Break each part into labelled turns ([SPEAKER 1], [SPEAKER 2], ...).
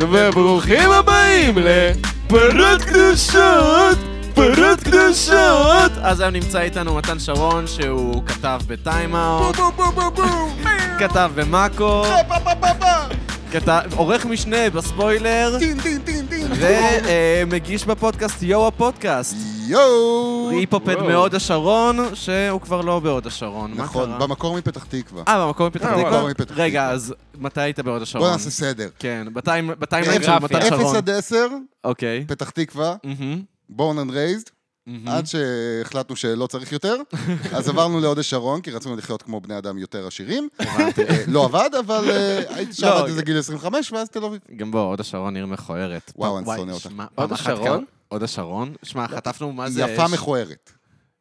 [SPEAKER 1] וברוכים הבאים לפרות קדושות, פרות קדושות.
[SPEAKER 2] אז היום נמצא איתנו מתן שרון, שהוא כתב בטיימאוט, כתב במאקו, כתב- עורך משנה בספוילר, ומגיש בפודקאסט יו הפודקאסט.
[SPEAKER 3] יואו!
[SPEAKER 2] היפ-הופד
[SPEAKER 1] וואו.
[SPEAKER 2] מהוד השרון, שהוא כבר לא בהוד השרון. מה
[SPEAKER 3] נכון,
[SPEAKER 2] קרה?
[SPEAKER 3] במקור מפתח תקווה.
[SPEAKER 2] אה, במקום מפתח
[SPEAKER 1] אה,
[SPEAKER 2] תקווה?
[SPEAKER 3] במקום מפתח
[SPEAKER 2] רגע,
[SPEAKER 3] תקווה.
[SPEAKER 2] אז מתי היית בהוד השרון?
[SPEAKER 3] בוא נעשה סדר.
[SPEAKER 2] כן, בטיים- בטיימליין
[SPEAKER 3] אפס
[SPEAKER 2] של מתן
[SPEAKER 3] אפס
[SPEAKER 2] כן, שרון.
[SPEAKER 3] עד עשר,
[SPEAKER 2] אוקיי.
[SPEAKER 3] פתח תקווה,
[SPEAKER 2] מהמם,
[SPEAKER 3] born and raised,
[SPEAKER 2] מהמם.
[SPEAKER 3] עד שהחלטנו שלא צריך יותר, אז עברנו להוד השרון, כי רצינו לחיות כמו בני אדם יותר עשירים. אה, לא עבד, אבל אה, הייתי שם
[SPEAKER 2] לא,
[SPEAKER 3] עד איזה גיל 25, ואז תל אביב.
[SPEAKER 2] גם בוא, הוד השרון עיר מכוערת.
[SPEAKER 3] וואו, אני
[SPEAKER 2] וואי,
[SPEAKER 3] שונא אותה.
[SPEAKER 2] שמע,
[SPEAKER 1] הוד
[SPEAKER 2] פעם אחת
[SPEAKER 1] השרון?
[SPEAKER 2] כמה- לא, הוד השרון? שמע, חטפנו מה זה...
[SPEAKER 3] יפה
[SPEAKER 2] ש-
[SPEAKER 3] מכוערת.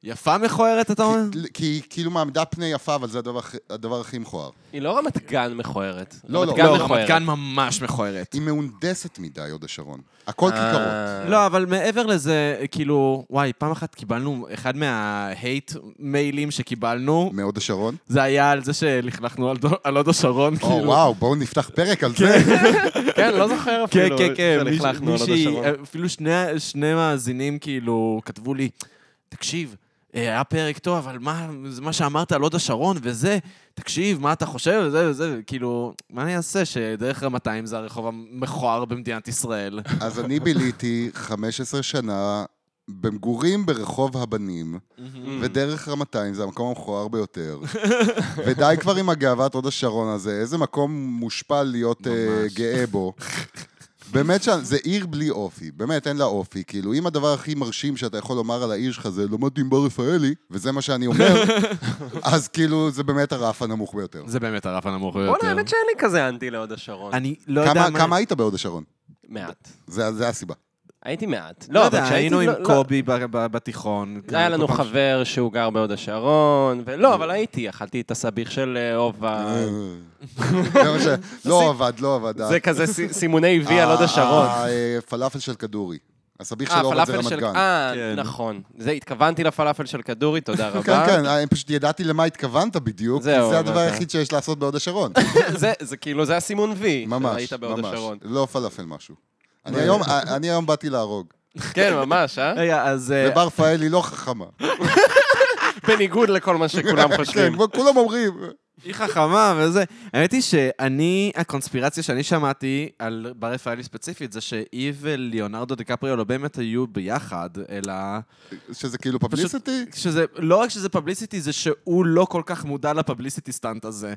[SPEAKER 2] יפה מכוערת, אתה אומר?
[SPEAKER 3] כי- כי היא כאילו מעמידה פני יפה, אבל זה הדבר הכי- הדבר הכי מכוער. היא
[SPEAKER 4] לא רמת גן מכוערת.
[SPEAKER 3] לא,
[SPEAKER 4] רמת
[SPEAKER 3] לא,
[SPEAKER 4] גן
[SPEAKER 2] לא,
[SPEAKER 4] מכוערת.
[SPEAKER 2] רמת גן ממש מכוערת.
[SPEAKER 3] היא מהונדסת מדי, הוד השרון. הכל
[SPEAKER 4] אה,
[SPEAKER 3] כיכרות.
[SPEAKER 2] לא, אבל מעבר לזה, כאילו, וואי, פעם אחת קיבלנו, אחד מההייט מיילים שקיבלנו,
[SPEAKER 3] מהוד השרון?
[SPEAKER 2] זה היה על זה שלכלכנו על דו- על הוד השרון,
[SPEAKER 3] או
[SPEAKER 2] כאילו.
[SPEAKER 3] וואו, בואו נפתח פרק על זה.
[SPEAKER 4] כן, לא זוכר
[SPEAKER 2] כן,
[SPEAKER 4] אפילו.
[SPEAKER 2] כן, כן, מיש-
[SPEAKER 4] שלכלכנו על הוד
[SPEAKER 2] מישהי,
[SPEAKER 4] השרון.
[SPEAKER 2] אפילו שני- שני מאזינים כאילו כתבו לי, תקשיב, אה, היה פרק טוב, אבל מה, זה מה שאמרת על הוד השרון וזה, תקשיב, מה אתה חושב וזה וזה, כאילו, מה אני אעשה שדרך רמתיים זה הרחוב המכוער במדינת ישראל?
[SPEAKER 3] אז אני ביליתי 15 שנה במגורים ברחוב הבנים, ודרך רמתיים, זה המקום המכוער ביותר. ודי כבר עם הגאוות הוד השרון הזה, איזה מקום מושפל להיות אה,
[SPEAKER 2] ממש.
[SPEAKER 3] גאה בו. באמת שזה עיר בלי אופי, באמת אין לה אופי, כאילו אם הדבר הכי מרשים שאתה יכול לומר על העיר שלך זה למדתי עם בר רפאלי, וזה מה שאני אומר, אז כאילו זה באמת הרף הנמוך ביותר.
[SPEAKER 2] זה באמת הרף הנמוך ביותר.
[SPEAKER 4] בוא'נה, האמת שאין לי כזה אנטי להוד השרון.
[SPEAKER 2] אני לא יודע
[SPEAKER 3] כמה
[SPEAKER 2] מה...
[SPEAKER 3] כמה היית בהוד השרון?
[SPEAKER 4] מעט.
[SPEAKER 3] זה זה הסיבה.
[SPEAKER 4] הייתי מעט.
[SPEAKER 2] לא, יודע,
[SPEAKER 4] כשהייתי-
[SPEAKER 2] היינו עם
[SPEAKER 4] לא- לא.
[SPEAKER 2] קובי ב- ב- בתיכון.
[SPEAKER 4] היה
[SPEAKER 2] כל
[SPEAKER 4] לנו
[SPEAKER 2] פעם ש-
[SPEAKER 4] חבר שהוא גר בהוד השרון, ולא, אבל הייתי, אכלתי את הסביך של אה, אובה.
[SPEAKER 3] זה מה ש- לא עבד, לא עבד.
[SPEAKER 4] זה כזה ס- סימוני וי על הוד השרון.
[SPEAKER 3] הפלאפל של כדורי. הסביך של
[SPEAKER 4] אה,
[SPEAKER 3] אורן זה
[SPEAKER 4] פלאפל
[SPEAKER 3] רמת
[SPEAKER 4] של...
[SPEAKER 3] גן.
[SPEAKER 4] אה,
[SPEAKER 2] כן.
[SPEAKER 4] נכון. זה, התכוונתי לפלאפל של כדורי, תודה רבה.
[SPEAKER 3] כן, כן, אני פשוט ידעתי למה התכוונת בדיוק, כי
[SPEAKER 4] אוקיי. זהו, אוקיי.
[SPEAKER 3] זה הדבר
[SPEAKER 4] אבל-
[SPEAKER 3] היחיד שיש לעשות בהוד השרון.
[SPEAKER 4] זה, זה כאילו, זה הסימון וי.
[SPEAKER 3] ממש,
[SPEAKER 4] היית בהוד
[SPEAKER 3] ממש.
[SPEAKER 4] השרון.
[SPEAKER 3] לא פלאפל משהו. אני היום- אה, אני היום באתי להרוג.
[SPEAKER 4] כן, ממש, אה?
[SPEAKER 2] רגע, אז... אה,
[SPEAKER 3] ובר פאלי לא חכמה.
[SPEAKER 4] בניגוד לכל מה שכולם
[SPEAKER 3] כן,
[SPEAKER 4] חושבים.
[SPEAKER 3] כמו כולם אומרים.
[SPEAKER 2] היא חכמה וזה. האמת היא שאני, הקונספירציה שאני שמעתי על בר רפאלי ספציפית, זה שהיא וליאונרדו דיקפריו לא באמת היו ביחד, אלא...
[SPEAKER 3] שזה כאילו פבליסיטי?
[SPEAKER 2] שזה, לא רק שזה פבליסיטי, זה שהוא לא כל כך מודע לפבליסיטי סטאנט הזה.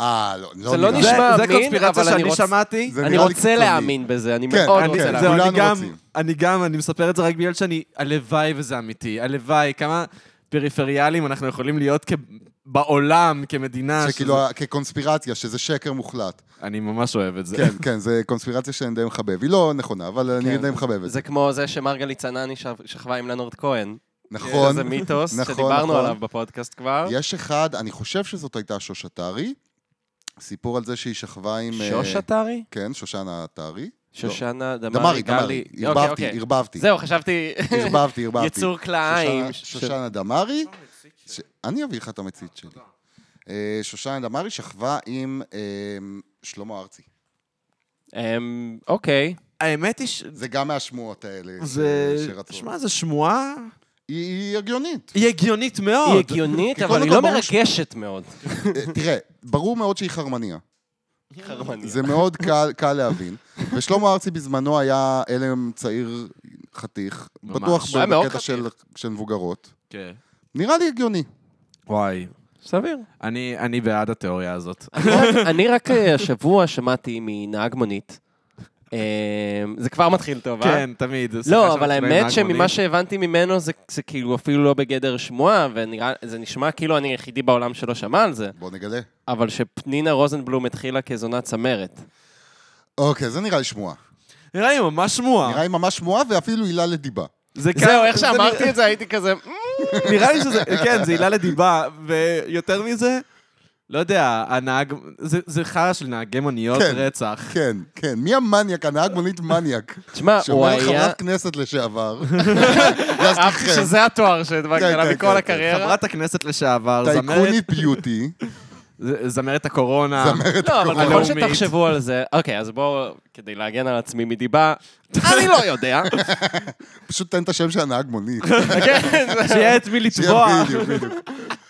[SPEAKER 3] אה, לא,
[SPEAKER 4] זה לא
[SPEAKER 3] נראה.
[SPEAKER 4] נשמע
[SPEAKER 2] זה
[SPEAKER 4] אמין,
[SPEAKER 2] הקונספירציה
[SPEAKER 4] אבל אני
[SPEAKER 2] שאני
[SPEAKER 4] רוצ-
[SPEAKER 2] שמעתי.
[SPEAKER 3] זה
[SPEAKER 4] אני
[SPEAKER 3] נראה לי
[SPEAKER 4] רוצה
[SPEAKER 3] קיצוני.
[SPEAKER 4] להאמין בזה, אני
[SPEAKER 3] כן,
[SPEAKER 4] מאוד
[SPEAKER 3] כן,
[SPEAKER 4] רוצה
[SPEAKER 3] כן.
[SPEAKER 4] להאמין.
[SPEAKER 2] זהו, אני
[SPEAKER 3] כולנו
[SPEAKER 2] גם,
[SPEAKER 3] רוצים.
[SPEAKER 2] אני גם, אני מספר את זה רק בגלל שאני, הלוואי וזה אמיתי. הלוואי, כמה פריפריאליים אנחנו יכולים להיות כ... בעולם,
[SPEAKER 4] אה,
[SPEAKER 2] כמדינה.
[SPEAKER 3] שכאילו, כקונספירציה, שזה שקר מוחלט.
[SPEAKER 2] שזה- אני ממש אוהב את זה.
[SPEAKER 3] כן, כן, זה קונספירציה שאני די מחבב. היא לא נכונה, אבל אני די מחבב את זה.
[SPEAKER 4] כן. זה כמו זה שמרגלית צנני שב- שכבה עם לנורד כהן.
[SPEAKER 3] נכון.
[SPEAKER 4] זה מיתוס
[SPEAKER 3] נכון,
[SPEAKER 4] שדיברנו
[SPEAKER 3] נכון.
[SPEAKER 4] עליו בפודקאסט כבר.
[SPEAKER 3] יש אחד, אני חושב שזאת הייתה שוש אתרי, סיפור על זה שהיא שכבה עם... אה,
[SPEAKER 4] שוש אתרי?
[SPEAKER 3] כן, שושנה אתרי.
[SPEAKER 4] שושנה
[SPEAKER 3] לא, דמארי,
[SPEAKER 4] דמארי,
[SPEAKER 3] דמארי.
[SPEAKER 4] גלי.
[SPEAKER 3] ערבבתי, ערבבתי.
[SPEAKER 4] אוקיי, זהו, חשבתי...
[SPEAKER 3] ערבבתי, ערבבתי.
[SPEAKER 4] יצור
[SPEAKER 3] שושנה-
[SPEAKER 4] כלאיים.
[SPEAKER 3] שושנה דמארי. ש- אני אביא לך את המצית שלי. אה, שושנה דמארי שכבה עם אה, שלמה ארצי.
[SPEAKER 4] אמ, אוקיי.
[SPEAKER 2] האמת היא ש...
[SPEAKER 3] זה גם מהשמועות האלה
[SPEAKER 2] זה...
[SPEAKER 3] ש- שרצו.
[SPEAKER 2] שמע, זו שמועה...
[SPEAKER 3] היא- היא הגיונית.
[SPEAKER 2] היא הגיונית מאוד.
[SPEAKER 4] היא הגיונית,
[SPEAKER 3] כי
[SPEAKER 4] אבל
[SPEAKER 3] קודם
[SPEAKER 4] היא
[SPEAKER 3] כל
[SPEAKER 4] לא
[SPEAKER 3] ברור ש-
[SPEAKER 4] מרגשת מאוד.
[SPEAKER 3] אה, תראה, ברור מאוד שהיא חרמניה.
[SPEAKER 4] חרמניה.
[SPEAKER 3] זה מאוד קל, קל להבין. ושלמה ארצי בזמנו היה הלם צעיר חתיך,
[SPEAKER 2] ממש.
[SPEAKER 3] בטוח
[SPEAKER 4] הוא היה מאוד
[SPEAKER 3] בקטע
[SPEAKER 4] חתיך.
[SPEAKER 3] של, של מבוגרות.
[SPEAKER 2] כן.
[SPEAKER 3] נראה לי הגיוני.
[SPEAKER 2] וואי.
[SPEAKER 4] סביר.
[SPEAKER 2] אני, אני בעד התיאוריה הזאת.
[SPEAKER 4] אני רק- אני רק אה, השבוע שמעתי מנהג מונית. אמ, זה כבר מתחיל טוב, אה?
[SPEAKER 2] כן, תמיד. זה שיחה
[SPEAKER 4] לא, אבל
[SPEAKER 2] שמתחילה עם
[SPEAKER 4] האמת
[SPEAKER 2] נהג
[SPEAKER 4] שממה
[SPEAKER 2] מונית.
[SPEAKER 4] שהבנתי ממנו זה, זה כאילו אפילו לא בגדר שמועה, וזה נשמע כאילו אני היחידי בעולם שלא שמע על זה,
[SPEAKER 3] בוא נגלה.
[SPEAKER 4] אבל שפנינה רוזנבלום התחילה כזונה צמרת.
[SPEAKER 3] אוקיי, זה נראה לי שמועה.
[SPEAKER 2] נראה לי ממש
[SPEAKER 4] אה.
[SPEAKER 2] שמועה.
[SPEAKER 3] נראה לי ממש שמועה ואפילו עילה לדיבה.
[SPEAKER 2] זה כאן-
[SPEAKER 4] זהו, איך
[SPEAKER 2] זה נראה-
[SPEAKER 4] שאמרתי את זה הייתי כזה... "מ,
[SPEAKER 2] נראה לי שזה, כן, זה עילה לדיבה, ויותר מזה, לא יודע, הנהג, זה, זה חרא של נהגי מוניות
[SPEAKER 3] כן.
[SPEAKER 2] רצח.
[SPEAKER 3] כן, כן. מי המניאק? הנהג מונית מניאק.
[SPEAKER 4] תשמע, אה, הוא
[SPEAKER 3] שאומר
[SPEAKER 4] היה...
[SPEAKER 3] חברת כנסת לשעבר.
[SPEAKER 4] אהבתי
[SPEAKER 3] להזכירכם.
[SPEAKER 4] שזה התואר שהדבקתי
[SPEAKER 3] כן,
[SPEAKER 4] עליו
[SPEAKER 3] כן,
[SPEAKER 4] מכל
[SPEAKER 3] כן,
[SPEAKER 4] הקריירה.
[SPEAKER 2] חברת הכנסת לשעבר, זמרת,
[SPEAKER 3] טייקונית ביוטי.
[SPEAKER 2] ז- זמרת הקורונה.
[SPEAKER 4] לא, אבל ככל
[SPEAKER 2] הלאומית.
[SPEAKER 4] שתחשבו על זה, אוקיי, אז בואו, כדי להגן על עצמי מדיבה, אני לא יודע.
[SPEAKER 3] פשוט תן את השם של הנהג מונית.
[SPEAKER 4] כן, זה-
[SPEAKER 2] שיהיה את מי לתבוע.
[SPEAKER 3] שיהיה בדיוק, בדיוק.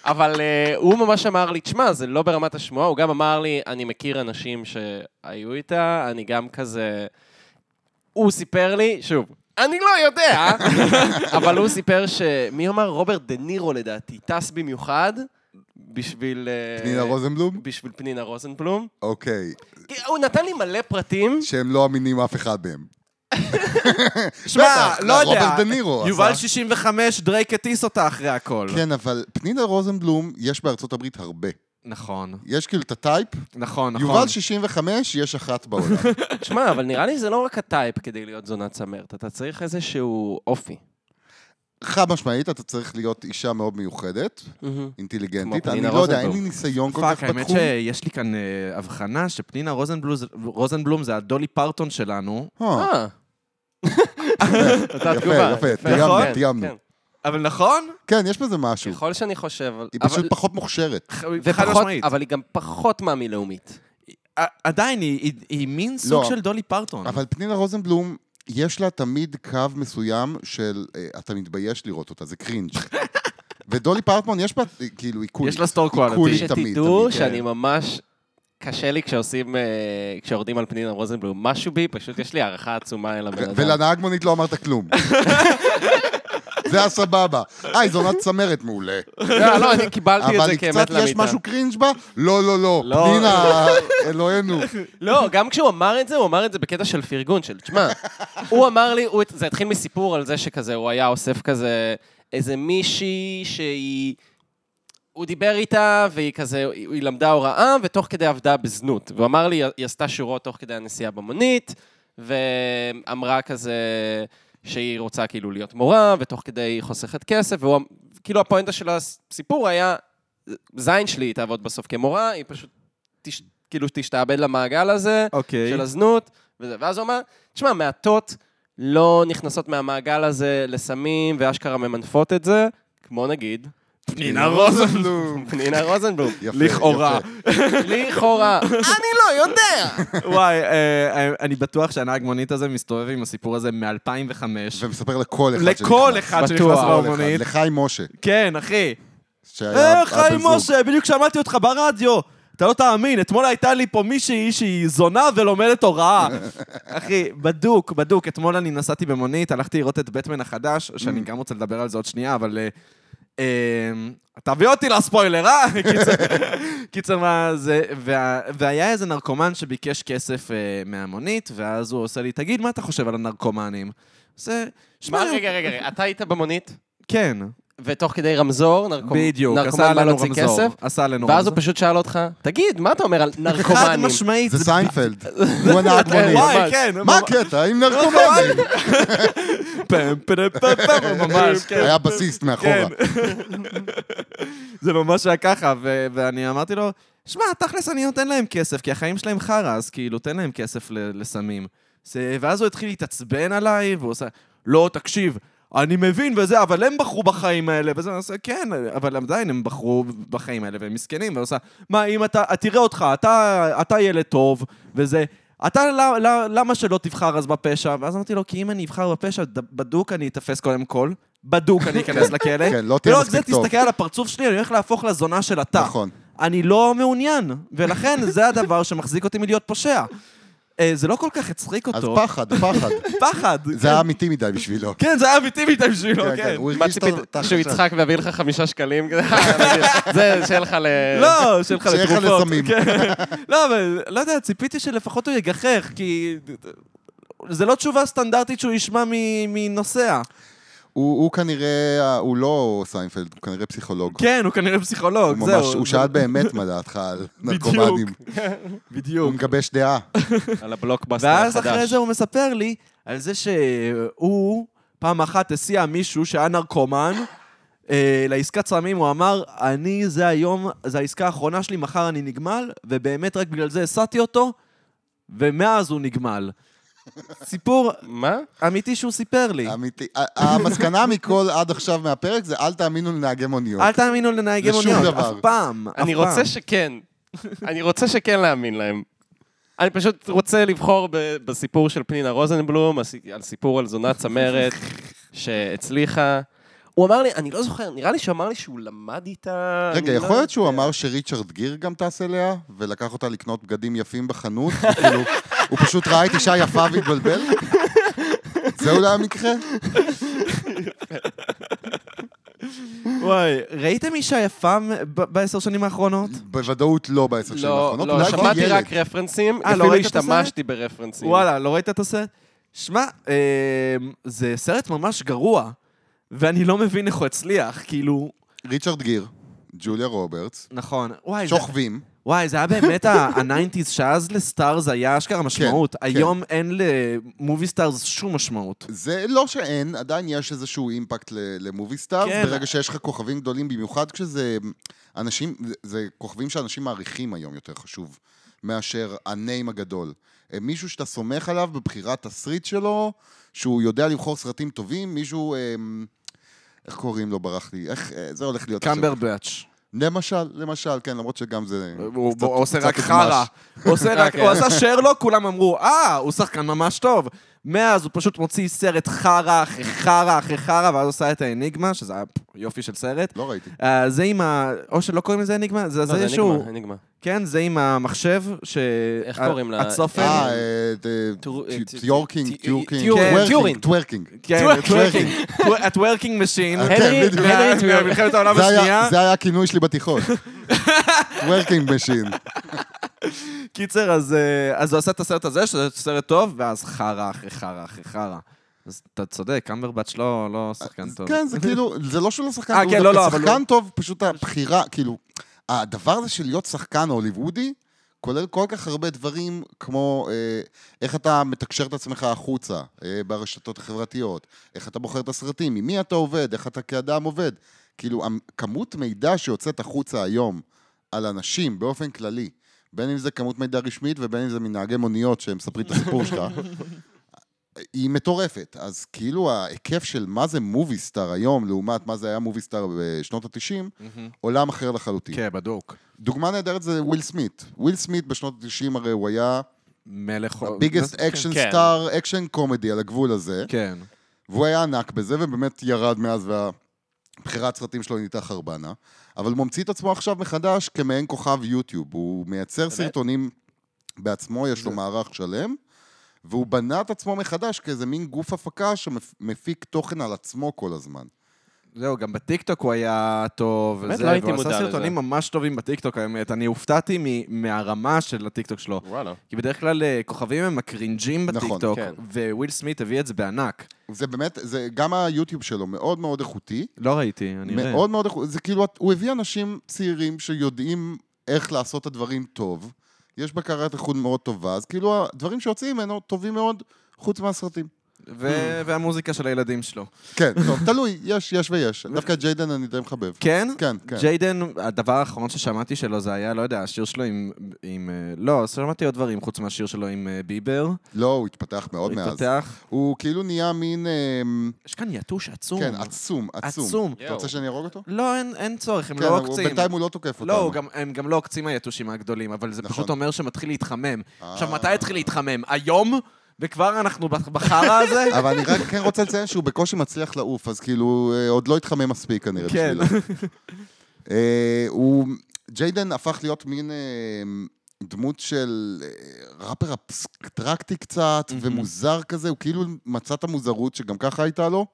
[SPEAKER 4] אבל אה, הוא ממש אמר לי, תשמע, זה לא ברמת השמועה, הוא גם אמר לי, אני מכיר אנשים שהיו איתה, אני גם כזה... הוא סיפר לי, שוב, אני לא יודע, אבל הוא סיפר ש... מי אמר? רוברט דה נירו לדעתי, טס במיוחד בשביל... אה,
[SPEAKER 3] פנינה רוזנבלום?
[SPEAKER 4] בשביל פנינה רוזנבלום.
[SPEAKER 3] אוקיי.
[SPEAKER 4] כי הוא נתן לי מלא פרטים.
[SPEAKER 3] שהם לא אמינים אף אחד מהם.
[SPEAKER 2] שמע,
[SPEAKER 3] בטח,
[SPEAKER 2] לא יודע.
[SPEAKER 3] רוברט דה נירו עשה.
[SPEAKER 2] יובל 65, דרייק הטיס אותה אחרי הכל.
[SPEAKER 3] כן, אבל פנינה רוזנבלום, יש בארצות הברית הרבה.
[SPEAKER 2] נכון,
[SPEAKER 3] יש כאילו את הטייפ,
[SPEAKER 2] נכון, נכון.
[SPEAKER 3] יובל 65, יש אחת בעולם.
[SPEAKER 4] תשמע, אבל נראה לי זה לא רק הטייפ כדי להיות זונת צמרת, אתה צריך איזשהו אופי.
[SPEAKER 3] חד משמעית, אתה צריך להיות אישה מאוד מיוחדת,
[SPEAKER 4] כמו
[SPEAKER 3] אינטליגנטית. אני
[SPEAKER 4] פנינה
[SPEAKER 3] לא יודע, אין
[SPEAKER 4] רוזנבלום.
[SPEAKER 3] לי ניסיון כל כך
[SPEAKER 2] פאק, האמת
[SPEAKER 3] בתחום.
[SPEAKER 2] שיש לי כאן אה, הבחנה שפנינה רוזנבלום זה- רוזנבלום זה הדולי פרטון שלנו,
[SPEAKER 3] אה,
[SPEAKER 4] אה. אותה
[SPEAKER 3] יפה,
[SPEAKER 4] תגובה.
[SPEAKER 3] יפה,
[SPEAKER 2] נכון?
[SPEAKER 3] תיאמנו, תיאמנו.
[SPEAKER 4] כן.
[SPEAKER 2] אבל נכון?
[SPEAKER 3] כן, יש בזה משהו.
[SPEAKER 4] ככל שאני חושב... אבל-
[SPEAKER 3] היא פשוט פחות מוכשרת.
[SPEAKER 2] ח- חד
[SPEAKER 4] ופחות-
[SPEAKER 2] משמעית.
[SPEAKER 4] אבל היא גם פחות מאמי לאומית.
[SPEAKER 2] ע- עדיין, היא- היא- היא מין סוג
[SPEAKER 3] לא,
[SPEAKER 2] של דולי פרטון.
[SPEAKER 3] אבל פנינה רוזנבלום, יש לה תמיד קו מסוים של אה, אתה מתבייש לראות אותה, זה קרינג'. ודולי פרטמן, יש בה, אה, כאילו, היא קולית.
[SPEAKER 2] יש לה סטור
[SPEAKER 3] היא קולית
[SPEAKER 2] קואליטי.
[SPEAKER 3] תמיד, תמיד.
[SPEAKER 4] שתדעו
[SPEAKER 3] כן.
[SPEAKER 4] שאני ממש... קשה לי כשעושים, אה, כשיורדים על פנינה רוזנבלום משהו בי, פשוט יש לי הערכה עצומה אל הבן
[SPEAKER 3] ו-
[SPEAKER 4] אדם.
[SPEAKER 3] ולנהג מונית לא אמרת כלום. זה הסבבה. אה, היא זונת צמרת מעולה.
[SPEAKER 4] לא, לא, אני קיבלתי את
[SPEAKER 3] אבל
[SPEAKER 4] זה
[SPEAKER 3] היא
[SPEAKER 4] כאמת
[SPEAKER 3] קצת,
[SPEAKER 4] לאמיתה.
[SPEAKER 3] יש משהו קרינג' בה? לא, לא, לא.
[SPEAKER 4] לא.
[SPEAKER 3] פנינה, אלוהינו.
[SPEAKER 4] לא, גם כשהוא אמר את זה, הוא אמר את זה בקטע של פרגון, של תשמע, הוא אמר לי, הוא, זה התחיל מסיפור על זה שכזה, הוא היה אוסף כזה איזה מישהי שהיא... הוא דיבר איתה, והיא כזה, היא היא למדה הוראה, ותוך כדי עבדה בזנות. והוא אמר לי, היא עשתה שורות תוך כדי הנסיעה במונית, ואמרה כזה שהיא רוצה כאילו להיות מורה, ותוך כדי היא חוסכת כסף, והוא, כאילו הפואנטה של הסיפור היה, זין שלי, היא תעבוד בסוף כמורה, היא פשוט, תש, כאילו, תשתעבד למעגל הזה,
[SPEAKER 2] אוקיי.
[SPEAKER 4] של הזנות, וזה. ואז הוא אמר, תשמע, מעטות לא נכנסות מהמעגל הזה לסמים, ואשכרה ממנפות את זה, כמו נגיד
[SPEAKER 2] פנינה רוזנבלום.
[SPEAKER 4] פנינה רוזנבלום.
[SPEAKER 3] יפה,
[SPEAKER 2] לכאורה.
[SPEAKER 3] יפה.
[SPEAKER 4] לכאורה. אני לא יודע.
[SPEAKER 2] וואי, אה, אני בטוח שהנהג מונית הזה מסתובב עם הסיפור הזה מ-2005.
[SPEAKER 3] ומספר לכל אחד שנכנס.
[SPEAKER 2] לכל אחד שנכנס
[SPEAKER 4] בטוח.
[SPEAKER 2] להומונית.
[SPEAKER 3] לחיים משה,
[SPEAKER 2] כן, אחי.
[SPEAKER 3] שהיה
[SPEAKER 2] אה,
[SPEAKER 3] הבן
[SPEAKER 2] חיים
[SPEAKER 3] זוג.
[SPEAKER 2] משה, בדיוק שמעתי אותך ברדיו. אתה לא תאמין, אתמול הייתה לי פה מישהי שהיא זונה ולומדת הוראה. אחי, בדוק, בדוק. אתמול אני נסעתי במונית, הלכתי לראות את בטמן החדש, שאני גם רוצה לדבר על זה עוד שנייה, אבל... אה, אה, תביא אותי לספוילר, אה? קיצר- קיצר מה זה... וה- והיה איזה נרקומן שביקש כסף אה, מהמונית, ואז הוא עושה לי, תגיד, מה אתה חושב על הנרקומנים? זה...
[SPEAKER 4] מה,
[SPEAKER 2] שמע,
[SPEAKER 4] רגע, רגע, רגע, אתה היית במונית,
[SPEAKER 2] כן,
[SPEAKER 4] ותוך כדי רמזור, נרקומ-
[SPEAKER 2] בדיוק. עשה
[SPEAKER 4] נרקומן בא
[SPEAKER 2] עלינו
[SPEAKER 4] להוציא
[SPEAKER 2] רמזור.
[SPEAKER 4] כסף,
[SPEAKER 2] עשה עלינו
[SPEAKER 4] ואז
[SPEAKER 2] רמזור.
[SPEAKER 4] הוא פשוט שאל אותך, תגיד, מה אתה אומר על
[SPEAKER 2] חד
[SPEAKER 4] נרקומנים?
[SPEAKER 2] משמעית.
[SPEAKER 3] זה סיינפלד, הוא הנהג מונית.
[SPEAKER 2] וואי,
[SPEAKER 4] ממש.
[SPEAKER 2] כן.
[SPEAKER 3] מה
[SPEAKER 2] ממש-
[SPEAKER 3] הקטע עם נרקומנים?
[SPEAKER 2] פעם, פעם, פעם, פעם, ממש, כן.
[SPEAKER 3] היה בסיסט מאחורה.
[SPEAKER 2] זה ממש היה ככה, ו- ואני אמרתי לו, שמע, תכלס אני נותן להם כסף, כי החיים שלהם חרא, אז כאילו, תן להם כסף ל- לסמים. זה- ואז הוא התחיל להתעצבן עליי, והוא עושה, לא, תקשיב, אני מבין וזה, אבל הם בחרו בחיים האלה, וזה, אני עושה, כן, אבל עדיין הם בחרו בחיים האלה, והם מסכנים, והוא עושה, מה, אם אתה, תראה אותך, אתה, אתה ילד טוב, וזה... אתה, למה, למה שלא תבחר אז בפשע? ואז אמרתי לו, כי אם אני אבחר בפשע, ד- בדוק אני אתפס קודם כל, בדוק אני אכנס לכלא.
[SPEAKER 3] כן, לא תהיה
[SPEAKER 2] ולא רק זה,
[SPEAKER 3] מספיק טוב.
[SPEAKER 2] תסתכל על הפרצוף שלי, אני הולך להפוך לזונה של התא.
[SPEAKER 3] נכון.
[SPEAKER 2] אני לא מעוניין, ולכן זה הדבר שמחזיק אותי מלהיות פושע. אה, זה לא כל כך הצחיק
[SPEAKER 3] אז
[SPEAKER 2] אותו.
[SPEAKER 3] פחד, פחד.
[SPEAKER 2] פחד.
[SPEAKER 3] זה
[SPEAKER 2] כן.
[SPEAKER 3] היה אמיתי מדי בשבילו.
[SPEAKER 2] כן, זה היה אמיתי מדי בשבילו,
[SPEAKER 3] כן, כן,
[SPEAKER 2] כן.
[SPEAKER 3] הוא
[SPEAKER 4] מה
[SPEAKER 3] הרגיש את
[SPEAKER 4] ציפית,
[SPEAKER 3] ה-
[SPEAKER 4] שהוא יצחק ויביא לך חמישה שקלים? זה שיהיה לך ל...
[SPEAKER 2] לא, שיהיה לך
[SPEAKER 3] שיהיה לך
[SPEAKER 2] לתרופות.
[SPEAKER 3] לסמים.
[SPEAKER 2] כן. לא, אבל לא יודע, ציפיתי שלפחות הוא יגחך, כי... זה לא תשובה סטנדרטית שהוא ישמע מ- מנוסע.
[SPEAKER 3] הוא הוא כנראה, ה- הוא לא סיינפלד, הוא כנראה פסיכולוג.
[SPEAKER 2] כן, הוא כנראה
[SPEAKER 3] נכון. הוא
[SPEAKER 2] פסיכולוג,
[SPEAKER 3] ממש,
[SPEAKER 2] זהו.
[SPEAKER 3] הוא שאל באמת מה דעתך על נרקומנים. הוא
[SPEAKER 2] בדיוק.
[SPEAKER 3] מגבש דעה.
[SPEAKER 4] על הבלוקבאסטר החדש.
[SPEAKER 2] ואז אחרי זה הוא מספר לי על זה שהוא פעם אחת הסיע מישהו שהיה נרקומן אה, לעסקת סמים, הוא אמר, אני זה היום, זה העסקה האחרונה שלי, מחר אני נגמל, ובאמת רק בגלל זה הסעתי אותו, ומאז הוא נגמל. סיפור
[SPEAKER 4] מה?
[SPEAKER 2] אמיתי שהוא סיפר לי.
[SPEAKER 3] אמיתי. ה- המסקנה מכל עד עכשיו מהפרק זה אל תאמינו לנהגי מוניות.
[SPEAKER 2] אל תאמינו לנהגי
[SPEAKER 3] לשום
[SPEAKER 2] מוניות, אף
[SPEAKER 3] דבר.
[SPEAKER 2] פעם, אף פעם.
[SPEAKER 4] אני רוצה שכן. אני רוצה שכן להאמין להם. אני פשוט רוצה לבחור ב- בסיפור של פנינה רוזנבלום, הס- על סיפור על זונה צמרת שהצליחה. הוא אמר לי, אני לא זוכר, נראה לי שהוא אמר לי שהוא למד איתה...
[SPEAKER 3] רגע,
[SPEAKER 4] אני לא
[SPEAKER 3] יכול להיות שהוא
[SPEAKER 4] יודע.
[SPEAKER 3] אמר שריצ'רד גיר גם טס אליה, ולקח אותה לקנות בגדים יפים בחנות, וכאילו, הוא פשוט ראה את אישה יפה והתבלבל? זה אולי המקרה?
[SPEAKER 2] וואי, ראיתם אישה יפה מ- ב- בעשר שנים האחרונות?
[SPEAKER 3] בוודאות לא בעשר שנים
[SPEAKER 4] לא,
[SPEAKER 3] האחרונות,
[SPEAKER 4] לא,
[SPEAKER 3] אולי
[SPEAKER 4] שמעתי
[SPEAKER 3] כילד.
[SPEAKER 4] רק רפרנסים,
[SPEAKER 2] אה, לא
[SPEAKER 4] אפילו
[SPEAKER 2] ראית את הסרט?
[SPEAKER 4] השתמשתי ברפרנסים.
[SPEAKER 2] וואלה, לא ראית את הסרט? שמע, אה, זה סרט ממש גרוע, ואני לא מבין איך הוא הצליח, כאילו...
[SPEAKER 3] ריצ'רד גיר, ג'וליה רוברטס,
[SPEAKER 2] נכון. וואי, זה-
[SPEAKER 3] שוכבים,
[SPEAKER 2] וואי, זה היה באמת הניינטיז, שאז לסטארס היה אשכרה משמעות.
[SPEAKER 3] כן.
[SPEAKER 2] היום אין למובי סטארס שום משמעות.
[SPEAKER 3] זה לא שאין, עדיין יש איזשהו אימפקט ל- למובי סטארס,
[SPEAKER 2] כן.
[SPEAKER 3] ברגע שיש לך כוכבים גדולים, במיוחד כשזה אנשים, זה כוכבים שאנשים מעריכים היום יותר חשוב, מאשר הניים הגדול. אה, מישהו שאתה סומך עליו בבחירת תסריט שלו, שהוא יודע לבחור סרטים טובים, מישהו, אה, איך קוראים לו, ברח לי, איך, אה, זה הולך להיות עכשיו.
[SPEAKER 2] קמברבץ'.
[SPEAKER 3] למשל, למשל, כן, למרות שגם זה...
[SPEAKER 2] אה, הוא
[SPEAKER 3] קצת-
[SPEAKER 2] הוא עושה
[SPEAKER 3] קצת
[SPEAKER 2] רק
[SPEAKER 3] נגמש.
[SPEAKER 2] חרא. אוקיי. הוא עושה
[SPEAKER 4] אה,
[SPEAKER 2] רק-
[SPEAKER 4] כן.
[SPEAKER 2] הוא עשה שרלוק, כולם אמרו, אה, הוא שחקן ממש טוב. מאז הוא פשוט מוציא סרט חרא אחרי חרא אחרי חרא, ואז עושה את האניגמה, שזה היה יופי של סרט.
[SPEAKER 3] לא ראיתי.
[SPEAKER 2] אה, זה עם ה... או שלא קוראים לזה אניגמה, זה
[SPEAKER 4] לא,
[SPEAKER 2] זה
[SPEAKER 4] זה
[SPEAKER 2] שהוא...
[SPEAKER 4] נגמר, נגמר.
[SPEAKER 2] כן, זה עם המחשב, ש...
[SPEAKER 4] איך קוראים לה?
[SPEAKER 2] הצופן.
[SPEAKER 3] אה, אה, אה,
[SPEAKER 4] טור-
[SPEAKER 3] ט-
[SPEAKER 4] אה,
[SPEAKER 3] טיורקינג,
[SPEAKER 4] ט-
[SPEAKER 3] טיורקינג,
[SPEAKER 4] טיורינג.
[SPEAKER 3] טוורקינג,
[SPEAKER 4] טיורינג.
[SPEAKER 3] טוורקינג.
[SPEAKER 2] כן,
[SPEAKER 3] טוורקינג.
[SPEAKER 2] הטוורקינג משין.
[SPEAKER 3] כן,
[SPEAKER 4] הנרי,
[SPEAKER 3] בדיוק.
[SPEAKER 4] הנרי טוויור.
[SPEAKER 2] במלחמת העולם
[SPEAKER 3] זה היה-
[SPEAKER 2] השנייה.
[SPEAKER 3] זה היה הכינוי שלי בתיכון. טוורקינג משין.
[SPEAKER 2] קיצר, אז אה, אז הוא עשה את הסרט הזה, שזה סרט טוב, ואז חרא אחרי חרא אחרי חרא. אז אתה צודק, קמברבץ' לא לא שחקן טוב.
[SPEAKER 3] כן, זה כאילו, זה לא שהוא לא שחקן
[SPEAKER 2] אה,
[SPEAKER 3] טוב,
[SPEAKER 2] כן,
[SPEAKER 3] הוא
[SPEAKER 2] לא,
[SPEAKER 3] דווקא
[SPEAKER 2] לא, אבל
[SPEAKER 3] שחקן
[SPEAKER 2] הוא-
[SPEAKER 3] טוב, פשוט הבחירה, כאילו, הדבר הזה של להיות שחקן הוליוודי, כולל כל כך הרבה דברים, כמו אה, איך אתה מתקשר את עצמך החוצה אה, ברשתות החברתיות, איך אתה בוחר את הסרטים, עם מי אתה עובד, איך אתה כאדם עובד. כאילו, המ- כמות מידע שיוצאת החוצה היום על אנשים באופן כללי, בין אם זה כמות מידע רשמית ובין אם זה מנהגי מוניות שמספרים את הסיפור שלך, היא מטורפת. אז כאילו ההיקף של מה זה מובי סטאר היום, לעומת מה זה היה מובי סטאר בשנות ה-90, עולם אחר לחלוטין.
[SPEAKER 2] כן, בדוק.
[SPEAKER 3] דוגמה נהדרת זה וויל סמית. וויל סמית בשנות ה-90 הרי הוא היה
[SPEAKER 2] מלך...
[SPEAKER 3] ביגסט אקשן
[SPEAKER 4] כן.
[SPEAKER 3] סטאר, אקשן קומדי על הגבול הזה,
[SPEAKER 2] כן.
[SPEAKER 3] והוא היה ענק בזה, ובאמת ירד מאז והבחירת סרטים שלו נהייתה חרבנה. אבל הוא ממציא את עצמו עכשיו מחדש כמעין כוכב יוטיוב. הוא מייצר סרטונים בעצמו, יש לו מערך שלם. והוא בנה את עצמו מחדש כאיזה מין גוף הפקה שמפיק תוכן על עצמו כל הזמן.
[SPEAKER 2] זהו, גם בטיקטוק הוא היה טוב,
[SPEAKER 4] באמת
[SPEAKER 2] וזה,
[SPEAKER 4] לא הייתי
[SPEAKER 2] והוא
[SPEAKER 4] מודע
[SPEAKER 2] עשה
[SPEAKER 4] לזה.
[SPEAKER 2] סרטונים ממש טובים בטיקטוק, האמת. אני הופתעתי מ- מהרמה של הטיקטוק שלו.
[SPEAKER 4] וואלה.
[SPEAKER 2] כי בדרך כלל אה, כוכבים הם הקרינג'ים
[SPEAKER 3] נכון,
[SPEAKER 2] בטיקטוק,
[SPEAKER 4] כן.
[SPEAKER 2] וויל סמית הביא את זה בענק.
[SPEAKER 3] זה באמת, זה גם היוטיוב שלו מאוד מאוד איכותי.
[SPEAKER 2] לא ראיתי, אני אראה.
[SPEAKER 3] מאוד מאוד איכותי. זה כאילו, הוא הביא אנשים צעירים שיודעים איך לעשות את הדברים טוב. יש בקרת איכות מאוד טובה, אז כאילו הדברים שיוצאים ממנו טובים מאוד, חוץ מהסרטים.
[SPEAKER 2] ו- והמוזיקה של הילדים שלו.
[SPEAKER 3] כן, טוב, תלוי, יש, יש ויש. דווקא ג'יידן אני די מחבב.
[SPEAKER 2] כן?
[SPEAKER 3] כן, כן.
[SPEAKER 2] ג'יידן, הדבר האחרון ששמעתי שלו זה היה, לא יודע, השיר שלו עם... עם אה, לא, שמעתי עוד דברים חוץ מהשיר שלו עם אה, ביבר.
[SPEAKER 3] לא, הוא התפתח מאוד
[SPEAKER 2] הוא
[SPEAKER 3] מאז.
[SPEAKER 2] התפתח.
[SPEAKER 3] הוא כאילו נהיה מין... אמ,
[SPEAKER 2] יש כאן יתוש עצום.
[SPEAKER 3] כן, עצום, עצום.
[SPEAKER 2] עצום.
[SPEAKER 3] אתה רוצה שאני אהרוג אותו?
[SPEAKER 2] לא, אין- אין צורך, הם
[SPEAKER 3] כן,
[SPEAKER 2] לא
[SPEAKER 3] הוא-
[SPEAKER 2] עוקצים.
[SPEAKER 3] בינתיים הוא לא תוקף אותנו.
[SPEAKER 2] לא, הוא גם, הם גם לא עוקצים היתושים הגדולים, אבל זה
[SPEAKER 3] נכון.
[SPEAKER 2] פשוט אומר שמתחיל להתחמם. עכשיו,
[SPEAKER 3] אה.
[SPEAKER 2] מתי התחיל להתחמם? היום? וכבר אנחנו בח- בחרא הזה?
[SPEAKER 3] אבל אני רק כן רוצה לציין שהוא בקושי מצליח לעוף, אז כאילו, אה, עוד לא התחמם מספיק כנראה
[SPEAKER 2] כן.
[SPEAKER 3] בשבילו. אה, הוא... ג'יידן הפך להיות מין אה, דמות של אה, ראפר אבסטרקטי קצת, ומוזר כזה, הוא כאילו מצא את המוזרות שגם ככה הייתה לו,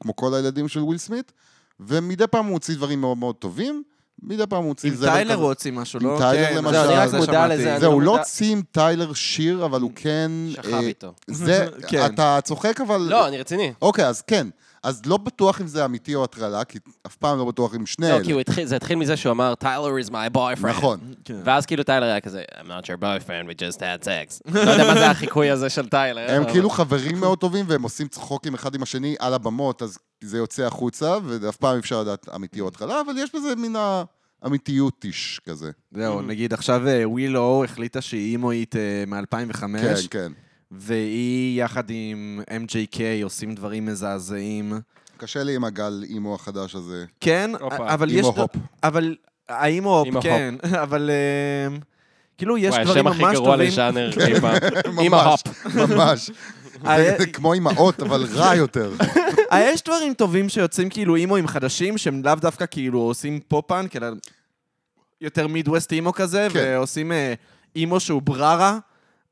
[SPEAKER 3] כמו כל הילדים של וויל סמית, ומדי פעם הוא הוציא דברים מאוד מאוד טובים, מדי פעם הוא הוציא
[SPEAKER 2] עם
[SPEAKER 3] זרם
[SPEAKER 2] טיילר
[SPEAKER 3] כזה.
[SPEAKER 2] הוא הוציא משהו,
[SPEAKER 3] עם
[SPEAKER 2] לא?
[SPEAKER 3] טיילר
[SPEAKER 2] כן,
[SPEAKER 3] למשל.
[SPEAKER 2] זה
[SPEAKER 3] אני רק
[SPEAKER 2] זה
[SPEAKER 4] מודע
[SPEAKER 2] שמעתי.
[SPEAKER 4] לזה, אני
[SPEAKER 3] זהו, הוא
[SPEAKER 4] לא
[SPEAKER 3] לא
[SPEAKER 4] מודע-
[SPEAKER 3] הוציא עם טיילר שיר, אבל הוא כן...
[SPEAKER 4] שכב
[SPEAKER 3] אה,
[SPEAKER 4] איתו.
[SPEAKER 3] זה,
[SPEAKER 2] כן.
[SPEAKER 3] אתה צוחק, אבל...
[SPEAKER 4] לא, אני רציני.
[SPEAKER 3] אוקיי, אז כן. אז לא בטוח אם זה אמיתי או הטרלה, כי אף פעם לא בטוח אם שני
[SPEAKER 4] לא,
[SPEAKER 3] אלה.
[SPEAKER 4] כי הוא התחיל- זה התחיל מזה שהוא אמר, טיילר is my boyfriend.
[SPEAKER 3] נכון.
[SPEAKER 2] כן.
[SPEAKER 4] ואז כאילו טיילר היה כזה, I'm not your boyfriend, we just had sex. לא יודע מה זה החיקוי הזה של טיילר.
[SPEAKER 3] הם
[SPEAKER 4] אבל-
[SPEAKER 3] כאילו חברים מאוד טובים, והם עושים צחוקים אחד עם השני על הבמות, אז זה יוצא החוצה, ואף פעם אי אפשר לדעת אמיתי או הטרלה, אבל יש בזה מן האמיתיות איש כזה.
[SPEAKER 2] זהו, נגיד עכשיו אה, ווילו החליטה שהיא אימוית אה, מ-2005,
[SPEAKER 3] כן, כן.
[SPEAKER 2] והיא יחד עם MJK עושים דברים מזעזעים.
[SPEAKER 3] קשה לי עם הגל אימו החדש הזה.
[SPEAKER 2] כן,
[SPEAKER 4] הופה.
[SPEAKER 2] אבל
[SPEAKER 3] אימו
[SPEAKER 2] יש...
[SPEAKER 3] הופ.
[SPEAKER 2] אבל האם הופ,
[SPEAKER 4] עם ההופ.
[SPEAKER 2] כן, אבל אה, כאילו יש
[SPEAKER 4] וואי,
[SPEAKER 2] דברים
[SPEAKER 4] השם הכי
[SPEAKER 2] ממש
[SPEAKER 4] גרוע
[SPEAKER 2] טובים.
[SPEAKER 4] לז'אנר אי פעם.
[SPEAKER 3] כן, ממש,
[SPEAKER 4] עם ההופ.
[SPEAKER 3] ממש.
[SPEAKER 2] אה,
[SPEAKER 3] זה כמו אימהות, אבל רע יותר.
[SPEAKER 2] אה, יש דברים טובים שיוצאים כאילו אימוים חדשים, שהם לאו דווקא כאילו עושים פופ-אנק, אלא יותר מידווסט אימו כזה,
[SPEAKER 3] כן.
[SPEAKER 2] ועושים אה, אימו שהוא בררה,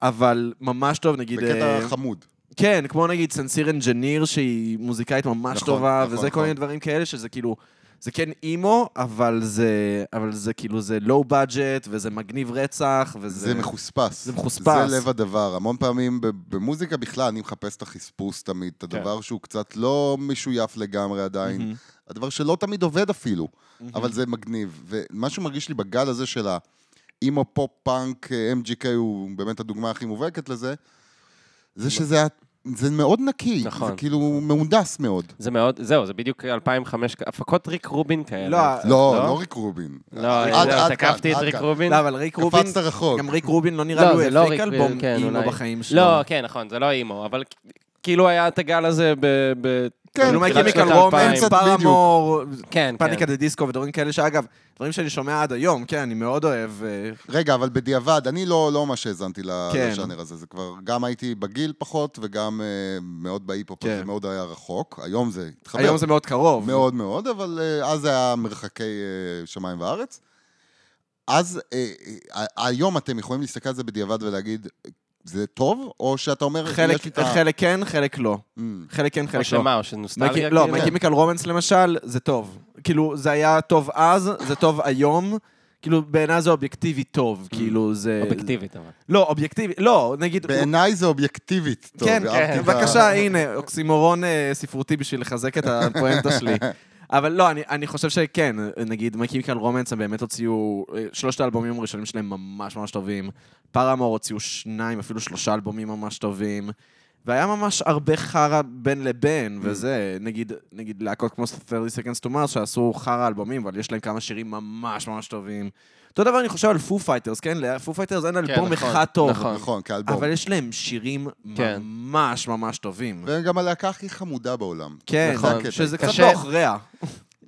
[SPEAKER 2] אבל ממש טוב, נגיד... אה,
[SPEAKER 3] בקטע חמוד.
[SPEAKER 2] כן, כמו נגיד סנסיר אנג'ניר, שהיא מוזיקאית ממש
[SPEAKER 3] נכון,
[SPEAKER 2] טובה,
[SPEAKER 3] נכון,
[SPEAKER 2] וזה כל
[SPEAKER 3] נכון.
[SPEAKER 2] מיני דברים כאלה, שזה כאילו... זה כן אימו, אבל זה, אבל זה כאילו, זה לואו בדג'ט, וזה מגניב רצח, וזה...
[SPEAKER 3] זה מחוספס.
[SPEAKER 2] זה מחוספס.
[SPEAKER 3] זה לב הדבר. המון פעמים ב- במוזיקה בכלל, אני מחפש את החספוס תמיד, את
[SPEAKER 4] כן.
[SPEAKER 3] הדבר שהוא קצת לא משויף לגמרי עדיין. הדבר שלא תמיד עובד אפילו, אבל זה מגניב. ומה שמרגיש לי בגל הזה של האימו פופ פאנק, אה, MGK הוא באמת הדוגמה הכי מובהקת לזה, זה שזה היה... זה מאוד נקי,
[SPEAKER 4] נכון. אה,
[SPEAKER 3] זה כאילו מהונדס מאוד.
[SPEAKER 4] זה מאוד, זהו, זה בדיוק 2005, הפקות ריק רובין כאלה.
[SPEAKER 2] לא,
[SPEAKER 4] קצת,
[SPEAKER 3] לא, לא ריק רובין.
[SPEAKER 4] לא,
[SPEAKER 3] עד-
[SPEAKER 4] זהו,
[SPEAKER 3] עד
[SPEAKER 4] תקפתי את
[SPEAKER 3] כאן, עד
[SPEAKER 4] ריק
[SPEAKER 3] כאן.
[SPEAKER 4] רובין.
[SPEAKER 2] לא, אבל ריק רובין,
[SPEAKER 3] קפצת רחוק.
[SPEAKER 2] גם ריק רובין לא נראה
[SPEAKER 4] לא,
[SPEAKER 2] לי
[SPEAKER 4] זה לא
[SPEAKER 2] הוא
[SPEAKER 4] ריק
[SPEAKER 2] הפיק
[SPEAKER 4] רובין,
[SPEAKER 2] אלבום
[SPEAKER 4] כן,
[SPEAKER 2] אימו
[SPEAKER 4] אולי.
[SPEAKER 2] בחיים שלו.
[SPEAKER 4] לא, כן, נכון, זה לא אימו, אבל כאילו היה את הגל הזה ב... ב-
[SPEAKER 3] כן,
[SPEAKER 2] כאילו
[SPEAKER 4] בתחילת
[SPEAKER 2] מייקל
[SPEAKER 4] שנות
[SPEAKER 2] רומנס,
[SPEAKER 4] האלפיים.
[SPEAKER 3] קצת
[SPEAKER 2] פרמור,
[SPEAKER 4] כן, כן.
[SPEAKER 2] פאניקה דה דיסקו ודברים כאלה, שאגב, דברים שאני שומע עד היום, כן, אני מאוד אוהב. אה,
[SPEAKER 3] רגע, אבל בדיעבד, אני לא, לא ממש האזנתי ל-
[SPEAKER 2] כן.
[SPEAKER 3] לז'אנר הזה, זה כבר, גם הייתי בגיל פחות, וגם אה, מאוד בהיפ-הופ,
[SPEAKER 2] כן.
[SPEAKER 3] זה מאוד היה רחוק, היום זה התחבר.
[SPEAKER 2] היום זה מאוד קרוב.
[SPEAKER 3] מאוד מאוד, אבל אה, אז זה היה מרחקי אה, שמיים וארץ. אז אה, אה, היום אתם יכולים להסתכל על זה בדיעבד ולהגיד, זה טוב, או שאתה אומר,
[SPEAKER 2] חלק
[SPEAKER 3] יש לי את ה...
[SPEAKER 2] חלק כן, חלק לא.
[SPEAKER 3] Mm,
[SPEAKER 2] חלק כן,
[SPEAKER 4] או
[SPEAKER 2] חלק לא.
[SPEAKER 4] שמה, או שנוסטלגיה?
[SPEAKER 2] מייקי- לא,
[SPEAKER 4] כאילו?
[SPEAKER 2] מייקי מיקל רומנס למשל, זה טוב. כאילו, זה היה טוב אז, זה טוב היום. כאילו, בעיניי זה אובייקטיבי טוב,
[SPEAKER 3] Mm.
[SPEAKER 2] כאילו, זה...
[SPEAKER 4] אובייקטיבית, אבל.
[SPEAKER 2] לא, אובייקטיבי, לא, נגיד...
[SPEAKER 3] בעיניי זה אובייקטיבית. טוב,
[SPEAKER 2] כן,
[SPEAKER 3] אהבתי
[SPEAKER 2] כן,
[SPEAKER 3] את ה-
[SPEAKER 2] בבקשה, הנה, אוקסימורון אה, ספרותי בשביל לחזק את הפואנטה שלי. אבל לא, אני, אני חושב שכן, נגיד מקימיקל רומנס, הם באמת הוציאו, אה, שלושת האלבומים הראשונים שלהם ממש ממש טובים. פארמור הוציאו שניים, אפילו שלושה אלבומים ממש טובים. והיה ממש הרבה חרא בין לבין,
[SPEAKER 3] Mm.
[SPEAKER 2] וזה, נגיד, נגיד להקות כמו 30 Seconds to Mars, שעשו חרא אלבומים, אבל יש להם כמה שירים ממש ממש טובים. אותו דבר אני חושב על פו פייטרס, כן? לפו פייטרס אין אלבום
[SPEAKER 4] נכון,
[SPEAKER 2] אחד טוב.
[SPEAKER 4] נכון.
[SPEAKER 3] נכון, כאלבום.
[SPEAKER 2] אבל יש להם שירים
[SPEAKER 4] כן.
[SPEAKER 2] ממש ממש טובים.
[SPEAKER 3] והם גם הלהקה הכי חמודה בעולם.
[SPEAKER 2] כן,
[SPEAKER 3] זה הקטע.
[SPEAKER 2] שזה קצת
[SPEAKER 4] קשה.
[SPEAKER 2] לא אחריה.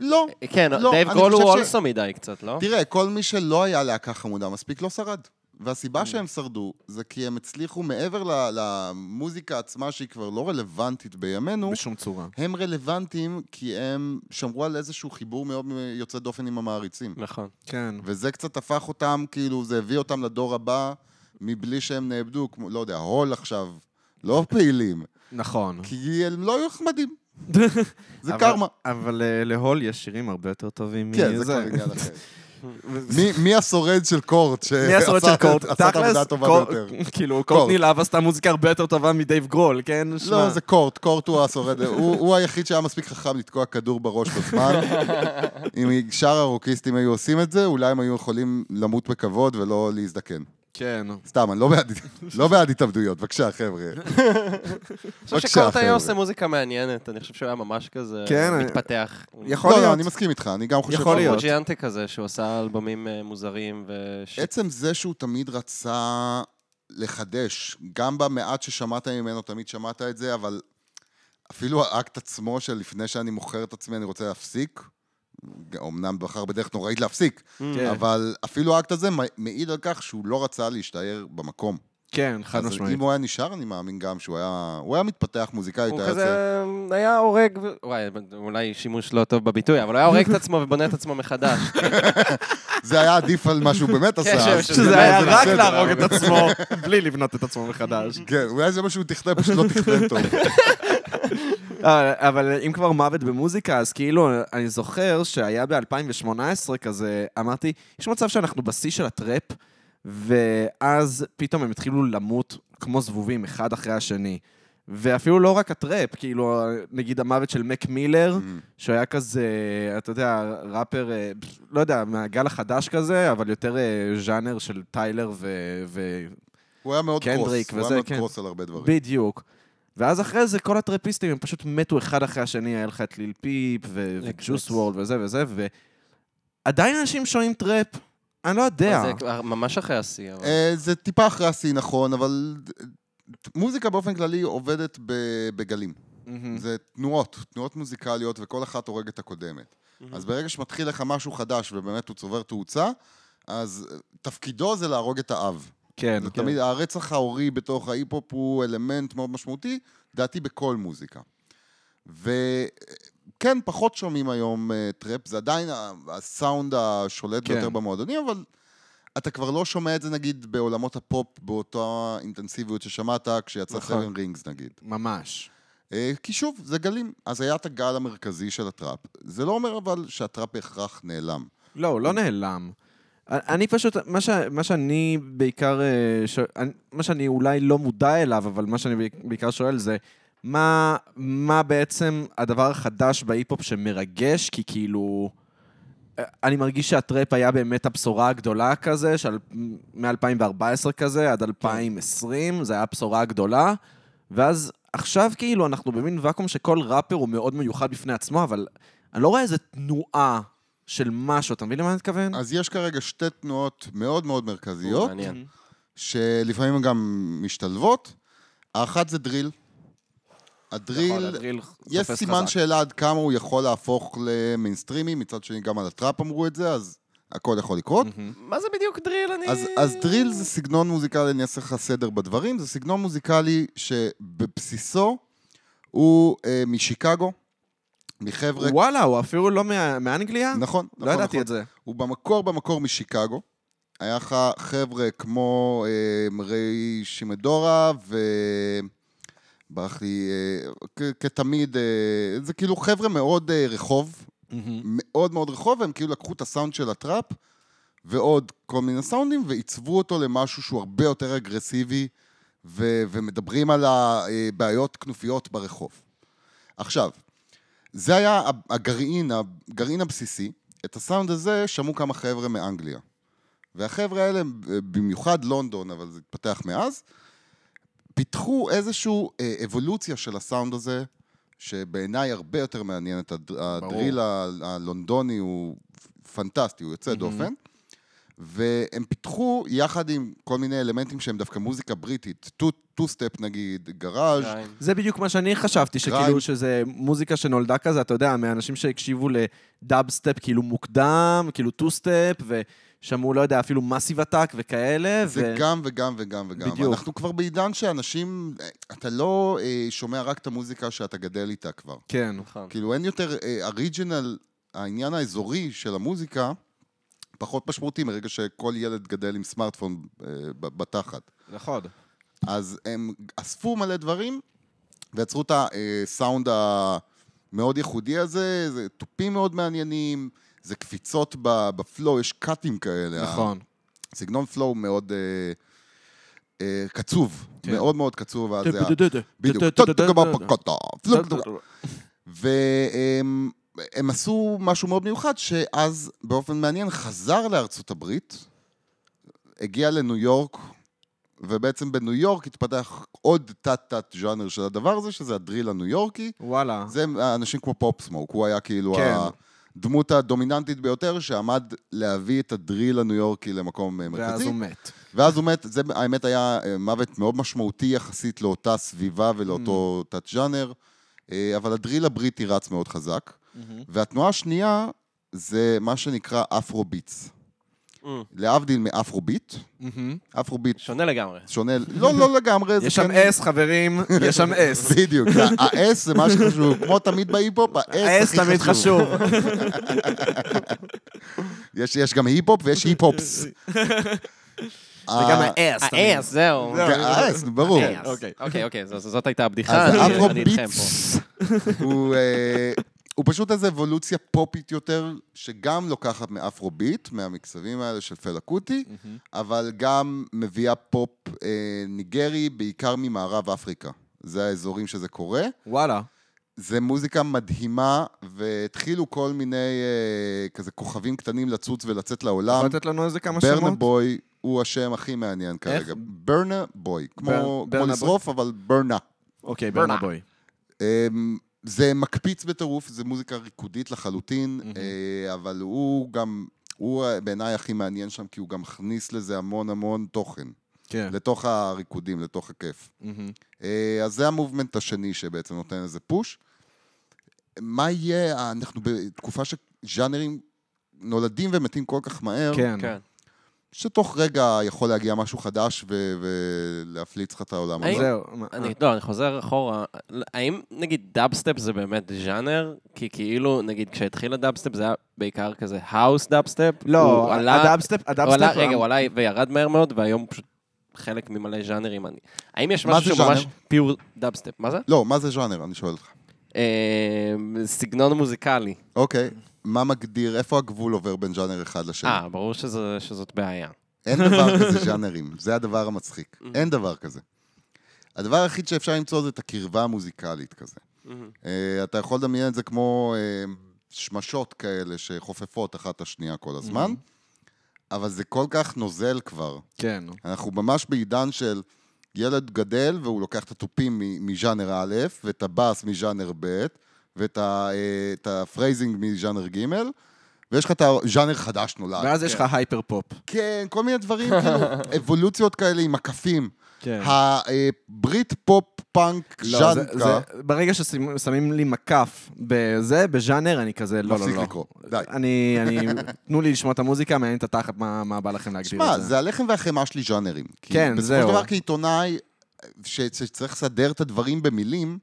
[SPEAKER 3] לא.
[SPEAKER 4] כן,
[SPEAKER 3] לא,
[SPEAKER 4] דייב
[SPEAKER 3] אני
[SPEAKER 4] גול הוא
[SPEAKER 3] חושב ש-
[SPEAKER 4] אולסו מדי קצת, לא?
[SPEAKER 3] תראה, כל מי שלא היה להקה חמודה מספיק לא שרד. והסיבה שהם שרדו, זה כי הם הצליחו מעבר ל- למוזיקה עצמה, שהיא כבר לא רלוונטית בימינו,
[SPEAKER 2] בשום צורה.
[SPEAKER 3] הם רלוונטיים כי הם שמרו על איזשהו חיבור מאוד יוצא דופן עם המעריצים.
[SPEAKER 4] נכון.
[SPEAKER 2] כן.
[SPEAKER 3] וזה קצת הפך אותם, כאילו, זה הביא אותם לדור הבא, מבלי שהם נאבדו, כמו, לא יודע, הול עכשיו, לא פעילים,
[SPEAKER 2] נכון.
[SPEAKER 3] כי הם לא היו נחמדים. זה קרמה.
[SPEAKER 2] אבל אה, להול יש שירים הרבה יותר טובים
[SPEAKER 3] כן, זה כבר עניין אחר. מי- מי השורד של קורט?
[SPEAKER 2] מי הסרט של קורט?
[SPEAKER 3] עשה את העבודה הטובה
[SPEAKER 2] קורט-
[SPEAKER 3] ביותר.
[SPEAKER 2] כאילו,
[SPEAKER 3] קורט.
[SPEAKER 2] קורטני להב עשתה מוזיקה הרבה יותר טובה מדייב גרול, כן?
[SPEAKER 3] לא,
[SPEAKER 2] שמע,
[SPEAKER 3] זה קורט, קורט הוא השורד, הוא הוא היחיד שהיה מספיק חכם לתקוע כדור בראש בזמן. אם שאר הרוקיסטים היו עושים את זה, אולי הם היו יכולים למות בכבוד ולא להזדקן.
[SPEAKER 2] כן.
[SPEAKER 3] סתם, אני לא בעד- לא בעד התאבדויות, בבקשה, חבר'ה.
[SPEAKER 4] אני חושב
[SPEAKER 3] בבקשה,
[SPEAKER 4] שקורט היה
[SPEAKER 3] חבר'ה.
[SPEAKER 4] עושה מוזיקה מעניינת, אני חושב שהוא היה ממש כזה
[SPEAKER 2] כן, אני-
[SPEAKER 4] מתפתח.
[SPEAKER 2] יכול
[SPEAKER 3] לא, לא,
[SPEAKER 2] להיות.
[SPEAKER 3] אני מסכים איתך, אני גם חושב...
[SPEAKER 2] יכול
[SPEAKER 3] ש-
[SPEAKER 2] להיות.
[SPEAKER 4] פוג'יאנטה כזה, שהוא עשה אלבומים אה, מוזרים ושיט.
[SPEAKER 3] עצם זה שהוא תמיד רצה לחדש, גם במעט ששמעת ממנו, תמיד שמעת את זה, אבל אפילו האקט עצמו של לפני שאני מוכר את עצמי, אני רוצה להפסיק. אמנם בחר בדרך נוראית להפסיק,
[SPEAKER 2] כן.
[SPEAKER 3] אבל אפילו האקט הזה מע- מעיד על כך שהוא לא רצה להשתער במקום.
[SPEAKER 2] כן, חד
[SPEAKER 3] אז
[SPEAKER 2] משמעית.
[SPEAKER 3] אם הוא היה נשאר, אני מאמין גם שהוא היה... הוא היה מתפתח מוזיקאית,
[SPEAKER 4] הוא
[SPEAKER 3] היה יוצא...
[SPEAKER 4] כזה היה הורג, ו- וואי, אולי שימוש לא טוב בביטוי, אבל הוא היה הורג את עצמו ובונה את עצמו מחדש.
[SPEAKER 3] זה היה עדיף על מה שהוא באמת
[SPEAKER 4] כן,
[SPEAKER 3] עשה. אז
[SPEAKER 4] שזה
[SPEAKER 2] שזה
[SPEAKER 3] זה
[SPEAKER 2] היה
[SPEAKER 3] בסדר.
[SPEAKER 2] רק להרוג את עצמו, בלי לבנות את עצמו מחדש.
[SPEAKER 3] כן, אולי זה מה שהוא תכנן, פשוט לא תכנן טוב.
[SPEAKER 2] אבל- אה, אבל אם כבר מוות במוזיקה, אז כאילו, אני זוכר שהיה ב-2018 כזה, אמרתי, יש מצב שאנחנו בשיא של הטראפ, ואז פתאום הם התחילו למות כמו זבובים, אחד אחרי השני. ואפילו לא רק הטראפ, כאילו, נגיד המוות של מק מילר,
[SPEAKER 3] Mm.
[SPEAKER 2] שהיה כזה, אתה יודע, ראפר, אה, לא יודע, מהגל החדש כזה, אבל יותר אה, ז'אנר של טיילר ו- ו-
[SPEAKER 3] הוא היה מאוד קרוס,
[SPEAKER 2] קנדריק
[SPEAKER 3] הוא היה
[SPEAKER 2] וזה,
[SPEAKER 3] מאוד
[SPEAKER 2] כן.
[SPEAKER 3] קרוס על הרבה דברים.
[SPEAKER 2] בדיוק. ואז אחרי זה כל הטרפיסטים הם פשוט מתו אחד אחרי השני, היה לך את ליל פיפ ו- וג'וס
[SPEAKER 4] אקזוס.
[SPEAKER 2] וורל וזה וזה, ועדיין אנשים שומעים טראפ, אני לא יודע.
[SPEAKER 4] זה כבר ממש אחרי השיא. אבל-
[SPEAKER 3] אה, זה טיפה אחרי השיא, נכון, אבל מוזיקה באופן כללי עובדת ב- בגלים. זה תנועות, תנועות מוזיקליות, וכל אחת הורגת את הקודמת. אז ברגע שמתחיל לך משהו חדש, ובאמת הוא צובר תאוצה, אז אה, תפקידו זה להרוג את האב.
[SPEAKER 2] כן,
[SPEAKER 3] זה
[SPEAKER 2] כן.
[SPEAKER 3] תמיד, הרצח ההורי בתוך ההיפ-הופ הוא אלמנט מאוד משמעותי, דעתי בכל מוזיקה. וכן, פחות שומעים היום אה, טראפ, זה עדיין ה- הסאונד השולט
[SPEAKER 2] כן.
[SPEAKER 3] ביותר במועדונים, אבל אתה כבר לא שומע את זה נגיד בעולמות הפופ באותה אינטנסיביות ששמעת כשיצא
[SPEAKER 2] נכון.
[SPEAKER 3] סבן רינגס נגיד.
[SPEAKER 2] ממש.
[SPEAKER 3] אה, כי שוב, זה גלים. אז היה את הגל המרכזי של הטראפ. זה לא אומר אבל שהטראפ בהכרח נעלם.
[SPEAKER 2] לא, הוא לא נעלם. אני פשוט, מה, ש, מה שאני בעיקר, אה, ש, אני, מה שאני אולי לא מודע אליו, אבל מה שאני בעיק- בעיקר שואל זה, מה, מה בעצם הדבר החדש בהיפ-הופ שמרגש? כי כאילו, אה, אני מרגיש שהטראפ היה באמת הבשורה הגדולה כזה, של מ-2014 כזה עד 2020, זה היה הבשורה הגדולה. ואז עכשיו כאילו אנחנו במין ואקום שכל ראפר הוא מאוד מיוחד בפני עצמו, אבל אני לא רואה איזה תנועה של משהו, אתה מבין למה אני מתכוון?
[SPEAKER 3] אז יש כרגע שתי תנועות מאוד מאוד מרכזיות,
[SPEAKER 4] מעניין.
[SPEAKER 3] שלפעמים הן גם משתלבות. האחת זה דריל.
[SPEAKER 2] נכון,
[SPEAKER 3] הדריל,
[SPEAKER 2] הדריל
[SPEAKER 3] יש
[SPEAKER 2] תופס
[SPEAKER 3] סימן
[SPEAKER 2] חזק.
[SPEAKER 3] שאלה עד כמה הוא יכול להפוך למיינסטרימי, מצד שני גם על הטראפ אמרו את זה, אז הכל יכול לקרות.
[SPEAKER 4] מה זה בדיוק דריל? אני...
[SPEAKER 3] אז, אז דריל זה סגנון מוזיקלי, אני אעשה לך סדר בדברים, זה סגנון מוזיקלי שבבסיסו הוא אה, משיקגו, מחבר'ה...
[SPEAKER 2] וואלה, הוא אפילו לא מה- מאנגליה?
[SPEAKER 3] נכון,
[SPEAKER 2] לא
[SPEAKER 3] נכון,
[SPEAKER 2] ידעתי
[SPEAKER 3] נכון.
[SPEAKER 2] את זה.
[SPEAKER 3] הוא במקור במקור משיקגו. היה לך חבר'ה כמו אה, ריי שימדורה ו... ברח לי, אה, כ- כתמיד, אה, זה כאילו חבר'ה מאוד אה, רחוב, מאוד מאוד רחוב, והם כאילו לקחו את הסאונד של הטראפ ועוד כל מיני סאונדים, ועיצבו אותו למשהו שהוא הרבה יותר אגרסיבי, ו- ומדברים על הבעיות כנופיות ברחוב. עכשיו, זה היה הגרעין, הגרעין הבסיסי. את הסאונד הזה שמעו כמה חבר'ה מאנגליה. והחבר'ה האלה, במיוחד לונדון, אבל זה התפתח מאז, פיתחו איזושהי אבולוציה של הסאונד הזה, שבעיניי הרבה יותר מעניין את הד- הדריל ה- הלונדוני, הוא פנטסטי, הוא יוצא דופן. והם פיתחו יחד עם כל מיני אלמנטים שהם דווקא מוזיקה בריטית, טו-סטפ נגיד, גראז',
[SPEAKER 4] עדיין.
[SPEAKER 2] זה בדיוק מה שאני חשבתי,
[SPEAKER 3] גריים.
[SPEAKER 2] שכאילו שזה מוזיקה שנולדה כזה, אתה יודע, מאנשים שהקשיבו לדאב סטפ כאילו מוקדם, כאילו טו סטפ, ושמעו, לא יודע, אפילו מאסיב עתק וכאלה,
[SPEAKER 3] זה
[SPEAKER 2] ו...
[SPEAKER 3] גם וגם וגם וגם.
[SPEAKER 2] בדיוק.
[SPEAKER 3] בדיוק. אנחנו כבר בעידן שאנשים, אתה לא אה, שומע רק את המוזיקה שאתה גדל איתה כבר.
[SPEAKER 2] כן.
[SPEAKER 4] נכון.
[SPEAKER 3] כאילו אין יותר אריג'ינל, העניין האזורי של המוזיקה, פחות משמעותי מרגע שכל ילד גדל עם סמארטפון אה, ב- בתחת.
[SPEAKER 2] נכון.
[SPEAKER 3] אז הם אספו מלא דברים ויצרו את הסאונד המאוד ייחודי הזה, זה תופים מאוד מעניינים, זה קפיצות ב- בפלואו, יש קאטים כאלה.
[SPEAKER 2] נכון.
[SPEAKER 3] סגנון פלואו מאוד אה, אה, קצוב,
[SPEAKER 2] כן.
[SPEAKER 3] מאוד מאוד קצוב, ואז זה... ה- בדיוק.
[SPEAKER 2] בדיוק.
[SPEAKER 3] והם הם עשו משהו מאוד מיוחד, שאז באופן מעניין חזר לארצות הברית, הגיע לניו יורק, ובעצם בניו יורק התפתח עוד תת-תת ז'אנר של הדבר הזה, שזה הדריל הניו יורקי.
[SPEAKER 2] וואלה.
[SPEAKER 3] זה אנשים כמו פופ סמוק, הוא היה כאילו
[SPEAKER 2] כן.
[SPEAKER 3] הדמות הדומיננטית ביותר שעמד להביא את הדריל הניו יורקי למקום אה, מרכזי.
[SPEAKER 2] ואז הוא מת.
[SPEAKER 3] ואז הוא מת, זה האמת היה אה, מוות מאוד משמעותי יחסית לאותה סביבה ולאותו
[SPEAKER 2] Mm-hmm.
[SPEAKER 3] תת-ז'אנר, אה, אבל הדריל הבריטי רץ מאוד חזק.
[SPEAKER 2] Mm-hmm.
[SPEAKER 3] והתנועה השנייה זה מה שנקרא אפרוביטס.
[SPEAKER 2] Mm.
[SPEAKER 3] להבדיל מאפרוביט, אפרוביט
[SPEAKER 4] שונה לגמרי.
[SPEAKER 3] שונה, לא, לא לגמרי, זה
[SPEAKER 2] יש שם אס, חברים, יש שם אס.
[SPEAKER 3] בדיוק, זה- ה-S זה מה שחשוב, כמו תמיד בהיפ-הופ, ה-S הכי
[SPEAKER 2] האס
[SPEAKER 3] חשוב.
[SPEAKER 2] תמיד חשוב.
[SPEAKER 3] יש, יש גם היפ-הופ ויש היפ-הופס.
[SPEAKER 2] וגם האס.
[SPEAKER 4] האס, אה, זהו.
[SPEAKER 3] ה-S, ברור.
[SPEAKER 4] האס.
[SPEAKER 2] אוקיי.
[SPEAKER 4] אוקיי, אוקיי, זו- זו- זאת הייתה הבדיחה.
[SPEAKER 3] אז
[SPEAKER 4] אני-
[SPEAKER 3] האפרו
[SPEAKER 4] אני איתכם פה.
[SPEAKER 3] ביטס הוא, אה, הוא פשוט איזו אבולוציה פופית יותר, שגם לוקחת מאפרו ביט, מהמקצבים האלה של פלה קוטי, אבל גם מביאה פופ אה, ניגרי, בעיקר ממערב אפריקה. זה האזורים שזה קורה.
[SPEAKER 2] וואלה.
[SPEAKER 3] זה מוזיקה מדהימה, והתחילו כל מיני אה, כזה כוכבים קטנים לצוץ ולצאת לעולם.
[SPEAKER 2] יכול לתת לנו איזה כמה
[SPEAKER 3] ברנה
[SPEAKER 2] שמות?
[SPEAKER 3] בוי הוא השם הכי מעניין כרגע. ברנה בוי, כמו
[SPEAKER 2] ברנה
[SPEAKER 3] כמו
[SPEAKER 2] בוי.
[SPEAKER 3] לשרוף, אבל ברנה.
[SPEAKER 2] אוקיי,
[SPEAKER 4] ברנה.
[SPEAKER 2] ברנה בוי.
[SPEAKER 3] אמ, זה מקפיץ בטירוף, זה מוזיקה ריקודית לחלוטין, אה, אבל הוא גם, הוא אה, בעיניי הכי מעניין שם, כי הוא גם מכניס לזה המון המון תוכן.
[SPEAKER 2] כן.
[SPEAKER 3] לתוך הריקודים, לתוך הכיף.
[SPEAKER 2] מהמם.
[SPEAKER 3] אה, אז זה המובמנט השני שבעצם נותן איזה פוש. מה יהיה, אה, אנחנו בתקופה שז'אנרים נולדים ומתים כל כך מהר,
[SPEAKER 2] כן.
[SPEAKER 4] כן.
[SPEAKER 3] שתוך רגע יכול להגיע משהו חדש ו- ולהפליץ לך את העולם
[SPEAKER 4] האם-
[SPEAKER 3] הזה.
[SPEAKER 2] זהו.
[SPEAKER 4] אני, לא, אני חוזר אחורה. האם נגיד דאבסטפ זה באמת ז'אנר? כי כאילו, נגיד כשהתחיל הדאבסטפ זה היה בעיקר כזה האוס דאבסטפ.
[SPEAKER 2] לא,
[SPEAKER 4] הוא עלה-
[SPEAKER 2] הדאבסטפ,
[SPEAKER 4] הוא עלה,
[SPEAKER 2] הדאבסטפ...
[SPEAKER 4] רגע, הוא עלה וירד מהר מאוד, והיום הוא פשוט חלק ממלא ז'אנרים. אני- האם יש
[SPEAKER 3] מה
[SPEAKER 4] משהו
[SPEAKER 3] זה
[SPEAKER 4] שהוא ממש
[SPEAKER 3] ז'אנר?
[SPEAKER 4] פיור דאבסטפ? מה זה?
[SPEAKER 3] לא, מה זה ז'אנר? אני שואל אותך.
[SPEAKER 4] אה, סגנון מוזיקלי.
[SPEAKER 3] אוקיי, מה מגדיר, איפה הגבול עובר בין ז'אנר אחד לשני?
[SPEAKER 4] אה, ברור שזה- שזאת בעיה.
[SPEAKER 3] אין דבר כזה ז'אנרים, זה הדבר המצחיק. אין דבר כזה. הדבר היחיד שאפשר למצוא זה את הקרבה המוזיקלית כזה. אה, אתה יכול לדמיין את זה כמו אה, שמשות כאלה שחופפות אחת את השנייה כל הזמן, אבל זה כל כך נוזל כבר.
[SPEAKER 2] כן.
[SPEAKER 3] אנחנו ממש בעידן של ילד גדל והוא לוקח את התופים מ- מז'אנר א', ואת הבאס מז'אנר ב', ואת ה- אה, את הפרייזינג מז'אנר ג', ויש לך את הז'אנר חדש
[SPEAKER 4] אה,
[SPEAKER 3] נולד.
[SPEAKER 2] ואז יש לך הייפר פופ.
[SPEAKER 3] כן, כל מיני דברים, כאילו, אבולוציות כאלה עם הקפים.
[SPEAKER 2] כן.
[SPEAKER 3] הברית פופ פאנק
[SPEAKER 2] לא,
[SPEAKER 3] ז'אנקה.
[SPEAKER 2] זה- זה- ברגע ששמים לי מקף בזה, בז'אנר, אני כזה, לא, לא, לא.
[SPEAKER 3] מפסיק לקרוא, די.
[SPEAKER 2] אני, אני, תנו לי לשמוע את המוזיקה, מעניין את התחת, מה מה בא לכם להגדיר
[SPEAKER 3] תשמע,
[SPEAKER 2] את זה.
[SPEAKER 3] זה הלחם והחמאה שלי ז'אנרים. כי
[SPEAKER 2] כן,
[SPEAKER 3] בסופו
[SPEAKER 2] זהו.
[SPEAKER 3] של דבר כעיתונאי, ש- שצריך לסדר את הדברים במילים,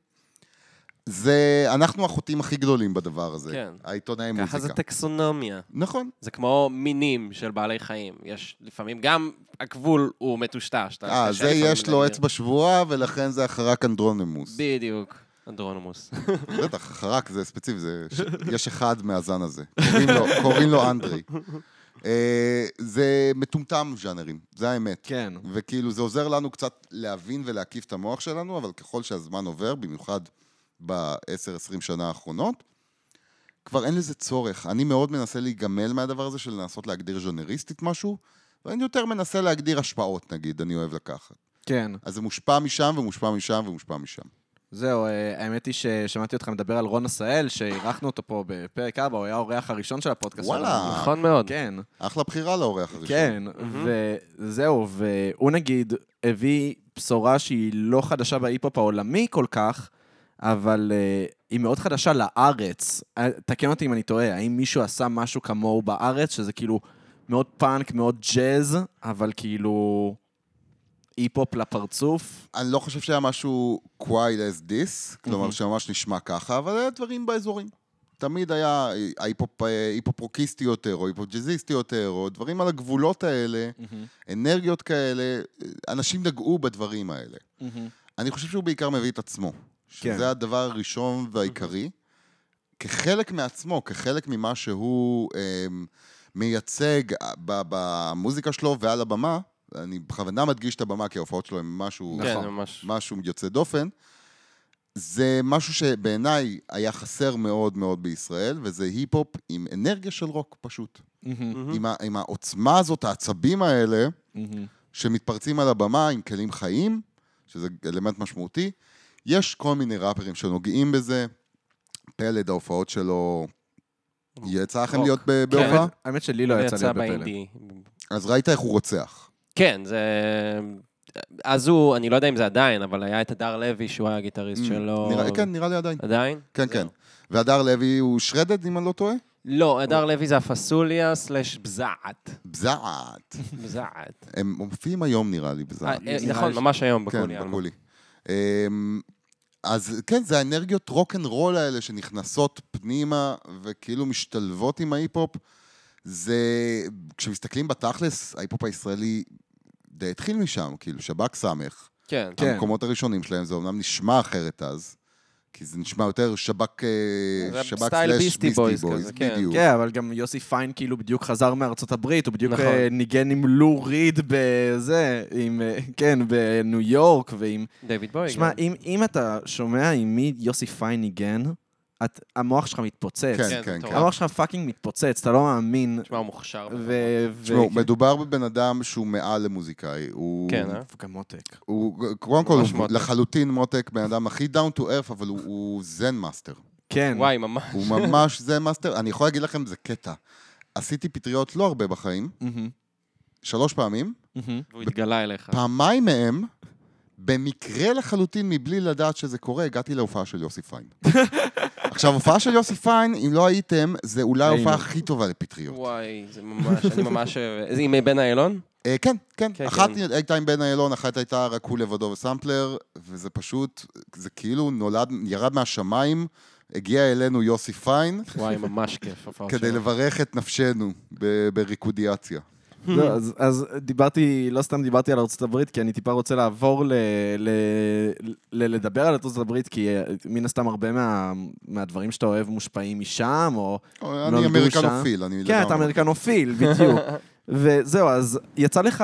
[SPEAKER 3] זה, אנחנו החוטאים הכי גדולים בדבר הזה.
[SPEAKER 4] כן.
[SPEAKER 3] העיתונאי
[SPEAKER 4] ככה
[SPEAKER 3] מוזיקה.
[SPEAKER 4] זה טקסונומיה.
[SPEAKER 3] נכון.
[SPEAKER 4] זה כמו מינים של בעלי חיים. יש לפעמים, גם הגבול הוא מטושטש. אתה-
[SPEAKER 3] אה,
[SPEAKER 4] קשה
[SPEAKER 3] זה
[SPEAKER 4] לפעמים
[SPEAKER 3] יש לו
[SPEAKER 4] להגדיר.
[SPEAKER 3] אצבע שבועה, ולכן זה החרק אנדרונמוס.
[SPEAKER 4] בדיוק. אנדרונומוס.
[SPEAKER 3] אה, בטח, חרק זה ספציפי, זה... ש- יש אחד מהזן הזה. קוראים לו, קוראים לו אנדרי. אה, זה מטומטם ז'אנרים, זה האמת.
[SPEAKER 2] כן.
[SPEAKER 3] וכאילו זה עוזר לנו קצת להבין ולהקיף את המוח שלנו, אבל ככל שהזמן עובר, במיוחד ב-10-20 שנה האחרונות, כבר אין לזה צורך. אני מאוד מנסה להיגמל מהדבר הזה של לנסות להגדיר ז'אנריסטית משהו, ואני יותר מנסה להגדיר השפעות, נגיד, אני אוהב לקחת.
[SPEAKER 2] כן.
[SPEAKER 3] אז זה מושפע משם ומושפע משם ומושפע משם.
[SPEAKER 2] זהו, אה, האמת היא ששמעתי אותך מדבר על רון עשהאל, שאירחנו אותו פה בפרק 4, הוא היה האורח הראשון של הפודקאסט שלנו.
[SPEAKER 3] וואלה.
[SPEAKER 4] נכון מאוד.
[SPEAKER 2] כן,
[SPEAKER 3] אחלה בחירה לאורח הראשון.
[SPEAKER 2] כן, וזהו, והוא נגיד הביא בשורה שהיא לא חדשה בהיפ-הופ העולמי כל כך, אבל אה, היא מאוד חדשה לארץ. אה, תקן אותי אם אני טועה, האם מישהו עשה משהו כמוהו בארץ, שזה כאילו מאוד פאנק, מאוד ג'אז, אבל כאילו היפ-הופ לפרצוף?
[SPEAKER 3] אני לא חושב שהיה משהו quiet as this, כלומר שממש נשמע ככה, אבל היה דברים באזורים. תמיד היה ההיפופ- היפופרוקיסטי יותר, או היפוג'זיסטי יותר, או דברים על הגבולות האלה, אנרגיות כאלה, אנשים נגעו בדברים האלה. אני חושב שהוא בעיקר מביא את עצמו.
[SPEAKER 2] כן.
[SPEAKER 3] שזה הדבר הראשון והעיקרי. כחלק מעצמו, כחלק ממה שהוא אמ, מייצג אה, ב- במוזיקה שלו ועל הבמה, אני בכוונה מדגיש את הבמה, כי ההופעות שלו הן משהו...
[SPEAKER 4] כן, ממש.
[SPEAKER 3] משהו יוצא דופן. זה משהו שבעיניי היה חסר מאוד מאוד בישראל, וזה היפ-הופ עם אנרגיה של רוק פשוט.
[SPEAKER 4] Mm.
[SPEAKER 3] עם, ה, עם העוצמה הזאת, העצבים האלה, שמתפרצים על הבמה עם כלים חיים, שזה אלמנט משמעותי. יש כל מיני ראפרים שנוגעים בזה. פלד, ההופעות שלו, יצא לכם
[SPEAKER 4] רוק. כן.
[SPEAKER 3] להיות ב- בהופעה?
[SPEAKER 2] האמת- האמת שלי לא
[SPEAKER 4] זה
[SPEAKER 2] יצא
[SPEAKER 4] יצא
[SPEAKER 2] להיות בפלא.
[SPEAKER 4] באינדי.
[SPEAKER 3] אז ראית איך הוא רוצח.
[SPEAKER 4] כן, זה... אז הוא, אני לא יודע אם זה עדיין, אבל היה את הדר לוי, שהוא היה הגיטריסט שלו. לא.
[SPEAKER 3] נראה, כן, נראה לי עדיין.
[SPEAKER 4] עדיין?
[SPEAKER 3] כן, כן. והדר לוי הוא שרדד, אם אני לא טועה?
[SPEAKER 4] לא, הדר לוי זה הפסוליה סלאש בזעת.
[SPEAKER 3] בזעת.
[SPEAKER 4] בזעת.
[SPEAKER 3] הם מופיעים היום נראה לי
[SPEAKER 4] אה,
[SPEAKER 3] בזעם.
[SPEAKER 4] אה, נכון, ממש היום בקולי.
[SPEAKER 3] כן, בקולי. אמ, אז כן, זה האנרגיות רוקנרול האלה שנכנסות פנימה וכאילו משתלבות עם ההיפ-הופ. זה, כשמסתכלים בתכלס, ההיפ-הופ הישראלי די התחיל משם, כאילו, שב"כ סמך.
[SPEAKER 4] כן.
[SPEAKER 2] כן.
[SPEAKER 3] המקומות הראשונים שלהם, זה אומנם נשמע אחרת אז, כי זה נשמע יותר שב"כ, אה,
[SPEAKER 4] זה
[SPEAKER 3] שב"כ
[SPEAKER 4] סטייל
[SPEAKER 3] סלאש
[SPEAKER 4] ביסטי בויז כזה, כן.
[SPEAKER 3] בדיוק.
[SPEAKER 2] כן, אבל גם יוסי פיין כאילו בדיוק חזר מארצות הברית, הוא בדיוק
[SPEAKER 4] נכון.
[SPEAKER 2] אה, ניגן עם לו ריד בזה, עם, אה, כן, בניו יורק ועם...
[SPEAKER 3] כן.
[SPEAKER 4] דיוויד בואי.
[SPEAKER 2] שמע,
[SPEAKER 4] גם.
[SPEAKER 2] אם, אם אתה שומע עם מי יוסי פיין ניגן, את, המוח שלך מתפוצץ.
[SPEAKER 3] כן,
[SPEAKER 4] כן, זה
[SPEAKER 3] כן,
[SPEAKER 4] מטורף.
[SPEAKER 3] כן.
[SPEAKER 2] המוח שלך פאקינג מתפוצץ, אתה לא מאמין.
[SPEAKER 4] שמע, הוא מוכשר.
[SPEAKER 2] ו... ו-
[SPEAKER 3] תשמעו,
[SPEAKER 2] כן.
[SPEAKER 3] מדובר בבן אדם שהוא מעל למוזיקאי. הוא-
[SPEAKER 4] כן, אה?
[SPEAKER 2] גם מותק.
[SPEAKER 3] הוא, קודם כל,
[SPEAKER 4] ממש
[SPEAKER 3] הוא
[SPEAKER 4] מותק.
[SPEAKER 3] לחלוטין מותק, בן אדם הכי דאון טו ארף, אבל הוא- הוא זן מאסטר.
[SPEAKER 2] כן.
[SPEAKER 4] וואי, ממש.
[SPEAKER 3] הוא ממש זן מאסטר. אני יכול להגיד לכם, זה קטע. עשיתי פטריות לא הרבה בחיים,
[SPEAKER 2] מהמם.
[SPEAKER 3] שלוש פעמים,
[SPEAKER 4] והוא התגלה אליך.
[SPEAKER 3] פעמיים מהם, במקרה לחלוטין, מבלי לדעת שזה קורה, הגעתי להופעה של יוסי פיין. עכשיו, הופעה של יוסי פיין, אם לא הייתם, זה אולי ההופעה הכי טובה לפטריות.
[SPEAKER 4] וואי, זה ממש, אני ממש... זה עם בן איילון?
[SPEAKER 3] אה, כן, כן.
[SPEAKER 4] כן,
[SPEAKER 3] אחת
[SPEAKER 4] כן.
[SPEAKER 3] הייתה עם בן איילון, אחת הייתה רק הוא לבדו וסמפלר, וזה פשוט, זה כאילו נולד, ירד מהשמיים, הגיע אלינו יוסי פיין,
[SPEAKER 4] וואי, ממש כיף. הפעם
[SPEAKER 3] כדי
[SPEAKER 4] שלו.
[SPEAKER 3] לברך את נפשנו ב- בריקודיאציה.
[SPEAKER 2] לא, אז, אז דיברתי, לא סתם דיברתי על ארה"ב, כי אני טיפה רוצה לעבור ל, ל, ל, לדבר על ארה"ב, כי אה, מן הסתם הרבה מה, מהדברים שאתה אוהב מושפעים משם, או... לא נולדו
[SPEAKER 3] אני אמריקנופיל, אני
[SPEAKER 2] כן, אתה
[SPEAKER 3] לגמרי.
[SPEAKER 2] אמריקנופיל, בדיוק. וזהו, אז יצא לך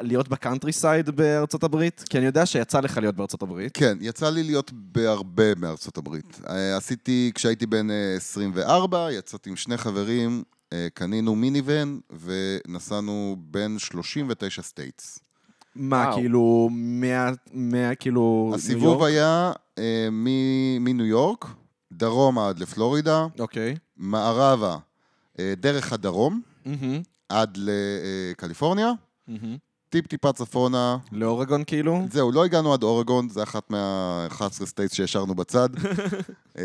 [SPEAKER 2] להיות בקאנטרי סייד בארצות הברית? כי אני יודע שיצא לך להיות בארצות הברית.
[SPEAKER 3] כן, יצא לי להיות בהרבה מארצות הברית. אה, עשיתי, כשהייתי בן אה, 24, יצאתי עם שני חברים, אה, קנינו מיניוון ונסענו בין 39 סטייטס.
[SPEAKER 2] מה,
[SPEAKER 4] וואו.
[SPEAKER 2] כאילו, מאה, מאה, כאילו... ניו
[SPEAKER 3] הסיבוב
[SPEAKER 2] יורק?
[SPEAKER 3] היה אה, מ- מניו יורק, דרומה עד לפלורידה,
[SPEAKER 2] אוקיי.
[SPEAKER 3] מערבה, אה, דרך הדרום
[SPEAKER 2] מהמם,
[SPEAKER 3] עד אה, לקליפורניה,
[SPEAKER 2] מהמם.
[SPEAKER 3] טיפ-טיפה צפונה,
[SPEAKER 2] mm-hmm. לאורגון, כאילו?
[SPEAKER 3] זהו, לא הגענו עד אורגון, זה אחת מה-11 סטייטס שהשארנו בצד. אה,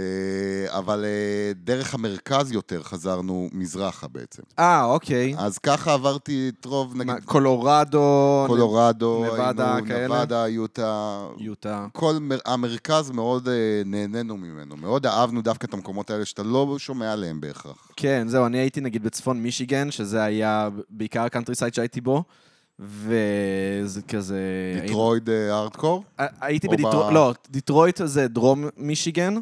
[SPEAKER 3] אבל אה, דרך המרכז יותר חזרנו מזרחה בעצם.
[SPEAKER 2] אה, אוקיי.
[SPEAKER 3] אז ככה עברתי את רוב, נגיד,
[SPEAKER 2] מה, קולורדו,
[SPEAKER 3] קולורדו,
[SPEAKER 2] נבדה,
[SPEAKER 3] היינו
[SPEAKER 2] כאלה?
[SPEAKER 3] נבדה, יוטה.
[SPEAKER 2] יוטה.
[SPEAKER 3] כל מר- המרכז מאוד אה, נהנינו ממנו, מאוד אהבנו דווקא את המקומות האלה שאתה לא שומע עליהם בהכרח.
[SPEAKER 2] כן, זהו, אני הייתי נגיד בצפון מישיגן, שזה היה בעיקר הקאנטרי סייד שהייתי בו, וזה כזה...
[SPEAKER 3] דיטרויד אה, הארדקור?
[SPEAKER 2] הי- הייתי
[SPEAKER 3] או ב-
[SPEAKER 2] בדיטרויט, לא, דיטרויט זה דרום מישיגן,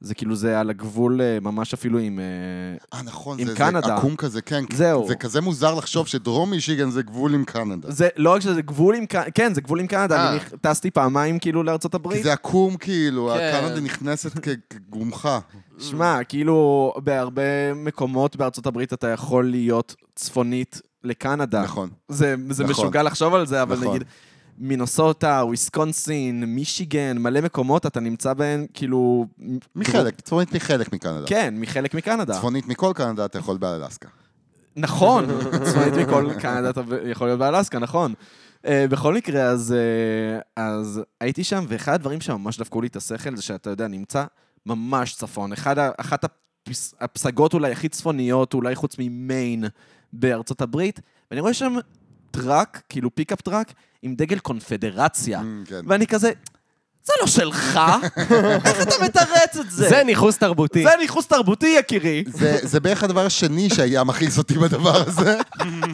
[SPEAKER 2] זה כאילו זה על הגבול אה, ממש אפילו עם... אה,
[SPEAKER 3] אה, נכון,
[SPEAKER 2] עם
[SPEAKER 3] זה- זה
[SPEAKER 2] קנדה.
[SPEAKER 3] עקום כזה, כן.
[SPEAKER 2] זהו.
[SPEAKER 3] זה כזה מוזר לחשוב שדרום מישיגן זה גבול עם קנדה.
[SPEAKER 2] זה לא רק שזה גבול עם קנדה, כן, זה גבול עם קנדה,
[SPEAKER 4] אה.
[SPEAKER 2] אני נכ- טסתי פעמיים כאילו לארצות
[SPEAKER 3] כי
[SPEAKER 2] הברית.
[SPEAKER 3] זה עקום כאילו,
[SPEAKER 4] כן.
[SPEAKER 3] קנדה נכנסת כ- כגומחה.
[SPEAKER 2] כן. שמע, כאילו, בהרבה מקומות בארצות הברית אתה יכול להיות צפונית לקנדה.
[SPEAKER 3] נכון.
[SPEAKER 2] זה, זה
[SPEAKER 3] נכון.
[SPEAKER 2] נכון. משוגע לחשוב על זה, אבל
[SPEAKER 3] נכון.
[SPEAKER 2] נכון. נגיד מינוסוטה, וויסקונסין, מישיגן, מלא מקומות אתה נמצא בהם, כאילו...
[SPEAKER 3] מחלק, צפונית מחלק מקנדה.
[SPEAKER 2] כן, מחלק מקנדה. צפון...
[SPEAKER 3] צפונית מכל קנדה אתה יכול באלסקה.
[SPEAKER 2] נכון, צפונית מכל קנדה אתה ב- יכול להיות באלסקה, נכון. Uh, בכל מקרה, אז, uh, אז הייתי שם, ואחד הדברים שממש דפקו לי את השכל זה שאתה יודע, נמצא ממש צפון. אחד, ה- אחת הפס, הפסגות אולי הכי צפוניות, אולי חוץ ממיין בארצות הברית, ואני רואה שם טראק, כאילו פיקאפ טראק, עם דגל קונפדרציה.
[SPEAKER 3] Mm, כן.
[SPEAKER 2] ואני כזה, זה לא שלך, איך אתה מתרץ את זה?
[SPEAKER 4] זה ניכוס תרבותי.
[SPEAKER 2] זה ניכוס תרבותי, יקירי.
[SPEAKER 3] זה, זה בערך הדבר השני שהיה מכעיס אותי בדבר הזה.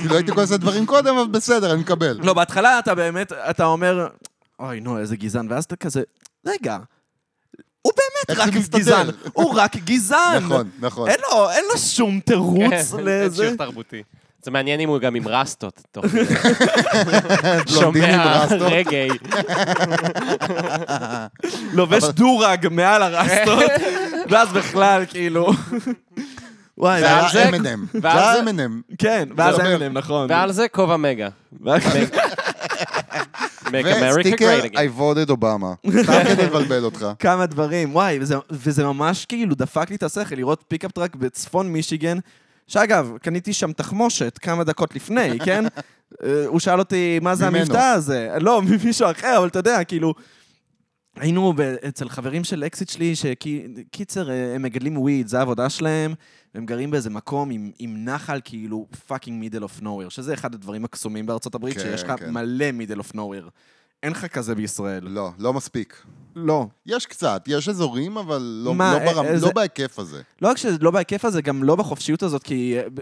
[SPEAKER 3] כאילו הייתי כל הזמן דברים קודם, אבל בסדר, אני מקבל.
[SPEAKER 2] לא, בהתחלה אתה באמת, אתה אומר, אוי, נו, איזה גזען, ואז אתה כזה, רגע, הוא
[SPEAKER 3] איך
[SPEAKER 2] באמת
[SPEAKER 3] זה
[SPEAKER 2] רק
[SPEAKER 3] מסתדר?"
[SPEAKER 2] גזען, הוא רק גזען.
[SPEAKER 3] נכון, נכון.
[SPEAKER 2] אין לו, אין לו שום תירוץ
[SPEAKER 4] כן,
[SPEAKER 2] לזה.
[SPEAKER 4] שיר תרבותי. זה מעניין אם הוא גם עם רסטות, תוך כדי.
[SPEAKER 3] בלונדינים עם רסטות.
[SPEAKER 4] רגעי.
[SPEAKER 2] לובש דורג מעל הרסטות, ואז בכלל, כאילו... וואי,
[SPEAKER 3] זה
[SPEAKER 2] ואז-
[SPEAKER 3] היה
[SPEAKER 4] זה-
[SPEAKER 3] M&M. זה
[SPEAKER 4] ועל
[SPEAKER 3] היה
[SPEAKER 4] זה-
[SPEAKER 3] M&M.
[SPEAKER 2] כן, ואז
[SPEAKER 3] זה אומר-
[SPEAKER 2] אמינם, נכון.
[SPEAKER 4] ועל זה כובע מגה. Make America
[SPEAKER 3] וסטיקר,
[SPEAKER 4] Great Again.
[SPEAKER 3] I voted Obama. סתם כדי לבלבל אותך.
[SPEAKER 2] כמה דברים, וואי, וזה, וזה ממש כאילו דפק לי את השכל לראות פיקאפ טראק בצפון מישיגן, שאגב, קניתי שם תחמושת כמה דקות לפני, כן? אה, הוא שאל אותי, מה זה
[SPEAKER 3] ממנו.
[SPEAKER 2] המבטא הזה? לא, ממישהו אחר, אבל אתה יודע, כאילו... היינו ב- אצל חברים של אקזיט שלי, שקיצר, הם מגדלים וויד, זו העבודה שלהם, והם גרים באיזה מקום עם, עם נחל כאילו פאקינג מידל אוף נוואר, שזה אחד הדברים הקסומים בארצות הברית,
[SPEAKER 3] כן,
[SPEAKER 2] שיש לך
[SPEAKER 3] כן.
[SPEAKER 2] מלא מידל אוף נוואר. אין לך כזה בישראל.
[SPEAKER 3] לא, לא מספיק.
[SPEAKER 2] לא.
[SPEAKER 3] יש קצת, יש אזורים, אבל לא,
[SPEAKER 2] מה,
[SPEAKER 3] לא, ברמ...
[SPEAKER 2] אה, אה,
[SPEAKER 3] לא
[SPEAKER 2] זה-
[SPEAKER 3] בהיקף הזה.
[SPEAKER 2] לא רק שזה לא בהיקף הזה, גם לא בחופשיות הזאת, כי אה, ב-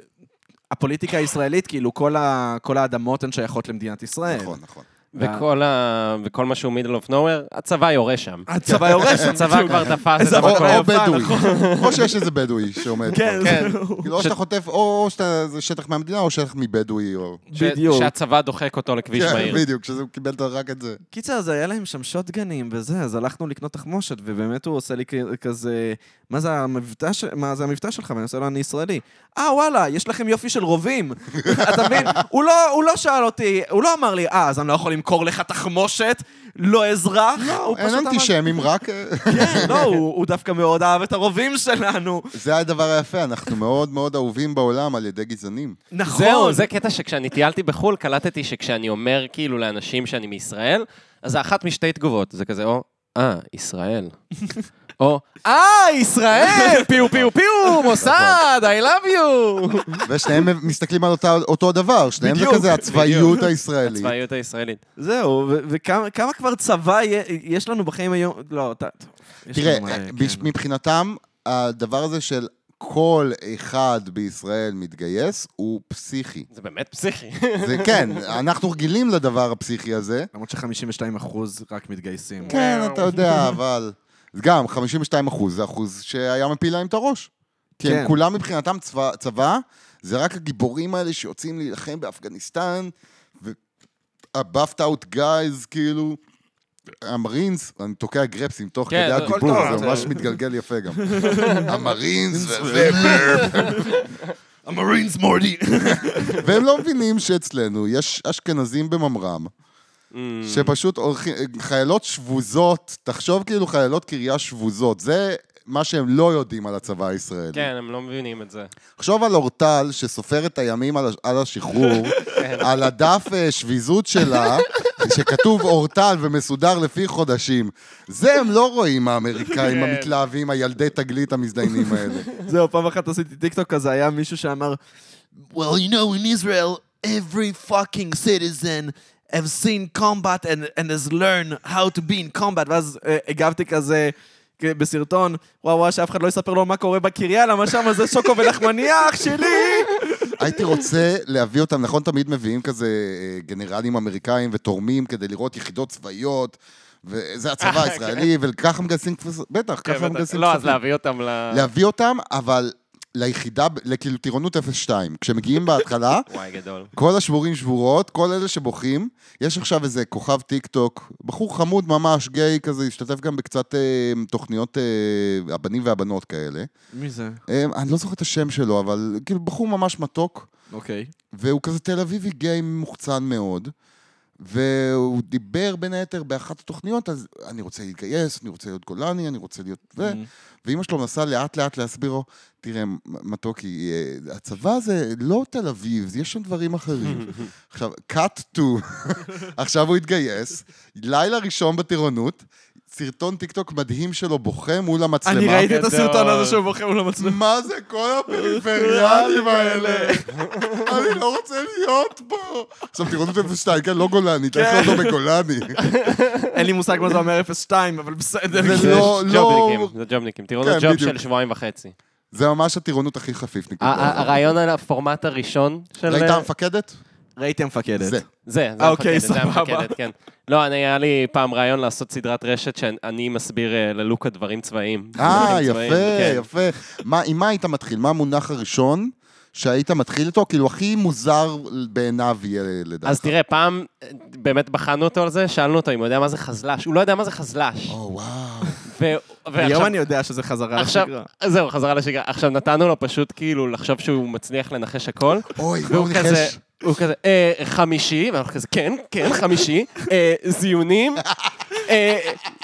[SPEAKER 2] הפוליטיקה הישראלית, כאילו, כל, ה, כל האדמות הן שייכות למדינת ישראל.
[SPEAKER 3] נכון, נכון.
[SPEAKER 4] וכל ה- וכל מה שהוא מידל אוף נוואר, הצבא יורה שם.
[SPEAKER 2] הצבא יורש, כאילו,
[SPEAKER 4] הצבא
[SPEAKER 2] בדיוק.
[SPEAKER 4] כבר תפס
[SPEAKER 2] איזה
[SPEAKER 4] את
[SPEAKER 3] או,
[SPEAKER 2] מקום.
[SPEAKER 4] המקום.
[SPEAKER 3] או
[SPEAKER 2] נכון.
[SPEAKER 3] בדואי, או שיש איזה בדואי שעומד
[SPEAKER 2] כן,
[SPEAKER 3] פה.
[SPEAKER 4] כן.
[SPEAKER 2] זהו.
[SPEAKER 3] כאילו, או שאתה חוטף, או או שאתה, זה שטח מהמדינה, או שטח מבדואי, או...
[SPEAKER 4] ש-
[SPEAKER 2] בדיוק.
[SPEAKER 4] שהצבא דוחק אותו לכביש
[SPEAKER 3] כן,
[SPEAKER 4] מהיר.
[SPEAKER 3] בדיוק, כשזה הוא קיבל את- רק את זה.
[SPEAKER 2] קיצר, אז היה להם שם שוטגנים וזה, אז הלכנו לקנות תחמושת, ובאמת הוא עושה לי כ- כזה, מה זה המבטא, ש... מה זה המבטא שלך? ואני עושה לו, אני ישראלי. אה, וואלה, יש לכם יופי של רובים. אתה מבין? הוא, לא, הוא לא שאל אותי, הוא לא אמר לי, אה, אז אני לא יכול למכור למכור לך תחמושת, לא אזרח. הוא
[SPEAKER 3] אין
[SPEAKER 2] פשוט אמר-
[SPEAKER 3] אנטישמים, רק...
[SPEAKER 2] כן, לא, הוא הוא דווקא מאוד אהב את הרובים שלנו.
[SPEAKER 3] זה הדבר היפה, אנחנו מאוד מאוד אהובים בעולם על ידי גזענים.
[SPEAKER 2] נכון.
[SPEAKER 4] זהו, זה קטע שכשאני טיילתי בחו"ל, קלטתי שכשאני אומר כאילו לאנשים שאני מישראל, אז זה אחת משתי תגובות, זה כזה או, אה, ישראל. או, אה, ישראל! פיו פיו פיו,
[SPEAKER 3] נכון.
[SPEAKER 4] מוסד, I love you!
[SPEAKER 3] ושניהם מסתכלים על אותה- אותו דבר, שניהם זה
[SPEAKER 2] בדיוק,
[SPEAKER 3] כזה הצבאיות הישראלית.
[SPEAKER 4] הצבאיות הישראלית.
[SPEAKER 2] זהו, ו- וכמה כמה כבר צבא יה- יש לנו בחיים היום? לא, אתה... יש
[SPEAKER 3] תראה,
[SPEAKER 2] לנו, אה,
[SPEAKER 3] בש-
[SPEAKER 2] כן.
[SPEAKER 3] מבחינתם, הדבר הזה של כל אחד בישראל מתגייס הוא פסיכי.
[SPEAKER 4] זה באמת פסיכי.
[SPEAKER 3] זה כן, אנחנו רגילים לדבר הפסיכי הזה.
[SPEAKER 2] למרות ש-52 אחוז רק מתגייסים.
[SPEAKER 3] כן, אתה יודע, אבל... גם, 52 אחוז, זה אחוז שהיה מפיל להם את הראש. כי
[SPEAKER 2] כן.
[SPEAKER 3] הם כולם מבחינתם צבא, צבא, זה רק הגיבורים האלה שיוצאים להילחם באפגניסטן, ו-buffed out guys, כאילו, המרינס, אני תוקע גרפסים תוך
[SPEAKER 4] כן,
[SPEAKER 3] כדי
[SPEAKER 4] זה- הכל
[SPEAKER 3] הדיבור,
[SPEAKER 2] טוב,
[SPEAKER 3] זה
[SPEAKER 2] זה-
[SPEAKER 3] ממש מתגלגל יפה גם. המרינס וזה,
[SPEAKER 1] המרינס מורדי.
[SPEAKER 3] והם לא מבינים שאצלנו יש אשכנזים בממר"ם, שפשוט הולכים, חיילות שבוזות, תחשוב כאילו חיילות קריה שבוזות, זה מה שהם לא יודעים על הצבא הישראלי.
[SPEAKER 4] כן, הם לא מבינים את זה.
[SPEAKER 3] תחשוב על אורטל שסופר את הימים על, הש- על השחרור, על הדף אה, שביזות שלה, שכתוב אורטל ומסודר לפי חודשים. זה הם לא רואים האמריקאים המתלהבים, הילדי תגלית המזדיינים האלה.
[SPEAKER 2] זהו, פעם אחת עשיתי טיקטוק כזה, היה מישהו שאמר,
[SPEAKER 1] Well, you know, in Israel, every fucking citizen
[SPEAKER 2] have seen combat and, and has learned how to be in combat, ואז אה, הגבתי כזה כ- בסרטון, וואו וואו, שאף אחד לא יספר לו מה קורה בקריה, למה שם זה שוקו ולחמניה, אח שלי!
[SPEAKER 3] הייתי רוצה להביא אותם, נכון, תמיד מביאים כזה אה, גנרלים אמריקאים ותורמים כדי לראות יחידות צבאיות, וזה הצבא הישראלי, וככה מגייסים כספים, בטח,
[SPEAKER 4] אה, כן,
[SPEAKER 3] ככה
[SPEAKER 4] בטח.
[SPEAKER 3] מגייסים
[SPEAKER 4] לא, אז
[SPEAKER 3] כספים.
[SPEAKER 4] להביא אותם ל...
[SPEAKER 3] להביא אותם, אבל ליחידה, ב- לכאילו טירונות 02. כשמגיעים בהתחלה,
[SPEAKER 4] וואי, גדול.
[SPEAKER 3] כל השבורים שבורות, כל אלה שבוכים. יש עכשיו איזה כוכב טיק טוק, בחור חמוד ממש, גיי כזה, השתתף גם בקצת אה, תוכניות אה, הבנים והבנות כאלה.
[SPEAKER 2] מי זה?
[SPEAKER 3] אה, אני לא זוכר את השם שלו, אבל כאילו בחור ממש מתוק,
[SPEAKER 2] אוקיי.
[SPEAKER 3] והוא כזה תל אביבי גיי מוחצן מאוד. והוא דיבר בין היתר באחת התוכניות, אז אני רוצה להתגייס, אני רוצה להיות גולני, אני רוצה להיות...
[SPEAKER 2] Mm-hmm.
[SPEAKER 3] זה. ואימא שלו מנסה לאט לאט להסביר לו, תראה, מ- מתוקי, אה, הצבא זה לא תל אביב, יש שם דברים אחרים. עכשיו, cut to, עכשיו הוא התגייס, לילה ראשון בטירונות, סרטון טיקטוק מדהים שלו בוכה מול המצלמה.
[SPEAKER 2] אני ראיתי את הסרטון
[SPEAKER 4] גדול.
[SPEAKER 2] הזה שהוא בוחר מול המצלמה.
[SPEAKER 3] מה זה כל הפריפריאלים האלה? אני לא רוצה להיות פה. עכשיו, טירונות 02, כן, לא גולני, תעשה אותו בגולני.
[SPEAKER 2] אין לי מושג מה זה אומר 0-2, אבל בסדר.
[SPEAKER 3] זה
[SPEAKER 4] זה
[SPEAKER 3] לא, לא...
[SPEAKER 4] ג'ובניקים, זה ג'ובניקים. תראו
[SPEAKER 3] כן,
[SPEAKER 4] את ג'וב
[SPEAKER 3] בדיוק.
[SPEAKER 4] של שבועיים וחצי.
[SPEAKER 3] זה ממש הטירונות הכי חפיפניקית.
[SPEAKER 4] ה- ה- הרעיון על הפורמט הראשון של...
[SPEAKER 3] הייתה מפקדת?
[SPEAKER 2] ראיתי המפקדת.
[SPEAKER 3] זה.
[SPEAKER 4] אה, זה, זה
[SPEAKER 2] אה, אוקיי,
[SPEAKER 4] המפקדת, זה
[SPEAKER 2] סבבה.
[SPEAKER 4] המפקדת, כן. לא, אני- היה לי פעם רעיון לעשות סדרת רשת שאני מסביר אה, ללוקה דברים צבאיים.
[SPEAKER 3] אה,
[SPEAKER 4] דברים צבאיים, כן.
[SPEAKER 3] יפה, יפה. מה, עם מה היית מתחיל? מה המונח הראשון שהיית מתחיל איתו? כאילו, הכי מוזר בעיניו יהיה לדעתך.
[SPEAKER 4] אז תראה, פעם אה, באמת בחנו אותו על זה, שאלנו אותו אם הוא יודע מה זה חזל"ש. הוא לא יודע מה זה חזל"ש.
[SPEAKER 3] או, וואו.
[SPEAKER 4] ו-
[SPEAKER 2] אוקיי. היום
[SPEAKER 4] ועכשיו...
[SPEAKER 2] אני יודע שזה חזרה
[SPEAKER 4] עכשיו,
[SPEAKER 2] לשגרה.
[SPEAKER 4] זהו, חזרה לשגרה. עכשיו נתנו לו פשוט כאילו לחשוב שהוא מצליח לנחש הכל.
[SPEAKER 3] אוי, והוא
[SPEAKER 4] והוא כזה,
[SPEAKER 3] ניחש.
[SPEAKER 4] הוא כזה, אה, חמישי, ואנחנו כזה, כן, כן, חמישי, אה, זיונים, אה,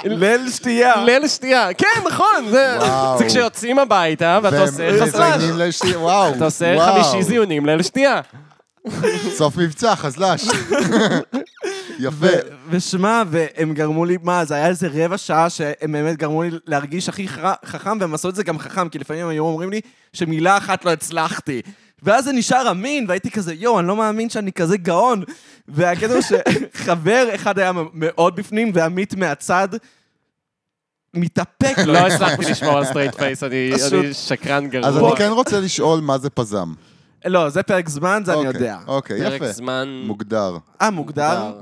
[SPEAKER 2] ליל שתייה.
[SPEAKER 4] ליל שתייה, כן, נכון, זה
[SPEAKER 3] וואו.
[SPEAKER 4] זה כשיוצאים הביתה, ואתה
[SPEAKER 3] והם
[SPEAKER 4] עושה חזל"ש,
[SPEAKER 3] מציינים לשתי- וואו,
[SPEAKER 4] אתה עושה
[SPEAKER 3] וואו.
[SPEAKER 4] חמישי זיונים, ליל שתייה.
[SPEAKER 3] סוף מבצע, חזל"ש. יפה.
[SPEAKER 2] ושמע, והם גרמו לי, מה, זה היה איזה רבע שעה שהם באמת גרמו לי להרגיש הכי ח- חכם, והם עשו את זה גם חכם, כי לפעמים הם היו אומרים לי שמילה אחת לא הצלחתי. ואז זה נשאר אמין, והייתי כזה, יואו, אני לא מאמין שאני כזה גאון. והקטע הוא שחבר אחד היה מאוד בפנים, ועמית מהצד מתאפק לו.
[SPEAKER 4] לא הצלחתי לשמור על סטרייט פייס, אני
[SPEAKER 2] פשוט-
[SPEAKER 4] אני שקרן
[SPEAKER 3] אז
[SPEAKER 4] גרוע.
[SPEAKER 3] אני כן רוצה לשאול מה זה פזם.
[SPEAKER 2] לא, זה פרק זמן, זה אני
[SPEAKER 3] אוקיי,
[SPEAKER 2] יודע.
[SPEAKER 3] אוקיי,
[SPEAKER 4] פרק
[SPEAKER 3] יפה.
[SPEAKER 4] זמן...
[SPEAKER 3] מוגדר.
[SPEAKER 2] אה, מוגדר?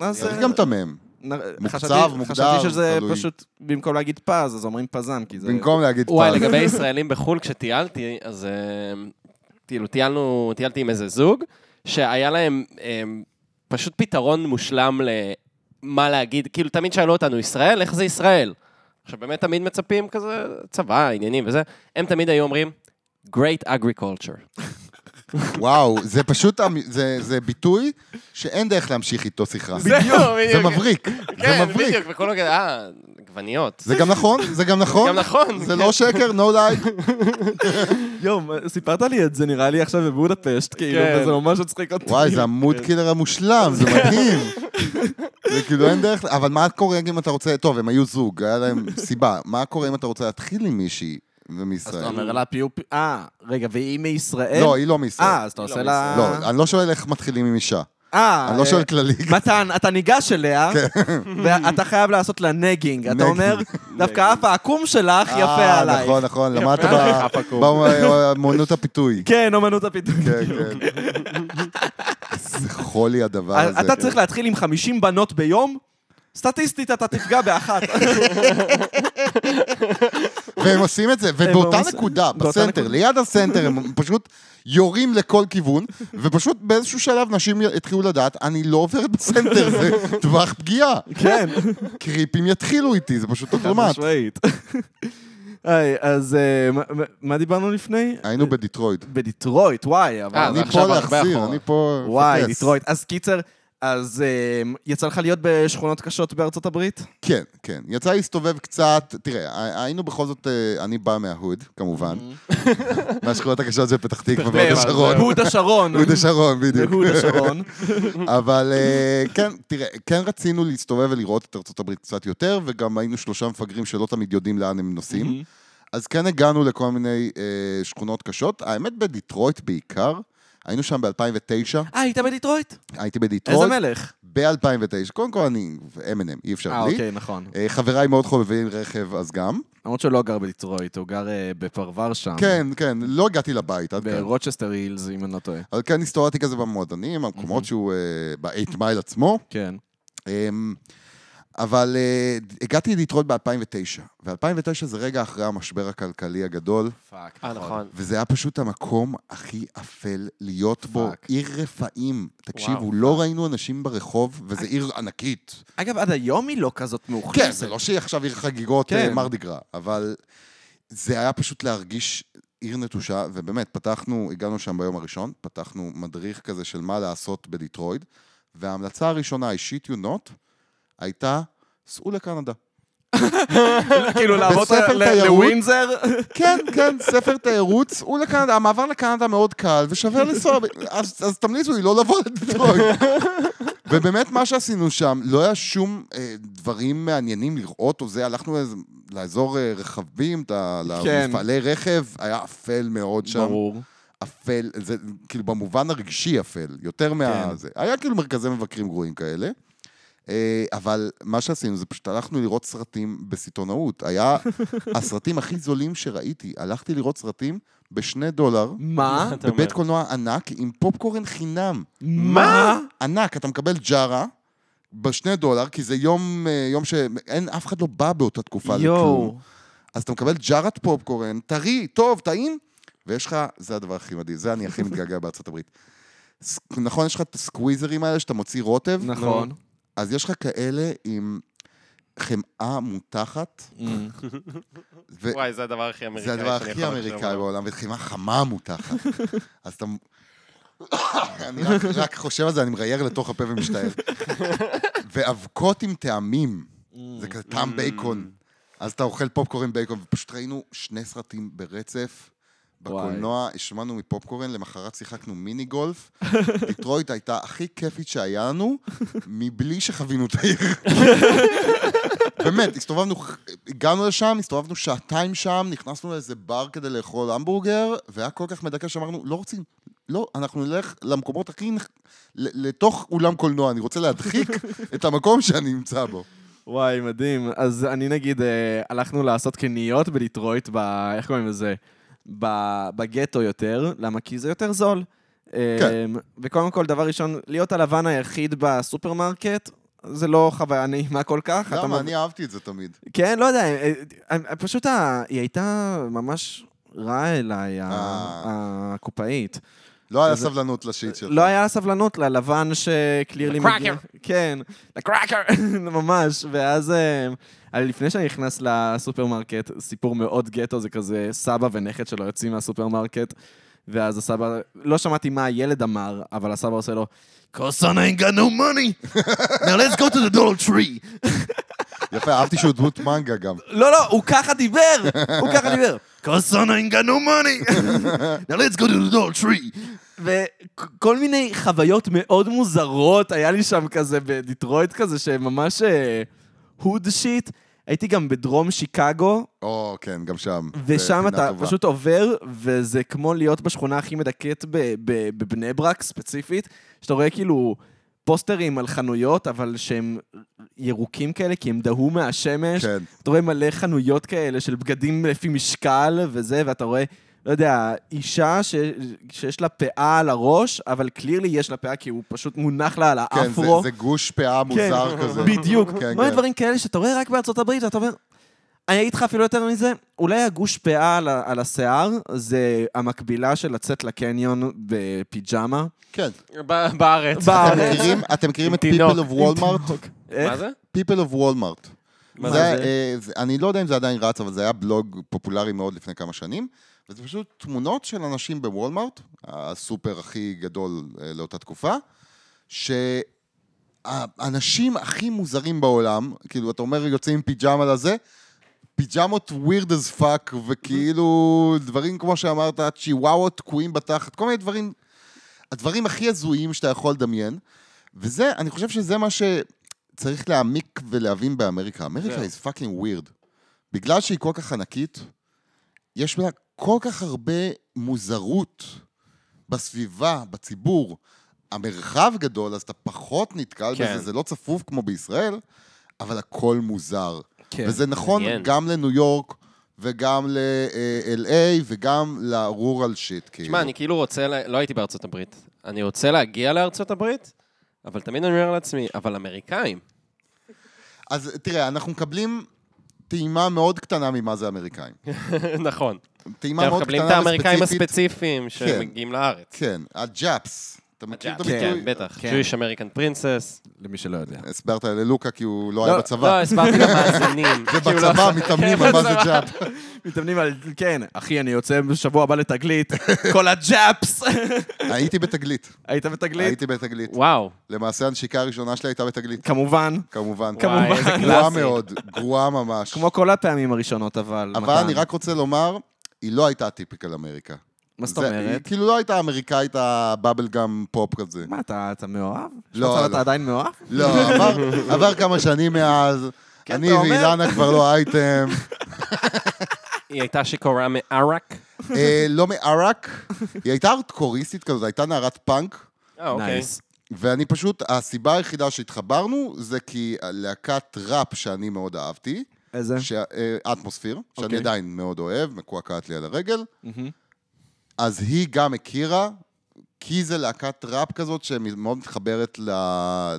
[SPEAKER 2] אז
[SPEAKER 3] צריך
[SPEAKER 2] אה,
[SPEAKER 3] גם את המם.
[SPEAKER 2] נ-
[SPEAKER 3] מוקצב,
[SPEAKER 2] חשבתי-
[SPEAKER 3] מוגדר,
[SPEAKER 2] חשבתי שזה
[SPEAKER 3] תלוי.
[SPEAKER 2] פשוט, במקום להגיד פז, אז אומרים פזם, כי זה...
[SPEAKER 3] במקום להגיד
[SPEAKER 4] וואי,
[SPEAKER 3] פז.
[SPEAKER 4] לגבי ישראלים בחו"ל, כשטיילתי, אז אמ, כאילו, טיילנו, טיילתי עם איזה זוג, שהיה להם אמ, פשוט פתרון מושלם למה להגיד, כאילו, תמיד שאלו אותנו, ישראל, איך זה ישראל? עכשיו, באמת תמיד מצפים כזה, צבא, עניינים וזה, הם תמיד היו אומרים, Great Agriculture.
[SPEAKER 3] וואו, זה פשוט, המ- זה, זה ביטוי שאין דרך להמשיך איתו שיחה.
[SPEAKER 4] בדיוק.
[SPEAKER 3] זה מבריק, זה
[SPEAKER 4] כן,
[SPEAKER 3] מבריק.
[SPEAKER 4] בדיוק, וכל הוגד, אה, עגבניות.
[SPEAKER 3] זה גם נכון, זה גם נכון.
[SPEAKER 4] גם נכון.
[SPEAKER 3] זה לא שקר, no lie.
[SPEAKER 2] יום, סיפרת לי את זה נראה לי עכשיו בבודפשט, כאילו,
[SPEAKER 4] כן.
[SPEAKER 2] וזה ממש מצחיק אותי.
[SPEAKER 3] וואי, זה המוד קילר המושלם,
[SPEAKER 2] כן.
[SPEAKER 3] זה מדהים. זה כאילו אין דרך, אבל מה קורה אם אתה רוצה, טוב, הם היו זוג, היה להם סיבה. מה קורה אם אתה רוצה להתחיל עם מישהי
[SPEAKER 2] אז אתה
[SPEAKER 3] ומישראל?
[SPEAKER 2] אומר לה פיו פי... אה, רגע, והיא מישראל?
[SPEAKER 3] לא, היא לא מישראל.
[SPEAKER 2] אה, אז אתה
[SPEAKER 4] היא
[SPEAKER 2] עושה
[SPEAKER 4] לא
[SPEAKER 2] לה...
[SPEAKER 3] לא, אני לא שואל איך מתחילים עם אישה.
[SPEAKER 2] אה,
[SPEAKER 3] אני לא שואל כללי.
[SPEAKER 2] מתן, אתה ניגש אליה, ואתה חייב לעשות לה נגינג. אתה
[SPEAKER 3] נגינג.
[SPEAKER 2] אומר, דווקא האף העקום שלך יפה
[SPEAKER 3] אה,
[SPEAKER 2] עלייך.
[SPEAKER 3] נכון, נכון, למדת
[SPEAKER 4] עלייך,
[SPEAKER 3] ב- באמנות הפיתוי.
[SPEAKER 2] כן, אומנות הפיתוי.
[SPEAKER 3] כן, כן. זה חולי הדבר הזה.
[SPEAKER 2] אתה צריך להתחיל עם 50 בנות ביום, סטטיסטית אתה תפגע באחת.
[SPEAKER 3] והם עושים את זה,
[SPEAKER 2] הם
[SPEAKER 3] ובאותה
[SPEAKER 2] עושים-
[SPEAKER 3] נקודה,
[SPEAKER 2] באותה
[SPEAKER 3] בסנטר,
[SPEAKER 2] נקודה.
[SPEAKER 3] ליד הסנטר, הם פשוט יורים לכל כיוון, ופשוט באיזשהו שלב נשים יתחילו לדעת, אני לא עוברת בסנטר, זה טווח פגיעה.
[SPEAKER 2] כן,
[SPEAKER 3] קריפים יתחילו איתי, זה פשוט
[SPEAKER 2] חד
[SPEAKER 3] אוטומט.
[SPEAKER 2] משמעית. היי, אז אה, מה- מה- מה דיברנו לפני?
[SPEAKER 3] היינו בדיטרויט.
[SPEAKER 2] בדיטרויט, וואי, אבל... לא,
[SPEAKER 4] אה,
[SPEAKER 3] אני
[SPEAKER 4] ועכשיו הרבה
[SPEAKER 3] פה להחזיר,
[SPEAKER 4] אחורה.
[SPEAKER 3] אני פה...
[SPEAKER 2] וואי,
[SPEAKER 3] לחפש.
[SPEAKER 2] דיטרויט. אז קיצר, אז אמ, יצא לך להיות בשכונות קשות בארצות הברית?
[SPEAKER 3] כן, כן. יצא להסתובב קצת, תראה, היינו בכל זאת, אה, אני בא מההוד, כמובן.
[SPEAKER 2] Mm-hmm.
[SPEAKER 3] מהשכונות הקשות של פתח תקווה והוד השרון.
[SPEAKER 2] הוד השרון.
[SPEAKER 3] הוד השרון, בדיוק.
[SPEAKER 2] הוד השרון.
[SPEAKER 3] אבל אה, כן, תראה, כן רצינו להסתובב ולראות את ארה"ב קצת יותר, וגם היינו שלושה מפגרים שלא תמיד יודעים לאן הם נוסעים.
[SPEAKER 2] Mm-hmm.
[SPEAKER 3] אז כן הגענו לכל מיני אה, שכונות קשות. האמת, בדיטרויט בעיקר. היינו שם ב-2009,
[SPEAKER 2] אה, היית בדיטרויט?
[SPEAKER 3] הייתי
[SPEAKER 2] איזה
[SPEAKER 3] בדיטרויט.
[SPEAKER 2] מלך.
[SPEAKER 3] ב-2009. קודם כל אני M&M, אי אפשר
[SPEAKER 2] אה,
[SPEAKER 3] בלי.
[SPEAKER 2] אוקיי, נכון.
[SPEAKER 3] אה, חבריי מאוד חובבים רכב, אז גם.
[SPEAKER 2] למרות שהוא לא גר בדיטרויט, הוא גר אה, בפרוור שם.
[SPEAKER 3] כן, כן, לא הגעתי לבית עד כאן.
[SPEAKER 2] ברוצ'סטר הילס, אם אני לא טועה.
[SPEAKER 3] אבל כן הסתובבתי כזה במועדונים, המקומות שהוא... אה, ב-8 מייל עצמו.
[SPEAKER 2] כן.
[SPEAKER 3] אמ, אבל אה, הגעתי לדיטרויט ב-2009, ו-2009 זה רגע אחרי המשבר הכלכלי הגדול,
[SPEAKER 2] פאק.
[SPEAKER 4] אה, נכון.
[SPEAKER 3] וזה היה פשוט המקום הכי אפל להיות בו,
[SPEAKER 2] פאק.
[SPEAKER 3] עיר רפאים.
[SPEAKER 4] וואו,
[SPEAKER 3] תקשיבו, לא ראינו אנשים ברחוב, וזו עיר ענקית.
[SPEAKER 2] אגב, עד היום היא לא כזאת מאוחרת.
[SPEAKER 3] כן, זה לא שהיא עכשיו עיר חגיגות אה,
[SPEAKER 2] כן.
[SPEAKER 3] מרדיגרה, אבל זה היה פשוט להרגיש עיר נטושה, ובאמת, פתחנו, הגענו שם ביום הראשון, פתחנו מדריך כזה של מה לעשות בדיטרויד, וההמלצה הראשונה, I shit you not, הייתה, סעו לקנדה.
[SPEAKER 2] כאילו, לעבור
[SPEAKER 3] בספר
[SPEAKER 2] ל-
[SPEAKER 3] תיירות.
[SPEAKER 2] לווינזר?
[SPEAKER 3] כן, כן, ספר תיירות, סעו לקנדה, המעבר לקנדה מאוד קל ושווה לנסוע, ב- אז, אז תמליצו לי לא לבוא לדיטרויט. ובאמת מה שעשינו שם, לא היה שום אה, דברים מעניינים לראות או זה, הלכנו לאיז, לאזור אה, רכבים, ת-
[SPEAKER 2] כן.
[SPEAKER 3] למפעלי רכב, היה אפל מאוד שם.
[SPEAKER 2] ברור.
[SPEAKER 3] אפל, זה כאילו במובן הרגשי אפל, יותר מה...
[SPEAKER 2] כן.
[SPEAKER 3] זה. היה כאילו מרכזי מבקרים גרועים כאלה. אה, אבל מה שעשינו זה פשוט הלכנו לראות סרטים בסיטונאות. היה הסרטים הכי זולים שראיתי. הלכתי לראות סרטים בשני דולר,
[SPEAKER 2] מה?
[SPEAKER 4] אתה אומר?
[SPEAKER 3] אה? בבית קולנוע ענק עם פופקורן חינם.
[SPEAKER 2] מה?
[SPEAKER 3] ענק, אתה מקבל ג'ארה בשני דולר, כי זה יום, אה, יום שאין, אף אחד לא בא באותה תקופה לכלום.
[SPEAKER 2] יואו.
[SPEAKER 3] אז אתה מקבל ג'ארת פופקורן, טרי, טוב, טעים, ויש לך, זה הדבר הכי מדהים, זה אני הכי מתגעגע בארצות הברית. ס- נכון, יש לך את הסקוויזרים האלה שאתה מוציא רוטב?
[SPEAKER 2] נכון.
[SPEAKER 3] אז יש לך כאלה עם חמאה מותחת,
[SPEAKER 2] Mm.
[SPEAKER 3] ו-
[SPEAKER 4] וואי, זה הדבר הכי אמריקאי.
[SPEAKER 3] זה הדבר
[SPEAKER 4] שאני
[SPEAKER 3] הכי
[SPEAKER 4] יכול לחשוב
[SPEAKER 3] אמריקאי
[SPEAKER 4] עליו.
[SPEAKER 3] בעולם, וחמאה חמה מותחת. אז אתה... אני רק- רק חושב על זה, אני מרייר לתוך הפה ומשתער. ואבקות עם טעמים, זה כזה טעם בייקון. אז אתה אוכל פופקורן בייקון, ופשוט ראינו שני סרטים ברצף. בקולנוע השמענו מפופקורן, למחרת שיחקנו מיני גולף. דיטרויט הייתה הכי כיפית שהיה לנו, מבלי שחווינו את העיר. באמת, הסתובבנו, הגענו לשם, הסתובבנו שעתיים שם, נכנסנו לאיזה בר כדי לאכול המבורגר, והיה כל כך מדכא שאמרנו, לא רוצים, לא, אנחנו נלך למקומות הכי, נח- ל- לתוך אולם קולנוע, אני רוצה להדחיק את המקום שאני נמצא בו.
[SPEAKER 2] וואי, מדהים. אז אני נגיד, אה, הלכנו לעשות קניות בדיטרויט, ב... איך קוראים לזה? ב- בגטו יותר, למה? כי זה יותר זול.
[SPEAKER 3] כן.
[SPEAKER 2] אה, וקודם כל, דבר ראשון, להיות הלבן היחיד בסופרמרקט, זה לא חוויה נעימה כל כך. אתה
[SPEAKER 3] למה?
[SPEAKER 2] מב-
[SPEAKER 3] אני אהבתי את זה תמיד.
[SPEAKER 2] כן, לא יודע, אה, אה, אה, פשוט ה- היא הייתה ממש רעה אליי, ה-
[SPEAKER 3] אה.
[SPEAKER 2] הקופאית.
[SPEAKER 3] לא היה
[SPEAKER 2] זה-
[SPEAKER 3] סבלנות לשיט שלך.
[SPEAKER 2] לא היה סבלנות ללבן שקלירלי מגיע. כן, לקראקר, ממש. ואז אה, אבל לפני שאני נכנס לסופרמרקט, סיפור מאוד גטו, זה כזה סבא ונכד שלו יוצאים מהסופרמרקט. ואז הסבא, לא שמעתי מה הילד אמר, אבל הסבא עושה לו,
[SPEAKER 1] Cause son ain't got no money. now let's go to the Dollar Tree.
[SPEAKER 3] יפה, אהבתי שהוא דמות מנגה גם.
[SPEAKER 2] לא, לא, הוא ככה דיבר! הוא ככה דיבר.
[SPEAKER 1] Cause son ain't got no money. now let's go to the Dollar Tree.
[SPEAKER 2] וכל מיני חוויות מאוד מוזרות, היה לי שם כזה בדיטרויט כזה, שממש הוד שיט. הייתי גם בדרום שיקגו,
[SPEAKER 3] או, כן, גם שם.
[SPEAKER 2] ושם
[SPEAKER 3] בפינה
[SPEAKER 2] אתה
[SPEAKER 3] טובה.
[SPEAKER 2] פשוט עובר, וזה כמו להיות בשכונה הכי מדכאת ב- ב- בבני ברק ספציפית, שאתה רואה כאילו פוסטרים על חנויות, אבל שהם ירוקים כאלה, כי הם דהו מהשמש.
[SPEAKER 3] כן.
[SPEAKER 2] אתה רואה מלא חנויות כאלה של בגדים לפי משקל וזה, ואתה רואה, לא יודע, אישה ש... שיש לה פאה על הראש, אבל קלירלי יש לה פאה כי הוא פשוט מונח לה על
[SPEAKER 3] כן, זה-
[SPEAKER 2] האפרו.
[SPEAKER 3] זה גוש פאה מוזר כזה.
[SPEAKER 2] כן. בדיוק.
[SPEAKER 3] כן,
[SPEAKER 2] מה
[SPEAKER 3] כן.
[SPEAKER 2] הדברים כאלה שאתה רואה רק בארצות הברית, ואתה אומר... אני אגיד לך אפילו יותר מזה, אולי הגוש פאה על, ה- על השיער זה המקבילה של לצאת לקניון בפיג'מה.
[SPEAKER 3] כן.
[SPEAKER 4] ב- בארץ.
[SPEAKER 3] אתם
[SPEAKER 2] בארץ. אה?
[SPEAKER 3] מכירים- אתם מכירים
[SPEAKER 4] עם
[SPEAKER 3] את
[SPEAKER 4] תינוק,
[SPEAKER 3] People of Walmart?
[SPEAKER 2] כן.
[SPEAKER 4] מה זה?
[SPEAKER 3] People of Walmart.
[SPEAKER 4] מה
[SPEAKER 3] זה
[SPEAKER 4] זה?
[SPEAKER 3] היה, אה, זה- אני לא יודע אם זה עדיין רץ, אבל זה היה בלוג פופולרי מאוד לפני כמה שנים, וזה פשוט תמונות של אנשים בוולמרט, הסופר הכי גדול אה, לאותה תקופה, שהאנשים הכי מוזרים בעולם, כאילו, אתה אומר, יוצאים עם פיג'מה לזה, פיג'מות weird as fuck, וכאילו, דברים כמו שאמרת, צ'יוואוות תקועים בתחת, כל מיני דברים, הדברים הכי הזויים שאתה יכול לדמיין, וזה, אני חושב שזה מה שצריך להעמיק ולהבין באמריקה. אמריקה
[SPEAKER 4] זהו.
[SPEAKER 3] is fucking weird. בגלל שהיא כל כך ענקית, יש לה כל כך הרבה מוזרות בסביבה, בציבור. המרחב גדול, אז אתה פחות נתקל
[SPEAKER 4] כן.
[SPEAKER 3] בזה, זה לא צפוף כמו בישראל, אבל הכל מוזר.
[SPEAKER 2] כן,
[SPEAKER 3] וזה נכון
[SPEAKER 4] מעניין.
[SPEAKER 3] גם לניו יורק, וגם ל-LA, וגם ל-rural shit, כאילו.
[SPEAKER 4] תשמע, אני כאילו רוצה, ל- לא הייתי בארצות הברית. אני רוצה להגיע לארצות הברית, אבל תמיד אני אומר לעצמי, אבל אמריקאים.
[SPEAKER 3] אז תראה, אנחנו מקבלים טעימה מאוד קטנה ממה זה אמריקאים.
[SPEAKER 4] נכון.
[SPEAKER 3] טעימה
[SPEAKER 4] אנחנו
[SPEAKER 3] מאוד
[SPEAKER 4] מקבלים
[SPEAKER 3] קטנה
[SPEAKER 4] את האמריקאים
[SPEAKER 3] וספציפית.
[SPEAKER 4] הספציפיים שמגיעים לארץ.
[SPEAKER 3] כן, הג'אפס. אתה מכיר את
[SPEAKER 4] הג'אפס,
[SPEAKER 3] הביטוי?
[SPEAKER 4] כן, בטח.
[SPEAKER 2] כן.
[SPEAKER 4] Jewish American Princess.
[SPEAKER 2] למי שלא יודע.
[SPEAKER 3] הסברת ללוקה כי הוא לא
[SPEAKER 2] לא,
[SPEAKER 3] היה
[SPEAKER 4] לא,
[SPEAKER 3] בצבא.
[SPEAKER 4] הסברתי למאזינים. כאילו, לא-
[SPEAKER 3] בצבא מתאמנים על מה זה ג'אפ.
[SPEAKER 2] מתאמנים על, כן, אחי, אני יוצא בשבוע הבא לתגלית, כל הג'אפס.
[SPEAKER 3] הייתי בתגלית.
[SPEAKER 2] היית בתגלית?
[SPEAKER 3] הייתי בתגלית.
[SPEAKER 4] וואו.
[SPEAKER 3] למעשה הנשיקה הראשונה שלי הייתה בתגלית.
[SPEAKER 2] כמובן.
[SPEAKER 3] כמובן.
[SPEAKER 4] וואי, איזה
[SPEAKER 3] גרועה
[SPEAKER 4] קלאסי.
[SPEAKER 3] מאוד, גרועה ממש.
[SPEAKER 2] כמו כל הפעמים הראשונות, אבל...
[SPEAKER 3] אבל
[SPEAKER 2] מתן,
[SPEAKER 3] אני רק רוצה לומר, היא לא הייתה טיפיקל אמריקה.
[SPEAKER 2] מה זאת
[SPEAKER 3] זה- היא
[SPEAKER 2] אומרת?
[SPEAKER 3] כאילו לא הייתה אמריקאית הבאבל גם פופ כזה.
[SPEAKER 2] מה, אתה אתה מאוהב? נשמע
[SPEAKER 3] לא,
[SPEAKER 2] כאילו
[SPEAKER 3] לא.
[SPEAKER 2] אתה עדיין מאוהב?
[SPEAKER 3] לא, עבר, עבר כמה שנים מאז,
[SPEAKER 2] כן,
[SPEAKER 3] אני
[SPEAKER 2] אתה אומר.
[SPEAKER 3] ואילנה כבר לא אייטם,
[SPEAKER 4] היא הייתה שיכורה מעראק.
[SPEAKER 3] אה, לא מעראק, היא הייתה ארטקוריסטית כזאת, הייתה נערת פאנק,
[SPEAKER 4] אה, אוקיי.
[SPEAKER 2] נייס.
[SPEAKER 3] ואני פשוט, הסיבה היחידה שהתחברנו זה כי להקת ראפ שאני מאוד אהבתי,
[SPEAKER 2] איזה?
[SPEAKER 3] ש- אה, אטמוספיר, שאני
[SPEAKER 2] כן. אוקיי.
[SPEAKER 3] עדיין מאוד אוהב, מקועקעת לי על הרגל,
[SPEAKER 2] מהמם.
[SPEAKER 3] אז היא גם הכירה, כי זה להקת ראפ כזאת שמאוד מתחברת ל-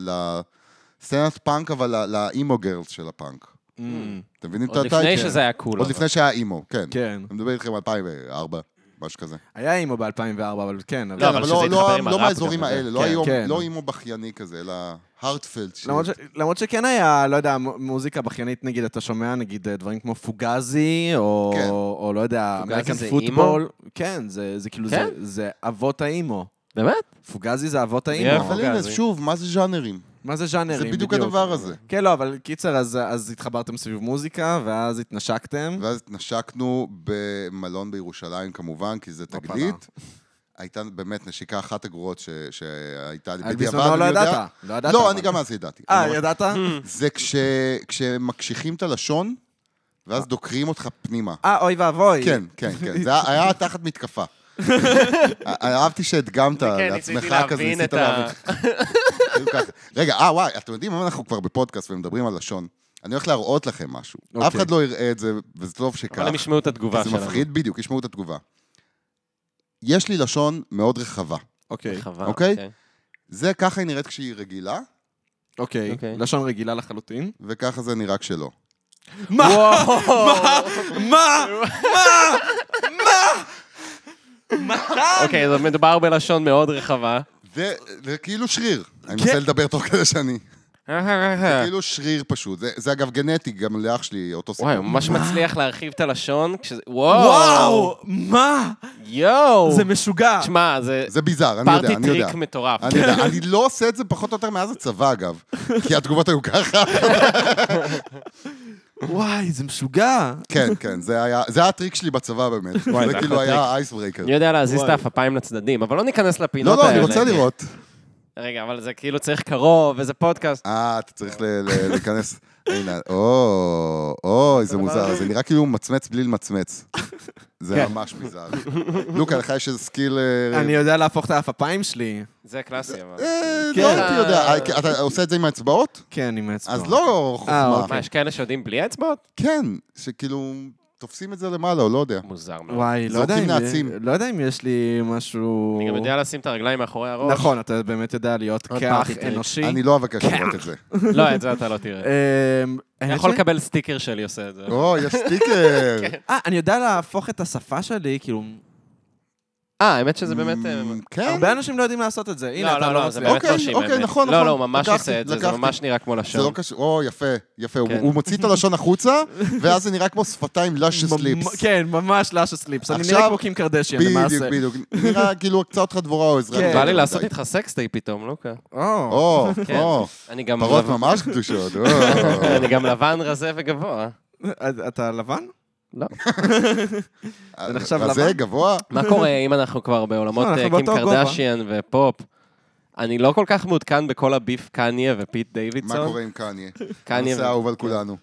[SPEAKER 3] לסצנת פאנק, אבל ל- לאימו גרלס של הפאנק.
[SPEAKER 4] Mm.
[SPEAKER 2] מ,
[SPEAKER 3] אתם מבינים את
[SPEAKER 4] עוד לפני
[SPEAKER 3] הטייטל?
[SPEAKER 4] שזה היה קול.
[SPEAKER 3] עוד
[SPEAKER 4] אבל.
[SPEAKER 3] לפני שהיה אימו, כן.
[SPEAKER 2] כן.
[SPEAKER 3] אני מדבר איתכם על 2004, משהו כזה.
[SPEAKER 2] היה אימו ב-2004, אבל כן, אבל...
[SPEAKER 4] לא, אבל
[SPEAKER 3] כן, אבל
[SPEAKER 4] שזה
[SPEAKER 3] לא-
[SPEAKER 4] התחבר
[SPEAKER 3] לא
[SPEAKER 4] עם
[SPEAKER 3] לא
[SPEAKER 4] הראפ
[SPEAKER 3] מהאזורים
[SPEAKER 4] גם,
[SPEAKER 3] האלה,
[SPEAKER 4] כן,
[SPEAKER 3] לא היום-
[SPEAKER 2] כן.
[SPEAKER 3] לא אימו בכייני כזה, אלא הרטפלד שיט.
[SPEAKER 2] למרות, ש... למרות שכן היה, לא יודע, מ- מוזיקה בכיינית, נגיד, אתה שומע, נגיד, אה, דברים כמו פוגזי, או,
[SPEAKER 3] כן.
[SPEAKER 2] או לא יודע,
[SPEAKER 4] פוגזי
[SPEAKER 2] אמריקן
[SPEAKER 4] זה
[SPEAKER 2] פוטבול. כן, זה, זה כאילו,
[SPEAKER 4] כן?
[SPEAKER 2] זה, זה אבות האימו.
[SPEAKER 4] באמת?
[SPEAKER 2] פוגזי זה אבות האימו.
[SPEAKER 4] יפה.
[SPEAKER 3] אבל הנה,
[SPEAKER 4] פוגזי.
[SPEAKER 3] שוב, מה זה ז'אנרים?
[SPEAKER 2] מה זה ז'אנרים?
[SPEAKER 3] זה בדיוק הדבר הזה.
[SPEAKER 2] כן, לא, אבל קיצר, אז, אז התחברתם סביב מוזיקה, ואז התנשקתם.
[SPEAKER 3] ואז התנשקנו במלון בירושלים, כמובן, כי זה
[SPEAKER 2] הופלה.
[SPEAKER 3] תגלית. הייתה באמת נשיקה אחת הגרועות ש- שהייתה לי.
[SPEAKER 2] אז
[SPEAKER 3] בדיעבד,
[SPEAKER 2] בזמנו
[SPEAKER 3] אני
[SPEAKER 2] לא
[SPEAKER 3] יודע-
[SPEAKER 2] ידעת. לא ידעת.
[SPEAKER 3] לא,
[SPEAKER 2] אבל.
[SPEAKER 3] אני גם אז ידעתי.
[SPEAKER 2] אה,
[SPEAKER 3] אני ממש-
[SPEAKER 2] ידעת?
[SPEAKER 3] זה כש- כשמקשיחים את הלשון, ואז דוקרים אותך פנימה.
[SPEAKER 2] אה, אוי ואבוי.
[SPEAKER 3] כן, כן, כן. זה היה- היה תחת מתקפה. אה, אהבתי שהדגמת לעצמך כזה, ניסית כן, להבין. כאילו ככה. רגע, אה, וואי, אתם יודעים, אם אנחנו כבר בפודקאסט ומדברים על לשון, אני הולך להראות לכם משהו. אף
[SPEAKER 2] אוקיי.
[SPEAKER 3] אחד לא יראה את זה, וזה טוב שכך.
[SPEAKER 4] אבל הם ישמעו את
[SPEAKER 3] כי
[SPEAKER 4] התגובה
[SPEAKER 3] זה
[SPEAKER 4] שלנו.
[SPEAKER 3] מפחיד, בדיוק, ישמעו את התגובה. יש לי לשון מאוד רחבה,
[SPEAKER 2] אוקיי,
[SPEAKER 4] חבל,
[SPEAKER 3] אוקיי? זה ככה היא נראית כשהיא רגילה,
[SPEAKER 2] אוקיי.
[SPEAKER 4] אוקיי.
[SPEAKER 2] לשון רגילה לחלוטין.
[SPEAKER 3] וככה זה נראה כשלא.
[SPEAKER 2] מה? מה? מה?
[SPEAKER 4] אוקיי, אז מדובר בלשון מאוד רחבה. כן.
[SPEAKER 3] זה זה כאילו שריר. אני מנסה לדבר תוך כדי שאני...
[SPEAKER 4] אה.
[SPEAKER 3] זה כאילו שריר פשוט. זה, זה אגב גנטי, גם לאח שלי אותו סיפור.
[SPEAKER 4] וואי, הוא ממש מצליח להרחיב את הלשון, כשזה... וואו!
[SPEAKER 2] וואו, מה?
[SPEAKER 4] יואו!
[SPEAKER 2] זה משוגע.
[SPEAKER 4] תשמע, זה
[SPEAKER 3] זה ביזאר, אני יודע,
[SPEAKER 4] פארטי
[SPEAKER 3] אני יודע.
[SPEAKER 4] טריק מטורף.
[SPEAKER 3] אני יודע, אני לא עושה את זה פחות או יותר מאז הצבא, אגב. כי התגובות היו ככה.
[SPEAKER 2] וואי, זה משוגע.
[SPEAKER 3] כן, כן, זה היה זה היה הטריק שלי בצבא באמת.
[SPEAKER 4] וואי,
[SPEAKER 3] זה
[SPEAKER 4] זה
[SPEAKER 3] כאילו
[SPEAKER 4] אחלה
[SPEAKER 3] היה
[SPEAKER 4] טריק.
[SPEAKER 3] האייס ברייקר.
[SPEAKER 4] אני יודע להזיז את
[SPEAKER 2] וואי.
[SPEAKER 4] העפיים לצדדים, אבל לא ניכנס
[SPEAKER 3] לא,
[SPEAKER 4] לפינות
[SPEAKER 3] לא,
[SPEAKER 4] האלה.
[SPEAKER 3] אני רוצה לראות.
[SPEAKER 4] רגע, אבל זה כאילו צריך קרוב, וזה פודקאסט.
[SPEAKER 3] אה, אתה צריך ל- ל- להיכנס. הנה, או, אוי, זה מוזר. זה נראה כאילו מצמץ בלי למצמץ. זה
[SPEAKER 4] כן.
[SPEAKER 3] ממש ביזאר. לוקה, לך יש איזה סקיל... אה,
[SPEAKER 2] אני יודע להפוך את העפפיים שלי.
[SPEAKER 4] זה קלאסי, אבל.
[SPEAKER 3] אה,
[SPEAKER 2] כן.
[SPEAKER 3] לא הייתי יודע. אה, כי אתה עושה את זה עם האצבעות?
[SPEAKER 2] כן, עם האצבע.
[SPEAKER 3] אז לא חוכמה.
[SPEAKER 4] מה, יש כאלה שיודעים בלי אצבעות?
[SPEAKER 3] כן, שכאילו תופסים את זה למעלה, או לא יודע.
[SPEAKER 4] מוזר מאוד.
[SPEAKER 2] וואי, לא יודע,
[SPEAKER 3] זורקים
[SPEAKER 2] אם,
[SPEAKER 3] נעצים.
[SPEAKER 2] לא יודע אם יש לי משהו...
[SPEAKER 4] אני גם יודע לשים את הרגליים מאחורי הראש.
[SPEAKER 2] נכון, אתה באמת יודע להיות
[SPEAKER 4] עוד
[SPEAKER 2] כאח
[SPEAKER 4] פארטי טריק.
[SPEAKER 2] אנושי.
[SPEAKER 3] אני לא אבקש לראות את זה.
[SPEAKER 4] לא, את זה אתה לא
[SPEAKER 3] אה,
[SPEAKER 4] תראה.
[SPEAKER 2] אמ,
[SPEAKER 4] אני
[SPEAKER 2] האמת
[SPEAKER 4] יכול
[SPEAKER 2] ש-
[SPEAKER 4] לקבל סטיקר שלי עושה את זה.
[SPEAKER 3] או, יש סטיקר.
[SPEAKER 2] אה, אני יודע להפוך את השפה שלי, כאילו...
[SPEAKER 4] אה, האמת שזה באמת... אה,
[SPEAKER 3] אמ, כן.
[SPEAKER 2] הרבה אנשים לא יודעים לעשות את זה. הנה,
[SPEAKER 4] לא,
[SPEAKER 2] אתה
[SPEAKER 4] לא,
[SPEAKER 2] לא
[SPEAKER 4] לא, זה
[SPEAKER 2] מצליח.
[SPEAKER 4] באמת
[SPEAKER 3] אוקיי,
[SPEAKER 4] מרשים.
[SPEAKER 3] אוקיי,
[SPEAKER 4] האמת.
[SPEAKER 3] נכון,
[SPEAKER 4] לא,
[SPEAKER 3] נכון.
[SPEAKER 4] לא, הוא ממש
[SPEAKER 3] לקחתי,
[SPEAKER 4] עושה את זה, זה
[SPEAKER 3] לקחתי.
[SPEAKER 4] ממש נראה כמו
[SPEAKER 3] זה לא
[SPEAKER 4] לשון.
[SPEAKER 3] קשור, או, יפה, יפה. הוא-
[SPEAKER 4] כן.
[SPEAKER 3] הוא מוציא את הלשון החוצה, ואז זה נראה כמו שפתיים לאש סליפס.
[SPEAKER 2] ממ- כן, ממש לאש הסליפס. אני
[SPEAKER 3] עכשיו-
[SPEAKER 2] נראה כמו קים קרדשיאן,
[SPEAKER 3] בדיוק,
[SPEAKER 2] למעשה.
[SPEAKER 3] בדיוק. נראה כאילו הקצה אותך דבורה או עזרה.
[SPEAKER 2] כן.
[SPEAKER 4] בא לי לעשות איתך סקסטי פתאום, לוקה.
[SPEAKER 2] או,
[SPEAKER 3] או,
[SPEAKER 4] כן.
[SPEAKER 3] או,
[SPEAKER 4] אני גם...
[SPEAKER 3] פרות
[SPEAKER 4] לב-
[SPEAKER 2] לא.
[SPEAKER 3] ממש קדושות. או.
[SPEAKER 4] אני גם לבן רזה וגבוה.
[SPEAKER 2] אה, אתה לבן?
[SPEAKER 4] לא.
[SPEAKER 2] זה נחשב
[SPEAKER 3] רזה,
[SPEAKER 2] לבן?
[SPEAKER 3] גבוה.
[SPEAKER 4] מה קורה אם אנחנו כבר בעולמות
[SPEAKER 2] לא, אנחנו
[SPEAKER 4] אה, קים
[SPEAKER 2] באותו גובה.
[SPEAKER 4] קרדשיאן ופופ? אני לא כל כך מעודכן בכל הביף קניה ופיט
[SPEAKER 3] מה
[SPEAKER 4] דיווידסון.
[SPEAKER 3] קורה עם קניה?
[SPEAKER 4] קניה
[SPEAKER 3] הנושא
[SPEAKER 4] ו-
[SPEAKER 3] האהוב על כולנו.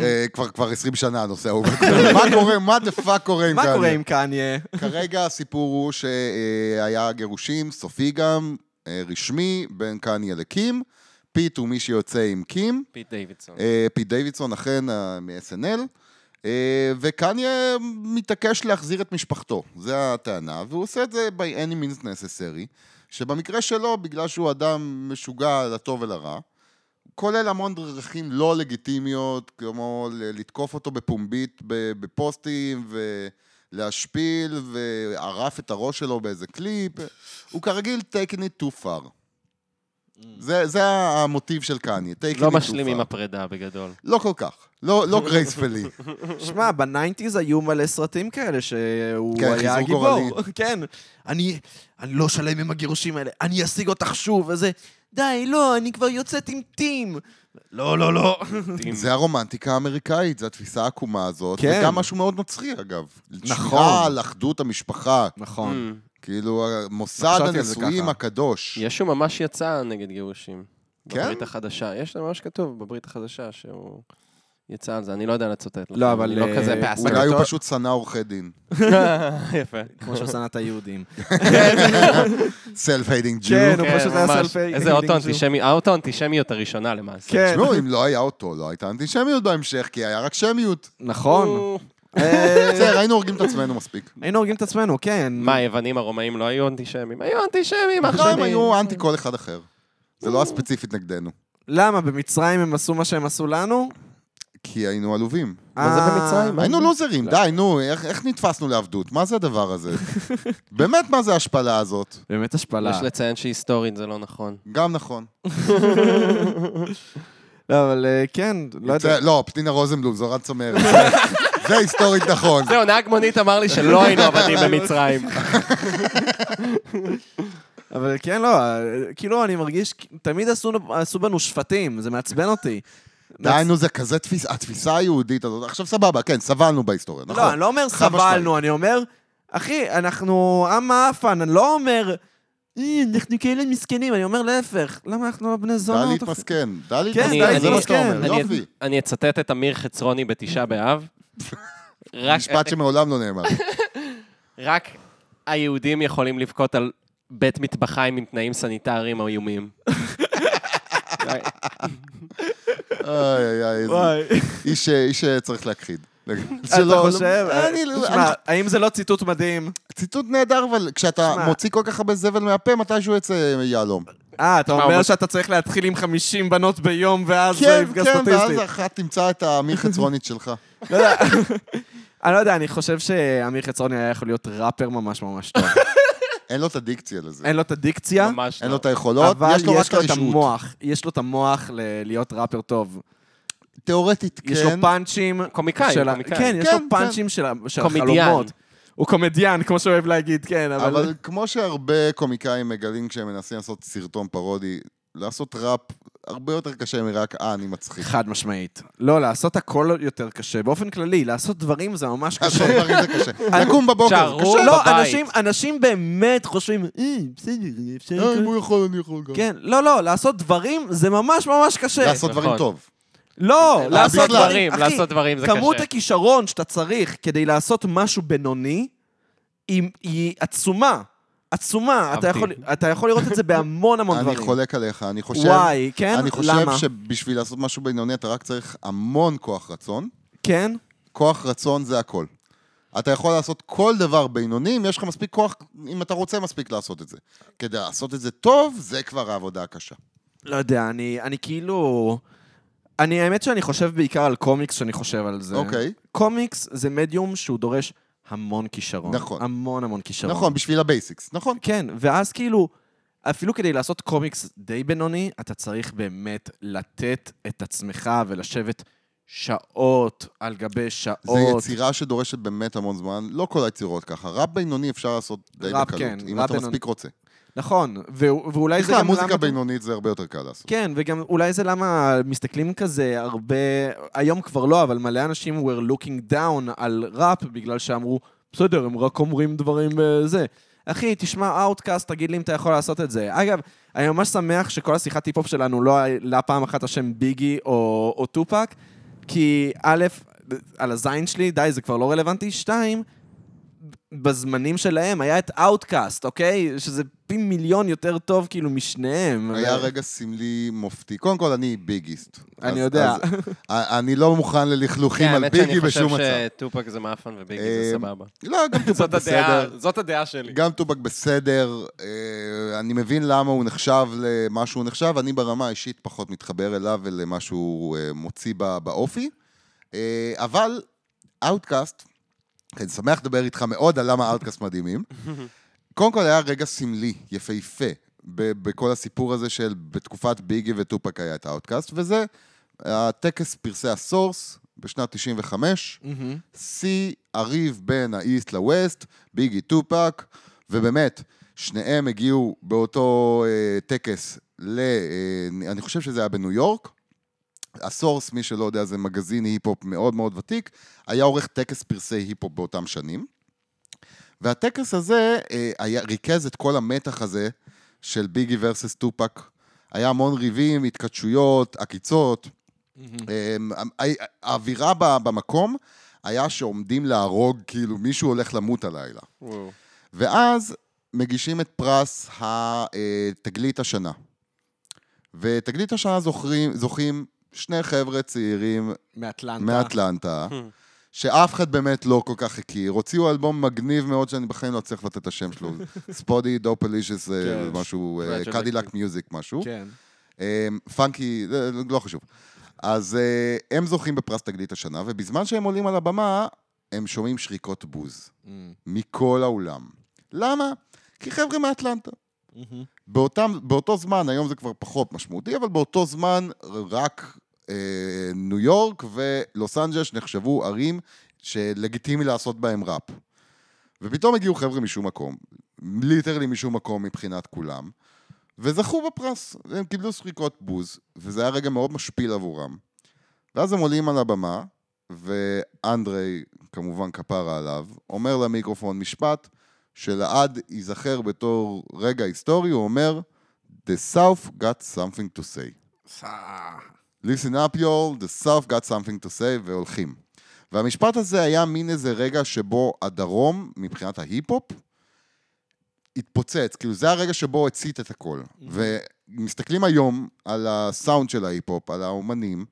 [SPEAKER 3] אה, כבר- כבר 20 שנה הנושא האהוב על כולנו. מה קורה, מה דה פאק קורה עם
[SPEAKER 2] מה קורה
[SPEAKER 3] כן, קניה?
[SPEAKER 2] עם קניה?
[SPEAKER 3] כרגע הסיפור הוא שהיה גירושים, סופי גם, אה, רשמי, בין קניה לקים. פיט הוא מי שיוצא עם קים.
[SPEAKER 4] פיט דיווידסון.
[SPEAKER 3] אה, פיט דיווידסון, אכן, אה, מ-SNL. אה, וקניה מתעקש להחזיר את משפחתו, זו הטענה, והוא עושה את זה by any means necessary, שבמקרה שלו, בגלל שהוא אדם משוגע לטוב ולרע, כולל המון דרכים לא לגיטימיות, כמו ל- לתקוף אותו בפומבית ב- בפוסטים, ולהשפיל, וערף את הראש שלו באיזה קליפ, הוא כרגיל taking it too far. זה, זה המוטיב של קניה, taking it too far.
[SPEAKER 4] לא משלים עם הפרידה בגדול.
[SPEAKER 3] לא כל כך. לא, לא גרייספלי.
[SPEAKER 2] שמע, בניינטיז היו מלא סרטים כאלה שהוא
[SPEAKER 3] כן,
[SPEAKER 2] היה
[SPEAKER 3] חיזור
[SPEAKER 2] הגיבור.
[SPEAKER 3] גורלי.
[SPEAKER 2] כן. אני אני לא שלם עם הגירושים האלה, אני אשיג אותך שוב, וזה... די, לא, אני כבר יוצאת עם טים. לא, לא, לא.
[SPEAKER 3] זה הרומנטיקה האמריקאית, זו התפיסה העקומה הזאת.
[SPEAKER 2] כן.
[SPEAKER 3] וגם משהו מאוד נוצרי, אגב.
[SPEAKER 2] נכון.
[SPEAKER 3] שמירה על אחדות המשפחה.
[SPEAKER 2] נכון.
[SPEAKER 4] Mm.
[SPEAKER 3] כאילו, מוסד
[SPEAKER 2] חשבתי על זה
[SPEAKER 3] הנישואים
[SPEAKER 2] ככה.
[SPEAKER 3] הקדוש.
[SPEAKER 4] ישו ממש יצא נגד גירושים.
[SPEAKER 3] כן?
[SPEAKER 4] בברית החדשה. יש זה ממש כתוב בברית החדשה שהוא יצא על זה. אני לא יודע לצטט. לכם,
[SPEAKER 2] לא, אבל,
[SPEAKER 4] אני לא
[SPEAKER 2] אה,
[SPEAKER 4] כזה
[SPEAKER 2] הוא
[SPEAKER 4] באסה.
[SPEAKER 3] אולי הוא
[SPEAKER 2] בגדול-
[SPEAKER 3] פשוט שנא עורכי דין.
[SPEAKER 4] יפה.
[SPEAKER 2] כמו ששנאת היהודים.
[SPEAKER 3] סלף היידינג ג'ו.
[SPEAKER 2] כן, הוא
[SPEAKER 4] כן,
[SPEAKER 2] פשוט היה
[SPEAKER 4] ממש.
[SPEAKER 2] סלפי.
[SPEAKER 4] איזה אוטו אנטישמי, האוטו האנטישמיות הראשונה למעשה.
[SPEAKER 2] כן.
[SPEAKER 3] תשמעו, אם לא היה אותו, לא הייתה אנטישמיות בהמשך, כי היה רק שמיות.
[SPEAKER 2] נכון.
[SPEAKER 4] הוא-
[SPEAKER 2] אה,
[SPEAKER 3] בסדר, היינו הורגים את עצמנו מספיק.
[SPEAKER 2] היינו הורגים את עצמנו, כן.
[SPEAKER 4] מה, היוונים הרומאים לא היו אנטישמים? היו אנטישמים, אח
[SPEAKER 3] הם
[SPEAKER 4] שלי.
[SPEAKER 3] נכון, היו אנטי כל אחד אחר. זה לא הספציפית נגדנו.
[SPEAKER 2] למה, במצרים הם עשו מה שהם עשו לנו?
[SPEAKER 3] כי היינו עלובים.
[SPEAKER 4] מה זה
[SPEAKER 2] אה,
[SPEAKER 4] במצרים? מה?
[SPEAKER 3] היינו לוזרים, די, נו, איך איך נתפסנו לעבדות? מה זה הדבר הזה? באמת, מה זה ההשפלה הזאת?
[SPEAKER 2] באמת השפלה.
[SPEAKER 4] יש לציין שהיסטורית זה לא נכון.
[SPEAKER 3] גם נכון.
[SPEAKER 2] לא, אבל אה, כן, לא יודע.
[SPEAKER 3] זה- לא, פנינה רוזנבלום, זורד צמרת. זה היסטורית נכון.
[SPEAKER 4] זהו, נהג מונית אמר לי שלא היינו עבדים במצרים.
[SPEAKER 2] אבל כן, לא, אה, כאילו, אני מרגיש, כ- תמיד עשו עשו בנו שפטים, זה מעצבן אותי.
[SPEAKER 3] די, נו, זה כזה תפיסה, התפיסה היהודית הזאת. עכשיו סבבה, כן, סבלנו בהיסטוריה, נכון.
[SPEAKER 2] לא, אני לא אומר
[SPEAKER 3] חד משמעית.
[SPEAKER 2] סבלנו, אני אומר, אחי, אנחנו עם האפן, אני לא אומר, "אה, אנחנו כאלה מסכנים, אני אומר להפך, למה אנחנו לא בני
[SPEAKER 3] די
[SPEAKER 2] זונות? אחי?"
[SPEAKER 3] להתמסכן, די
[SPEAKER 2] אני-
[SPEAKER 3] להתמסכן, זה
[SPEAKER 2] כן, אני-
[SPEAKER 3] מה שאתה אומר,
[SPEAKER 4] אני-
[SPEAKER 3] יופי.
[SPEAKER 4] אני אצטט את אמיר חצרוני בתשעה באב. רק-
[SPEAKER 3] משפט שמעולם לא נאמר.
[SPEAKER 4] רק היהודים יכולים לבכות על בית מטבחיים עם תנאים סניטריים או איומים.
[SPEAKER 3] איי, איי, איי, איזה-
[SPEAKER 2] וואי.
[SPEAKER 3] איש- איש שצריך להכחיד.
[SPEAKER 2] אתה חושב?
[SPEAKER 3] לא-
[SPEAKER 2] אה,
[SPEAKER 3] אני-
[SPEAKER 2] תשמע, האם זה לא ציטוט מדהים?
[SPEAKER 3] ציטוט נהדר, אבל כשאתה
[SPEAKER 2] שמע.
[SPEAKER 3] מוציא כל כך הרבה זבל מהפה, מתישהו יצא יהלום.
[SPEAKER 2] אה, אתה
[SPEAKER 4] תשמע,
[SPEAKER 2] אומר
[SPEAKER 4] הוא-
[SPEAKER 2] שאתה צריך להתחיל עם 50 בנות ביום, ואז זה
[SPEAKER 3] כן,
[SPEAKER 2] יפגע
[SPEAKER 3] כן, ואז
[SPEAKER 2] סטטיסטית.
[SPEAKER 3] אחת תמצא את האמיר חצרונית שלך.
[SPEAKER 2] לא יודע. אני לא יודע, אני חושב שאמיר חצרוני היה יכול להיות ראפר ממש ממש טוב.
[SPEAKER 3] אין לו את הדיקציה לזה.
[SPEAKER 2] אין לו את הדיקציה,
[SPEAKER 4] ממש
[SPEAKER 3] אין
[SPEAKER 4] לא.
[SPEAKER 3] לו את היכולות,
[SPEAKER 2] אבל
[SPEAKER 3] יש לו רק
[SPEAKER 2] יש לו את
[SPEAKER 3] הרשעות.
[SPEAKER 2] המוח. יש לו את המוח ל- להיות ראפר טוב.
[SPEAKER 3] תיאורטית,
[SPEAKER 2] יש לו
[SPEAKER 3] כן.
[SPEAKER 2] פאנצ'ים.
[SPEAKER 4] קומיקאי,
[SPEAKER 2] של ה-
[SPEAKER 4] קומיקאי.
[SPEAKER 2] כן, יש
[SPEAKER 3] כן,
[SPEAKER 2] לו
[SPEAKER 3] כן.
[SPEAKER 2] פאנצ'ים של ה- של
[SPEAKER 4] קומדיאן.
[SPEAKER 2] החלומות. הוא קומדיאן, כמו שאוהב להגיד, כן, אבל...
[SPEAKER 3] אבל כמו שהרבה קומיקאים מגלים כשהם מנסים לעשות סרטון פרודי, לעשות ראפ הרבה יותר קשה מרק, אה, אני מצחיק.
[SPEAKER 2] חד משמעית. לא, לעשות הכל יותר קשה. באופן כללי, לעשות דברים זה ממש
[SPEAKER 3] לעשות
[SPEAKER 2] קשה.
[SPEAKER 3] דברים זה קשה. לקום בבוקר זה
[SPEAKER 4] שערו.
[SPEAKER 3] קשה.
[SPEAKER 2] לא,
[SPEAKER 4] בבית.
[SPEAKER 2] אנשים- אנשים באמת חושבים, אה, בסדר, אפשר...
[SPEAKER 3] אה,
[SPEAKER 2] הכל."
[SPEAKER 3] אם הוא יכול, אני יכול גם.
[SPEAKER 2] כן, לא, לא, לעשות דברים זה ממש ממש קשה.
[SPEAKER 3] לעשות דברים
[SPEAKER 4] נכון.
[SPEAKER 3] טוב.
[SPEAKER 2] לא, לעשות
[SPEAKER 3] בכלל.
[SPEAKER 2] דברים, אחי,
[SPEAKER 4] לעשות דברים זה קשה.
[SPEAKER 2] כמות הכישרון שאתה צריך כדי לעשות משהו בינוני, היא- היא עצומה. עצומה. אתה
[SPEAKER 4] אהבתי.
[SPEAKER 2] יכול- אתה יכול לראות את זה בהמון המון
[SPEAKER 3] אני
[SPEAKER 2] דברים.
[SPEAKER 3] חולק עליך, אני חושב...
[SPEAKER 2] וואי, כן?
[SPEAKER 3] אני חושב
[SPEAKER 2] למה?
[SPEAKER 3] שבשביל לעשות משהו בינוני אתה רק צריך המון כוח רצון.
[SPEAKER 2] כן?
[SPEAKER 3] כוח רצון זה הכל. אתה יכול לעשות כל דבר בינוני, אם יש לך מספיק כוח, אם אתה רוצה מספיק לעשות את זה. כדי לעשות את זה טוב, זה כבר העבודה הקשה.
[SPEAKER 2] לא יודע, אני אני כאילו... אני, האמת שאני חושב בעיקר על קומיקס שאני חושב על זה.
[SPEAKER 3] אוקיי.
[SPEAKER 2] קומיקס זה מדיום שהוא דורש המון כישרון.
[SPEAKER 3] נכון.
[SPEAKER 2] המון המון כישרון.
[SPEAKER 3] נכון, בשביל הבייסיקס, נכון.
[SPEAKER 2] כן, ואז כאילו, אפילו כדי לעשות קומיקס די בינוני, אתה צריך באמת לתת את עצמך ולשבת שעות על גבי שעות.
[SPEAKER 3] זה יצירה שדורשת באמת המון זמן, לא כל היצירות ככה. ראפ בינוני אפשר לעשות די
[SPEAKER 2] ראפ,
[SPEAKER 3] בקלות,
[SPEAKER 2] כן,
[SPEAKER 3] אם
[SPEAKER 2] ראפ
[SPEAKER 3] אתה
[SPEAKER 2] בינוני.
[SPEAKER 3] מספיק רוצה.
[SPEAKER 2] נכון, ו- ואולי זה
[SPEAKER 3] בכלל,
[SPEAKER 2] גם...
[SPEAKER 3] מוזיקה
[SPEAKER 2] למה-
[SPEAKER 3] בינונית זה הרבה יותר קל לעשות.
[SPEAKER 2] כן, וגם אולי זה למה מסתכלים כזה הרבה, היום כבר לא, אבל מלא אנשים were looking down על ראפ בגלל שאמרו, בסדר, הם רק אומרים דברים וזה. אחי, תשמע אאוטקאסט, תגיד לי אם אתה יכול לעשות את זה. אגב, אני ממש שמח שכל השיחת היפ-הופ שלנו לא העלה פעם אחת השם ביגי או, או טופק, כי א', על הזין שלי, די, זה כבר לא רלוונטי, שתיים, בזמנים שלהם היה את אאוטקאסט, אוקיי? שזה פי מיליון יותר טוב כאילו משניהם.
[SPEAKER 3] היה
[SPEAKER 2] ו-
[SPEAKER 3] רגע סמלי מופתי. קודם כל, אני ביגיסט.
[SPEAKER 2] אני
[SPEAKER 3] אז-
[SPEAKER 2] יודע.
[SPEAKER 3] אז, אה, אני לא מוכן ללכלוכים על ביגי בשום מצב.
[SPEAKER 4] כן, האמת שאני חושב שטופק זה מאפן וביגי זה
[SPEAKER 3] אה,
[SPEAKER 4] סבבה.
[SPEAKER 3] לא, גם טובק
[SPEAKER 4] זאת הדעה,
[SPEAKER 3] בסדר.
[SPEAKER 4] זאת הדעה שלי.
[SPEAKER 3] גם טובק בסדר. אה, אני מבין למה הוא נחשב למה שהוא נחשב. אני ברמה האישית פחות מתחבר אליו ולמה שהוא אה, מוציא בא- באופי. אה, אבל אאוטקאסט, אני שמח לדבר איתך מאוד על למה אאוטקאסט מדהימים. קודם כל היה רגע סמלי, יפהפה, ב- בכל הסיפור הזה של בתקופת ביגי וטופק היה את האוטקאסט, וזה הטקס פרסי הסורס בשנת 95, שיא הריב בין האיסט לווסט, ביגי טופק, ובאמת, שניהם הגיעו באותו אה, טקס ל... אה, אני חושב שזה היה בניו יורק. הסורס, מי שלא יודע, זה מגזין היפ-הופ מאוד מאוד ותיק, היה עורך טקס פרסי היפ-הופ באותם שנים. והטקס הזה אה, היה, ריכז את כל המתח הזה של ביגי ורסס טופק. היה המון ריבים, התכתשויות, עקיצות. אמ, הא- האווירה ב- במקום היה שעומדים להרוג, כאילו מישהו הולך למות הלילה.
[SPEAKER 4] וואו.
[SPEAKER 3] ואז מגישים את פרס התגלית השנה. ותגלית השנה זוכרים, זוכים שני חבר'ה צעירים
[SPEAKER 2] מאטלנטה. Hmm.
[SPEAKER 3] מאטלנטה, שאף אחד באמת לא כל כך הכיר. הוציאו אלבום מגניב מאוד שאני בחיים לא צריך לתת את השם שלו. ספודי, דופלישס,
[SPEAKER 2] כן.
[SPEAKER 3] משהו,
[SPEAKER 4] Fragile
[SPEAKER 3] קדילק מיוזיק, משהו.
[SPEAKER 2] כן.
[SPEAKER 3] אמ, פאנקי, זה לא- לא חשוב. אז אה, הם זוכים בפרס תגלית השנה, ובזמן שהם עולים על הבמה, הם שומעים שריקות בוז
[SPEAKER 2] Mm.
[SPEAKER 3] מכל האולם. למה? כי חבר'ה מאטלנטה. באותם, באותו זמן, היום זה כבר פחות משמעותי, אבל באותו זמן רק אה, ניו יורק ולוס אנג'לס נחשבו ערים שלגיטימי לעשות בהם ראפ. ופתאום הגיעו חבר'ה משום מקום, ליטרלי משום מקום מבחינת כולם, וזכו בפרס, הם קיבלו שריקות בוז, וזה היה רגע מאוד משפיל עבורם. ואז הם עולים על הבמה, ואנדרי, כמובן כפרה עליו, אומר למיקרופון משפט שלעד ייזכר בתור רגע היסטורי, הוא אומר, The South got something to say. listen up y'all, the South got something to say, והולכים. והמשפט הזה היה מין איזה רגע שבו הדרום, מבחינת ההיפ-הופ, התפוצץ. כאילו, זה הרגע שבו הצית את הכל. ומסתכלים היום על הסאונד של ההיפ-הופ, על האומנים,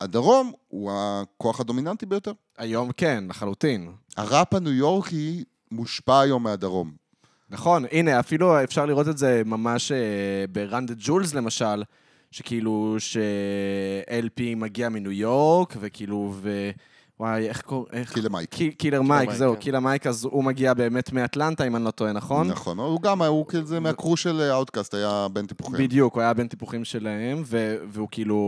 [SPEAKER 3] הדרום הוא הכוח הדומיננטי ביותר.
[SPEAKER 2] היום כן, לחלוטין.
[SPEAKER 3] הראפ הניו יורקי מושפע היום מהדרום.
[SPEAKER 2] נכון, הנה, אפילו אפשר לראות את זה ממש אה, ב-Run the Jules למשל, שכאילו ש-LP מגיע מניו יורק, וכאילו, וואי, איך קוראים?
[SPEAKER 3] קילר מייק.
[SPEAKER 2] קילר מייק,
[SPEAKER 4] מייק,
[SPEAKER 2] זהו,
[SPEAKER 4] כן.
[SPEAKER 2] קילר מייק, אז הוא מגיע באמת מאטלנטה, אם אני לא טועה, נכון?
[SPEAKER 3] נכון, הוא גם, הוא כאילו זה מהקרו של אאוטקאסט, היה בן טיפוחים.
[SPEAKER 2] בדיוק, הוא היה בן טיפוחים שלהם, ו- והוא כאילו...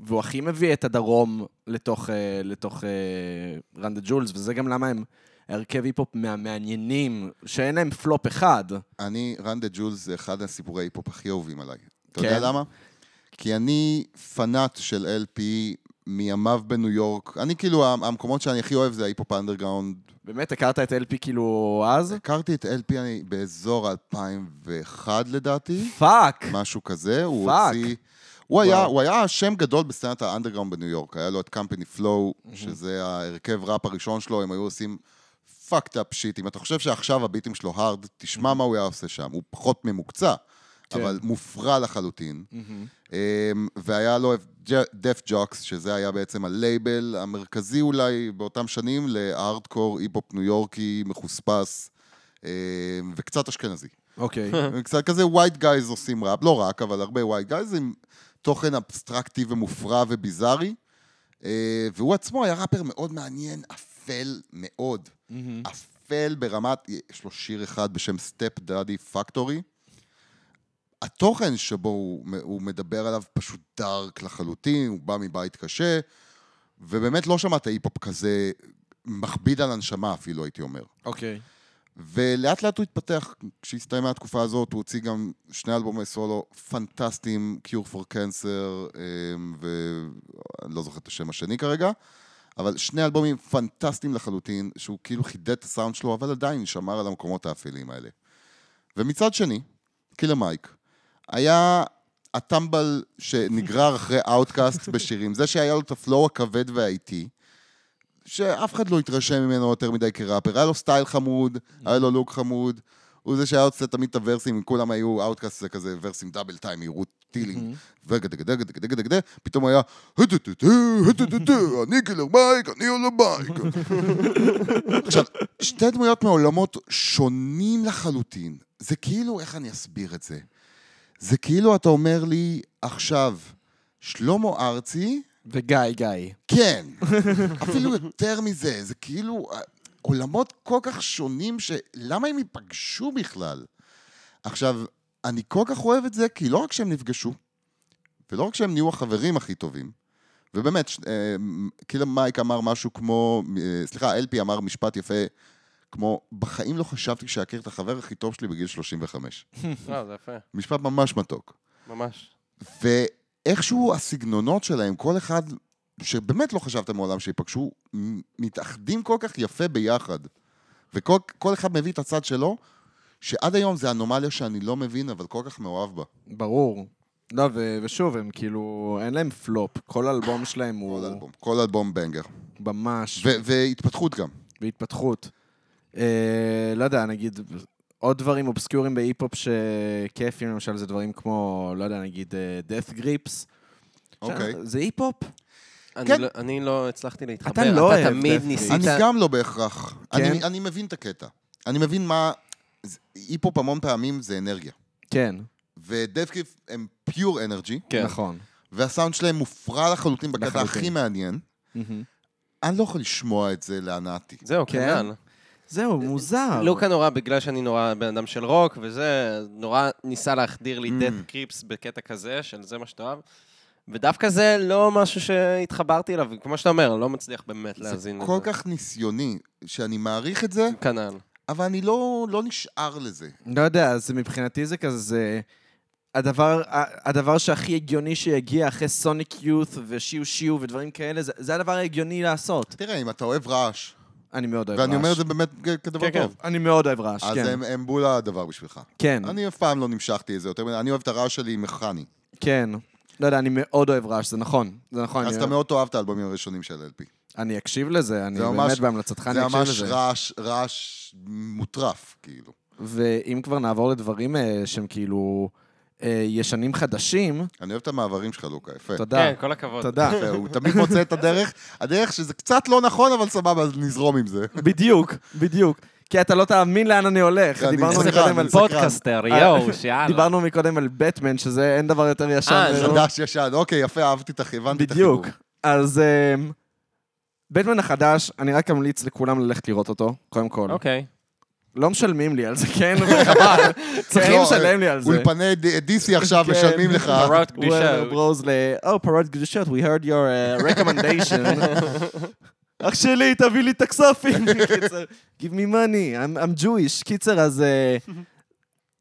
[SPEAKER 2] והוא הכי מביא את הדרום לתוך, אה, לתוך אה, רנדה ג'ולס, וזה גם למה הם הרכב היפ-הופ מהמעניינים, שאין להם פלופ אחד.
[SPEAKER 3] אני, רן דה ג'ולס זה אחד הסיפורי היפ-הופ הכי אהובים עליי. אתה
[SPEAKER 2] כן?
[SPEAKER 3] יודע למה? כי אני פנאט של LP מימיו בניו יורק. אני כאילו, ה- המקומות שאני הכי אוהב זה ההיפ-הופ האנדרגראונד.
[SPEAKER 2] באמת, הכרת את LP כאילו אז?
[SPEAKER 3] הכרתי את LP אני באזור 2001 לדעתי,
[SPEAKER 2] פאק!
[SPEAKER 3] משהו כזה. הוא
[SPEAKER 2] פאק.
[SPEAKER 3] הוציא... הוא היה,
[SPEAKER 2] וואו.
[SPEAKER 3] הוא היה שם גדול בסצנת האנדרגראונד בניו יורק, היה לו את קמפני פלואו, שזה ההרכב ראפ הראשון שלו, הם היו עושים fucked up shit. אם אתה חושב שעכשיו הביטים שלו הארד, תשמע מה הוא היה עושה שם, הוא פחות ממוקצע,
[SPEAKER 2] כן.
[SPEAKER 3] אבל מופרע לחלוטין.
[SPEAKER 2] מהמם.
[SPEAKER 3] אמ, והיה לו את דף ג'וקס, שזה היה בעצם הלייבל המרכזי אולי באותם שנים להארדקור היפ-הופ ניו יורקי מחוספס אמ, וקצת אשכנזי.
[SPEAKER 2] אוקיי.
[SPEAKER 3] קצת כזה ווייט גייז עושים ראפ, לא רק, אבל הרבה ווייט גייז עם תוכן אבסטרקטי ומופרע וביזארי. אה, והוא עצמו היה ראפר מאוד מעניין, אפל מאוד.
[SPEAKER 2] מהמם.
[SPEAKER 3] אפל ברמת, יש לו שיר אחד בשם סטפ דאדי פקטורי. התוכן שבו הוא, הוא מדבר עליו פשוט דארק לחלוטין, הוא בא מבית קשה, ובאמת לא שמעת היפ-הופ כזה מכביד על הנשמה אפילו, הייתי אומר.
[SPEAKER 2] אוקיי.
[SPEAKER 3] ולאט לאט הוא התפתח, כשהסתיימה התקופה הזאת, הוא הוציא גם שני אלבומי סולו פנטסטיים, Cure for Cancer, אמ, ואני לא זוכר את השם השני כרגע, אבל שני אלבומים פנטסטיים לחלוטין, שהוא כאילו חידד את הסאונד שלו, אבל עדיין שמר על המקומות האפלים האלה. ומצד שני, קילר מייק, היה הטמבל שנגרר אחרי אאוטקאסט בשירים, זה שהיה לו את הפלואו הכבד והאיטי, שאף אחד לא התרשם ממנו יותר מדי כראפר. היה לו סטייל חמוד, היה לו לוק חמוד. הוא זה שהיה עושה תמיד את הוורסים, אם כולם היו אאוטקאסט, זה כזה ורסים דאבל טיים, מהירות טילים. וגדגדגדגדגדגדגדג, פתאום היה, "הטטטטה, הטטטטה, אני קילר מייק, אני על הבייק. עכשיו, שתי דמויות מעולמות שונים לחלוטין. זה כאילו, איך אני אסביר את זה? זה כאילו אתה אומר לי, עכשיו, שלמה ארצי,
[SPEAKER 2] וגיא, גיא.
[SPEAKER 3] כן, אפילו יותר מזה, זה כאילו אה, עולמות כל כך שונים שלמה הם ייפגשו בכלל? עכשיו, אני כל כך אוהב את זה, כי לא רק שהם נפגשו, ולא רק שהם נהיו החברים הכי טובים, ובאמת, ש- אה, כאילו מייק אמר משהו כמו, אה, סליחה, אלפי אמר משפט יפה, כמו, בחיים לא חשבתי שאכיר את החבר הכי טוב שלי בגיל 35.
[SPEAKER 4] לא, זה יפה,
[SPEAKER 3] משפט ממש מתוק.
[SPEAKER 4] ממש.
[SPEAKER 3] ואיכשהו הסגנונות שלהם, כל אחד, שבאמת לא חשבתם מעולם שיפגשו, מ- מתאחדים כל כך יפה ביחד. וכל כל אחד מביא את הצד שלו, שעד היום זה אנומליה שאני לא מבין, אבל כל כך מאוהב בה.
[SPEAKER 2] ברור. לא, ו- ושוב, הם כאילו, אין להם פלופ. כל אלבום שלהם הוא
[SPEAKER 3] כל אלבום, כל אלבום בנגר.
[SPEAKER 2] ממש
[SPEAKER 3] ו- והתפתחות גם.
[SPEAKER 2] בהתפתחות. אה, לא יודע, נגיד, עוד דברים אובסקיורים בהיפ-הופ שכיפים, למשל, זה דברים כמו, לא יודע, נגיד, אה, death grips.
[SPEAKER 3] אוקיי.
[SPEAKER 2] זה היפ-הופ?
[SPEAKER 4] אני
[SPEAKER 3] כן.
[SPEAKER 4] לא- אני לא הצלחתי להתחבר.
[SPEAKER 2] אתה לא אוהב
[SPEAKER 4] תמיד
[SPEAKER 2] דף
[SPEAKER 4] ניסית...
[SPEAKER 3] אני גם לא בהכרח.
[SPEAKER 2] כן?
[SPEAKER 3] אני, אני מבין את הקטע. אני מבין מה... זה- היפ-הופ המון פעמים זה אנרגיה.
[SPEAKER 2] כן,
[SPEAKER 3] ודפקיף הם פיור אנרגי,
[SPEAKER 4] כן.
[SPEAKER 2] נכון.
[SPEAKER 3] והסאונד שלהם מופרע לחלוטין בקטע
[SPEAKER 2] לחלוטין.
[SPEAKER 3] הכי מעניין.
[SPEAKER 2] מהמם.
[SPEAKER 3] אני לא יכול לשמוע את זה להנאתי.
[SPEAKER 4] זהו,
[SPEAKER 2] כן.
[SPEAKER 4] כנ"ל.
[SPEAKER 2] זהו, מוזר.
[SPEAKER 4] לוקה נורא, לא בגלל שאני נורא בן אדם של רוק וזה, נורא ניסה להחדיר לי
[SPEAKER 3] Mm.
[SPEAKER 4] death קריפס בקטע כזה, של זה מה שאתה אוהב. ודווקא זה לא משהו שהתחברתי אליו, כמו שאתה אומר, אני לא מצליח באמת
[SPEAKER 3] זה
[SPEAKER 4] להאזין לזה.
[SPEAKER 3] כל כך ניסיוני, שאני מעריך את זה,
[SPEAKER 4] כנ"ל.
[SPEAKER 3] אבל אני לא, לא נשאר לזה.
[SPEAKER 2] לא יודע, אז מבחינתי זה כזה... זה- הדבר, ה- הדבר שהכי הגיוני שיגיע אחרי סוניק יות' ושיו שיו ודברים כאלה, זה, זה הדבר ההגיוני לעשות.
[SPEAKER 3] תראה, אם אתה אוהב רעש,
[SPEAKER 2] אני מאוד אוהב רעש.
[SPEAKER 3] ואני אומר את זה באמת כ- כדבר
[SPEAKER 4] כן, כן.
[SPEAKER 3] טוב,
[SPEAKER 2] אני מאוד אוהב רעש,
[SPEAKER 3] אז
[SPEAKER 2] כן.
[SPEAKER 3] הם- הם בול הדבר בשבילך.
[SPEAKER 2] כן,
[SPEAKER 3] אני אף פעם לא נמשכתי לזה יותר, מדי, אני אוהב את הרעש שלי מכני.
[SPEAKER 2] כן. לא יודע, אני מאוד אוהב רעש, זה נכון. זה נכון,
[SPEAKER 3] אז
[SPEAKER 2] אני,
[SPEAKER 3] אתה מאוד תאהב את האלבומים הראשונים של LP.
[SPEAKER 2] אני אקשיב לזה, אני
[SPEAKER 3] זה
[SPEAKER 2] באמת
[SPEAKER 3] ממש-
[SPEAKER 2] בהמלצתך, אני
[SPEAKER 3] זה
[SPEAKER 2] אקשיב
[SPEAKER 3] ממש
[SPEAKER 2] לזה.
[SPEAKER 3] רעש, רעש מוטרף, כאילו.
[SPEAKER 2] ואם כבר נעבור לדברים אה, שהם כאילו אה, ישנים חדשים,
[SPEAKER 3] אני אוהב את המעברים שלך, לוקה, יפה.
[SPEAKER 2] תודה,
[SPEAKER 4] כן, כל הכבוד.
[SPEAKER 2] תודה.
[SPEAKER 3] יפה, הוא תמיד מוצא את הדרך, הדרך שזה קצת לא נכון, אבל סבבה, אז נזרום עם
[SPEAKER 2] כן.
[SPEAKER 3] זה.
[SPEAKER 2] בדיוק, בדיוק. כי אתה לא תאמין לאן אני הולך.
[SPEAKER 3] אני
[SPEAKER 2] דיברנו
[SPEAKER 3] סקרן,
[SPEAKER 2] מקודם על
[SPEAKER 3] אני סקרן.
[SPEAKER 4] פודקאסטר, יואו, שיאללה.
[SPEAKER 2] דיברנו מקודם על בטמן, שזה אין דבר יותר ישן.
[SPEAKER 4] אה,
[SPEAKER 2] ממנו.
[SPEAKER 3] חדש ישן, אוקיי, יפה, אהבתי את הח- הבנתי את החיבור.
[SPEAKER 2] בדיוק. אז אמ, בטמן אה, החדש, אני רק אמליץ לכולם ללכת לראות אותו, קודם כל.
[SPEAKER 4] אוקיי.
[SPEAKER 2] לא משלמים לי על זה, כן? וחבל.
[SPEAKER 4] כן.
[SPEAKER 2] צריכים
[SPEAKER 3] לא,
[SPEAKER 2] לשלם לי על זה.
[SPEAKER 3] אולפני ד- DC עכשיו
[SPEAKER 2] כן.
[SPEAKER 3] משלמים לך.
[SPEAKER 4] פרות קדושה.
[SPEAKER 2] וורנר ברוז ל... או, פרות קדושות, we heard your uh, recommendation. אח שלי, תביא לי את הכספים. קיצר, give me money, I'm, I'm Jewish. קיצר, אז... אה,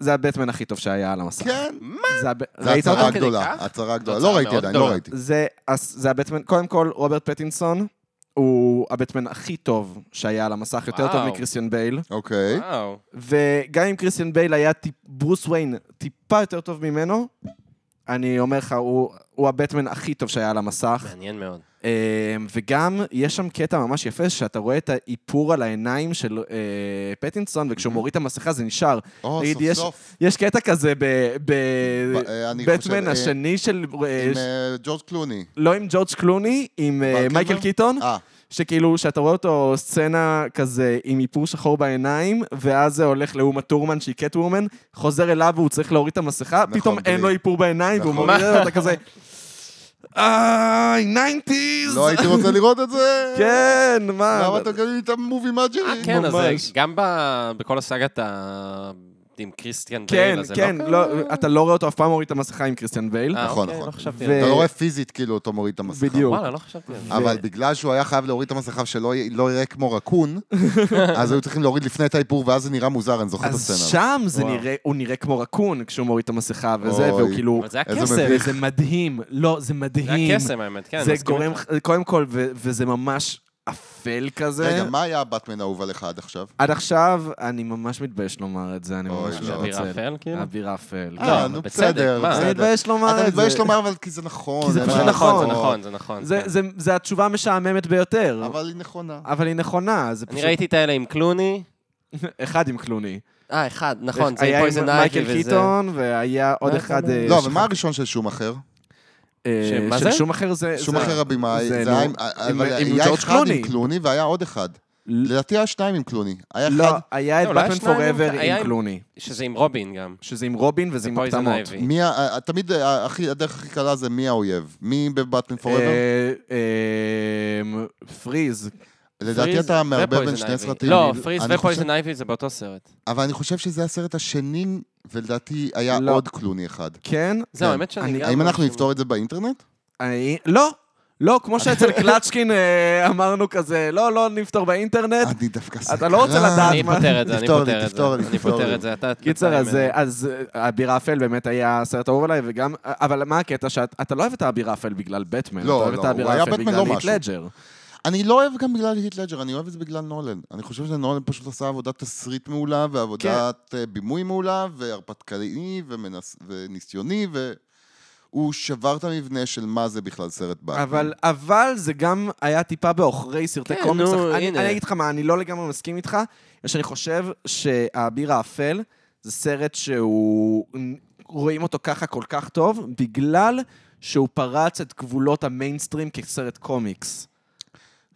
[SPEAKER 2] זה הבטמן הכי טוב שהיה על המסך.
[SPEAKER 3] כן,
[SPEAKER 2] זה הב-
[SPEAKER 3] זו
[SPEAKER 2] ראית כן.
[SPEAKER 3] הצהרה
[SPEAKER 2] אותו?
[SPEAKER 4] כדי
[SPEAKER 3] גדולה,
[SPEAKER 4] כך?
[SPEAKER 3] הצהרה גדולה.
[SPEAKER 4] זו הצהרה
[SPEAKER 3] לא ראיתי
[SPEAKER 4] מאוד
[SPEAKER 3] עדיין, לא
[SPEAKER 4] גדולה.
[SPEAKER 3] ראיתי.
[SPEAKER 2] זה, אז, זה הבטמן, קודם כל, רוברט פטינסון הוא הבטמן הכי טוב שהיה על המסך, יותר טוב
[SPEAKER 4] וואו.
[SPEAKER 2] מקריסטיאן בייל. אה?
[SPEAKER 3] אוקיי.
[SPEAKER 4] וואו.
[SPEAKER 2] וגם אם קריסטיאן בייל היה טיפ, ברוס וויין טיפה יותר טוב ממנו, אני אומר לך, הוא, הוא הבטמן הכי טוב שהיה על המסך.
[SPEAKER 4] מעניין מאוד.
[SPEAKER 2] אה, וגם, יש שם קטע ממש יפה, שאתה רואה את האיפור על העיניים של אה, פטינסון,
[SPEAKER 3] Mhm.
[SPEAKER 2] וכשהוא מוריד את המסכה זה נשאר.
[SPEAKER 3] או,
[SPEAKER 2] נגיד,
[SPEAKER 3] סוף
[SPEAKER 2] יש-
[SPEAKER 3] סוף.
[SPEAKER 2] יש קטע כזה ב-
[SPEAKER 3] ב- אה, אני
[SPEAKER 2] ב-
[SPEAKER 3] חושב,
[SPEAKER 2] בטמן
[SPEAKER 3] אה,
[SPEAKER 2] השני של... אה,
[SPEAKER 3] עם אה, ג'ורג' קלוני.
[SPEAKER 2] לא עם ג'ורג' קלוני, עם אה,
[SPEAKER 3] מרק
[SPEAKER 2] מייקל
[SPEAKER 3] קילבר?
[SPEAKER 2] קיטון,
[SPEAKER 3] אה,
[SPEAKER 2] שכאילו, שאתה רואה אותו סצנה כזה עם איפור שחור בעיניים, ואז זה הולך לאומה טורמן שהיא קט וומן, חוזר אליו והוא צריך להוריד את המסכה,
[SPEAKER 3] נכון,
[SPEAKER 2] פתאום
[SPEAKER 3] בלי.
[SPEAKER 2] אין לו איפור בעיניים, והוא
[SPEAKER 3] נכון.
[SPEAKER 2] מוריד את זה, ואתה כזה... איי, ניינטיז!
[SPEAKER 3] לא הייתי רוצה לראות את זה.
[SPEAKER 2] כן,
[SPEAKER 4] לא,
[SPEAKER 2] מה?
[SPEAKER 3] למה אתה מקבל לי את המובי
[SPEAKER 4] אה,
[SPEAKER 3] מאג'רי?
[SPEAKER 4] כן, אז זה
[SPEAKER 2] ממש.
[SPEAKER 4] גם ב- בכל הסאגת ה... עם קריסטיאן
[SPEAKER 2] כן,
[SPEAKER 4] בייל, אז זה לא...
[SPEAKER 2] כן,
[SPEAKER 4] כזה-
[SPEAKER 2] לא, אתה לא רואה אותו אף פעם מוריד את המסכה עם קריסטיאן בייל.
[SPEAKER 4] אה,
[SPEAKER 3] נכון,
[SPEAKER 4] אוקיי,
[SPEAKER 3] נכון.
[SPEAKER 4] לא חשבתי
[SPEAKER 2] ו-
[SPEAKER 4] על
[SPEAKER 3] אתה לא רואה פיזית כאילו אותו מוריד את המסכה.
[SPEAKER 2] בדיוק.
[SPEAKER 4] זה. וואלה, לא חשבתי על זה.
[SPEAKER 3] אבל בגלל שהוא היה חייב להוריד את המסכה שלא יהיה- לא יראה כמו רקון, אז היו צריכים להוריד לפני את האיפור, ואז זה נראה מוזר, אני זוכר את
[SPEAKER 2] אז
[SPEAKER 3] הסצנה.
[SPEAKER 2] שם זה
[SPEAKER 4] וואו.
[SPEAKER 2] נראה, הוא נראה כמו רקון כשהוא מוריד את המסכה וזה,
[SPEAKER 3] אוי.
[SPEAKER 2] והוא כאילו...
[SPEAKER 4] אבל זה היה
[SPEAKER 3] איזה
[SPEAKER 4] קסם.
[SPEAKER 3] מביך.
[SPEAKER 2] וזה מדהים, לא, זה
[SPEAKER 4] זה
[SPEAKER 2] מדהים.
[SPEAKER 4] היה קסם, האמת, כן.
[SPEAKER 2] זה
[SPEAKER 4] מסכים
[SPEAKER 2] גורם,
[SPEAKER 4] איתך.
[SPEAKER 2] קודם כל, ו- וזה ממש אפל כזה.
[SPEAKER 3] רגע, מה היה הבטמן האהוב עליך עד עכשיו?
[SPEAKER 2] עד עכשיו, אני ממש מתבייש לומר את זה, אני
[SPEAKER 3] אוי,
[SPEAKER 2] ממש
[SPEAKER 3] לא.
[SPEAKER 2] לא
[SPEAKER 4] אוויר
[SPEAKER 2] רוצה.
[SPEAKER 4] אפל, כאילו?
[SPEAKER 2] אוויר אפל.
[SPEAKER 4] אה,
[SPEAKER 2] כן.
[SPEAKER 4] אבל בצדק, מה?
[SPEAKER 2] אני
[SPEAKER 3] בסדר.
[SPEAKER 2] מתבייש לומר את אה, זה.
[SPEAKER 3] אתה מתבייש לומר, אבל כי זה נכון.
[SPEAKER 2] כי זה
[SPEAKER 3] אין
[SPEAKER 2] פשוט
[SPEAKER 3] מה
[SPEAKER 4] זה נכון,
[SPEAKER 3] לעשות.
[SPEAKER 4] זה נכון, זה נכון.
[SPEAKER 2] זה-
[SPEAKER 4] כן.
[SPEAKER 2] זה- זה התשובה המשעממת ביותר.
[SPEAKER 3] אבל היא נכונה.
[SPEAKER 2] אבל היא נכונה, זה
[SPEAKER 4] אני
[SPEAKER 2] פשוט
[SPEAKER 4] ראיתי את האלה עם קלוני.
[SPEAKER 2] אחד עם קלוני.
[SPEAKER 4] אה, אחד, נכון, זה
[SPEAKER 2] היה
[SPEAKER 4] עם פויזן אייבי
[SPEAKER 2] מייקל
[SPEAKER 4] וזה.
[SPEAKER 2] קיטון, והיה עוד
[SPEAKER 4] היה
[SPEAKER 2] אחד...
[SPEAKER 4] כמה?
[SPEAKER 2] אה,
[SPEAKER 3] לא,
[SPEAKER 2] ש-
[SPEAKER 3] אבל מה הראשון של שום אחר?
[SPEAKER 2] אה,
[SPEAKER 4] שמה
[SPEAKER 2] של
[SPEAKER 4] זה?
[SPEAKER 2] שום אחר זה...
[SPEAKER 3] שום
[SPEAKER 2] אה, זה-
[SPEAKER 3] אחר הבמאי,
[SPEAKER 2] זה
[SPEAKER 3] זה היה
[SPEAKER 2] נו,
[SPEAKER 3] עם- אה,
[SPEAKER 2] עם-
[SPEAKER 3] אבל
[SPEAKER 2] עם
[SPEAKER 3] היה
[SPEAKER 2] ג'ורג'
[SPEAKER 3] אחד
[SPEAKER 2] קלוני.
[SPEAKER 3] עם קלוני והיה עוד אחד.
[SPEAKER 2] ל-
[SPEAKER 3] לדעתי היה שניים עם קלוני. היה
[SPEAKER 2] לא,
[SPEAKER 3] אחד...
[SPEAKER 2] היה את
[SPEAKER 4] לא, לא, היה
[SPEAKER 2] בטמן
[SPEAKER 4] שניים עם-
[SPEAKER 2] פוראבר
[SPEAKER 4] היה
[SPEAKER 2] עם
[SPEAKER 4] עם-
[SPEAKER 2] קלוני.
[SPEAKER 4] שזה עם רובין גם.
[SPEAKER 2] שזה עם רובין וזה עם
[SPEAKER 4] פויזן
[SPEAKER 2] הפטמות.
[SPEAKER 4] אייבי.
[SPEAKER 3] מי ה- ה- תמיד ה- הכי- הדרך הכי קלה זה מי האויב. מי בבטמן פוראבר?
[SPEAKER 2] אה, אה, פריז.
[SPEAKER 3] לדעתי
[SPEAKER 4] פריז
[SPEAKER 3] אתה מערבב
[SPEAKER 4] ופויזן
[SPEAKER 3] בין שני
[SPEAKER 4] אייבי.
[SPEAKER 3] סרטים.
[SPEAKER 4] לא,
[SPEAKER 3] אני-
[SPEAKER 4] פריז
[SPEAKER 3] אני חושב-
[SPEAKER 4] ופויזן אייבי זה באותו סרט.
[SPEAKER 3] אבל אני חושב שזה הסרט השני, ולדעתי היה
[SPEAKER 2] לא.
[SPEAKER 3] עוד קלוני אחד.
[SPEAKER 2] כן?
[SPEAKER 4] זהו,
[SPEAKER 3] כן.
[SPEAKER 4] האמת שאני
[SPEAKER 2] אני-
[SPEAKER 4] גם...
[SPEAKER 3] האם
[SPEAKER 4] לא
[SPEAKER 3] אנחנו
[SPEAKER 4] חושב-
[SPEAKER 3] נפתור את זה באינטרנט?
[SPEAKER 2] אני... לא, לא, כמו שאצל קלצ'קין אה, אמרנו כזה, לא, לא נפתור באינטרנט.
[SPEAKER 3] אני דווקא סקרן.
[SPEAKER 2] אתה לא רוצה לדעת.
[SPEAKER 4] אני
[SPEAKER 2] מה-
[SPEAKER 4] פותר את זה, אני
[SPEAKER 3] תפתור לי,
[SPEAKER 4] פותר את זה.
[SPEAKER 3] תפתור לי,
[SPEAKER 4] אני
[SPEAKER 3] תפתור לי.
[SPEAKER 4] פותר את זה, אתה...
[SPEAKER 2] קיצר,
[SPEAKER 4] אתה
[SPEAKER 2] אז,
[SPEAKER 4] ממני.
[SPEAKER 2] אה, אז אה, אביר אפל באמת היה הסרט האהוב עליי, וגם... אה, אבל מה הקטע? שאתה לא אוהב את אביר אפל בגלל בטמן,
[SPEAKER 3] לא,
[SPEAKER 2] אתה אוהב
[SPEAKER 3] לא,
[SPEAKER 2] את אביר
[SPEAKER 3] הוא היה
[SPEAKER 2] אפל
[SPEAKER 3] בטמן
[SPEAKER 2] בגלל
[SPEAKER 3] לא
[SPEAKER 2] היט
[SPEAKER 3] משהו.
[SPEAKER 2] לג'ר.
[SPEAKER 3] אני לא אוהב גם בגלל היט לג'ר, אני אוהב את זה בגלל נולן. אני חושב שנולן פשוט עשה עבודת תסריט מעולה, ועבודת
[SPEAKER 2] כן.
[SPEAKER 3] אה, בימוי מעולה, והרפתקני, ומנס- וניסיוני, והוא שבר את המבנה של מה זה בכלל סרט באטמן.
[SPEAKER 2] אבל, אבל זה גם היה טיפה בעוכרי סרטי
[SPEAKER 4] כן,
[SPEAKER 2] קומיקס.
[SPEAKER 4] נו,
[SPEAKER 2] אני,
[SPEAKER 4] הנה.
[SPEAKER 2] אני אגיד לך מה, אני לא לגמרי מסכים איתך, אלא שאני חושב שהאביר האפל זה סרט שהוא... רואים אותו ככה כל כך טוב, בגלל שהוא פרץ את גבולות המיינסטרים כסרט קומיקס.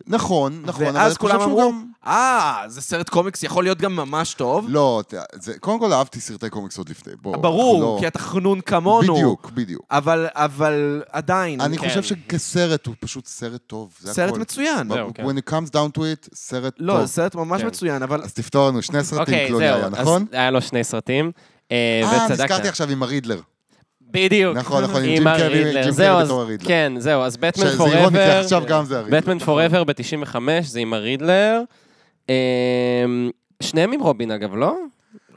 [SPEAKER 3] נכון, נכון, אבל אני
[SPEAKER 2] ואז
[SPEAKER 3] חושב
[SPEAKER 2] כולם
[SPEAKER 3] שהוא
[SPEAKER 2] אמרו,
[SPEAKER 3] גם...
[SPEAKER 2] אה, זה סרט קומיקס, יכול להיות גם ממש טוב.
[SPEAKER 3] לא, ת- זה- קודם כל אהבתי סרטי קומיקס עוד לפני. בוא, אנחנו
[SPEAKER 2] ברור,
[SPEAKER 3] לא-
[SPEAKER 2] כי אתה חנון כמונו.
[SPEAKER 3] בדיוק, בדיוק.
[SPEAKER 2] אבל, אבל עדיין,
[SPEAKER 3] אני
[SPEAKER 4] כן.
[SPEAKER 3] חושב שכסרט הוא פשוט סרט טוב, זה
[SPEAKER 2] סרט
[SPEAKER 3] הכל.
[SPEAKER 2] מצוין.
[SPEAKER 4] זהו,
[SPEAKER 3] But
[SPEAKER 4] כן.
[SPEAKER 3] When it comes down to it, סרט
[SPEAKER 2] לא,
[SPEAKER 3] טוב. לא,
[SPEAKER 2] זה סרט אוקיי, ממש
[SPEAKER 4] כן.
[SPEAKER 2] מצוין, אבל
[SPEAKER 3] אז תפתור לנו, שני סרטים קלוני היה,
[SPEAKER 4] אוקיי, אז
[SPEAKER 3] נכון?
[SPEAKER 4] היה לו שני סרטים. אה,
[SPEAKER 3] אה,
[SPEAKER 4] וצדקת.
[SPEAKER 3] נזכרתי עכשיו עם הרידלר.
[SPEAKER 4] בדיוק.
[SPEAKER 3] נכון, נכון, עם
[SPEAKER 4] עם
[SPEAKER 3] ג'ים
[SPEAKER 4] הר
[SPEAKER 3] קרי-
[SPEAKER 4] רידלר.
[SPEAKER 3] ג'ים
[SPEAKER 4] זהו,
[SPEAKER 3] קרי
[SPEAKER 4] אז-
[SPEAKER 3] בתור הרידלר.
[SPEAKER 4] כן, זהו, אז בטמן
[SPEAKER 3] שזה אירוני, כי
[SPEAKER 4] פוראבר,
[SPEAKER 3] עכשיו גם זה הרידלר.
[SPEAKER 4] בטמן פוראבר ב-95, זה עם הרידלר. אמ, שניהם עם רובין, אגב, לא?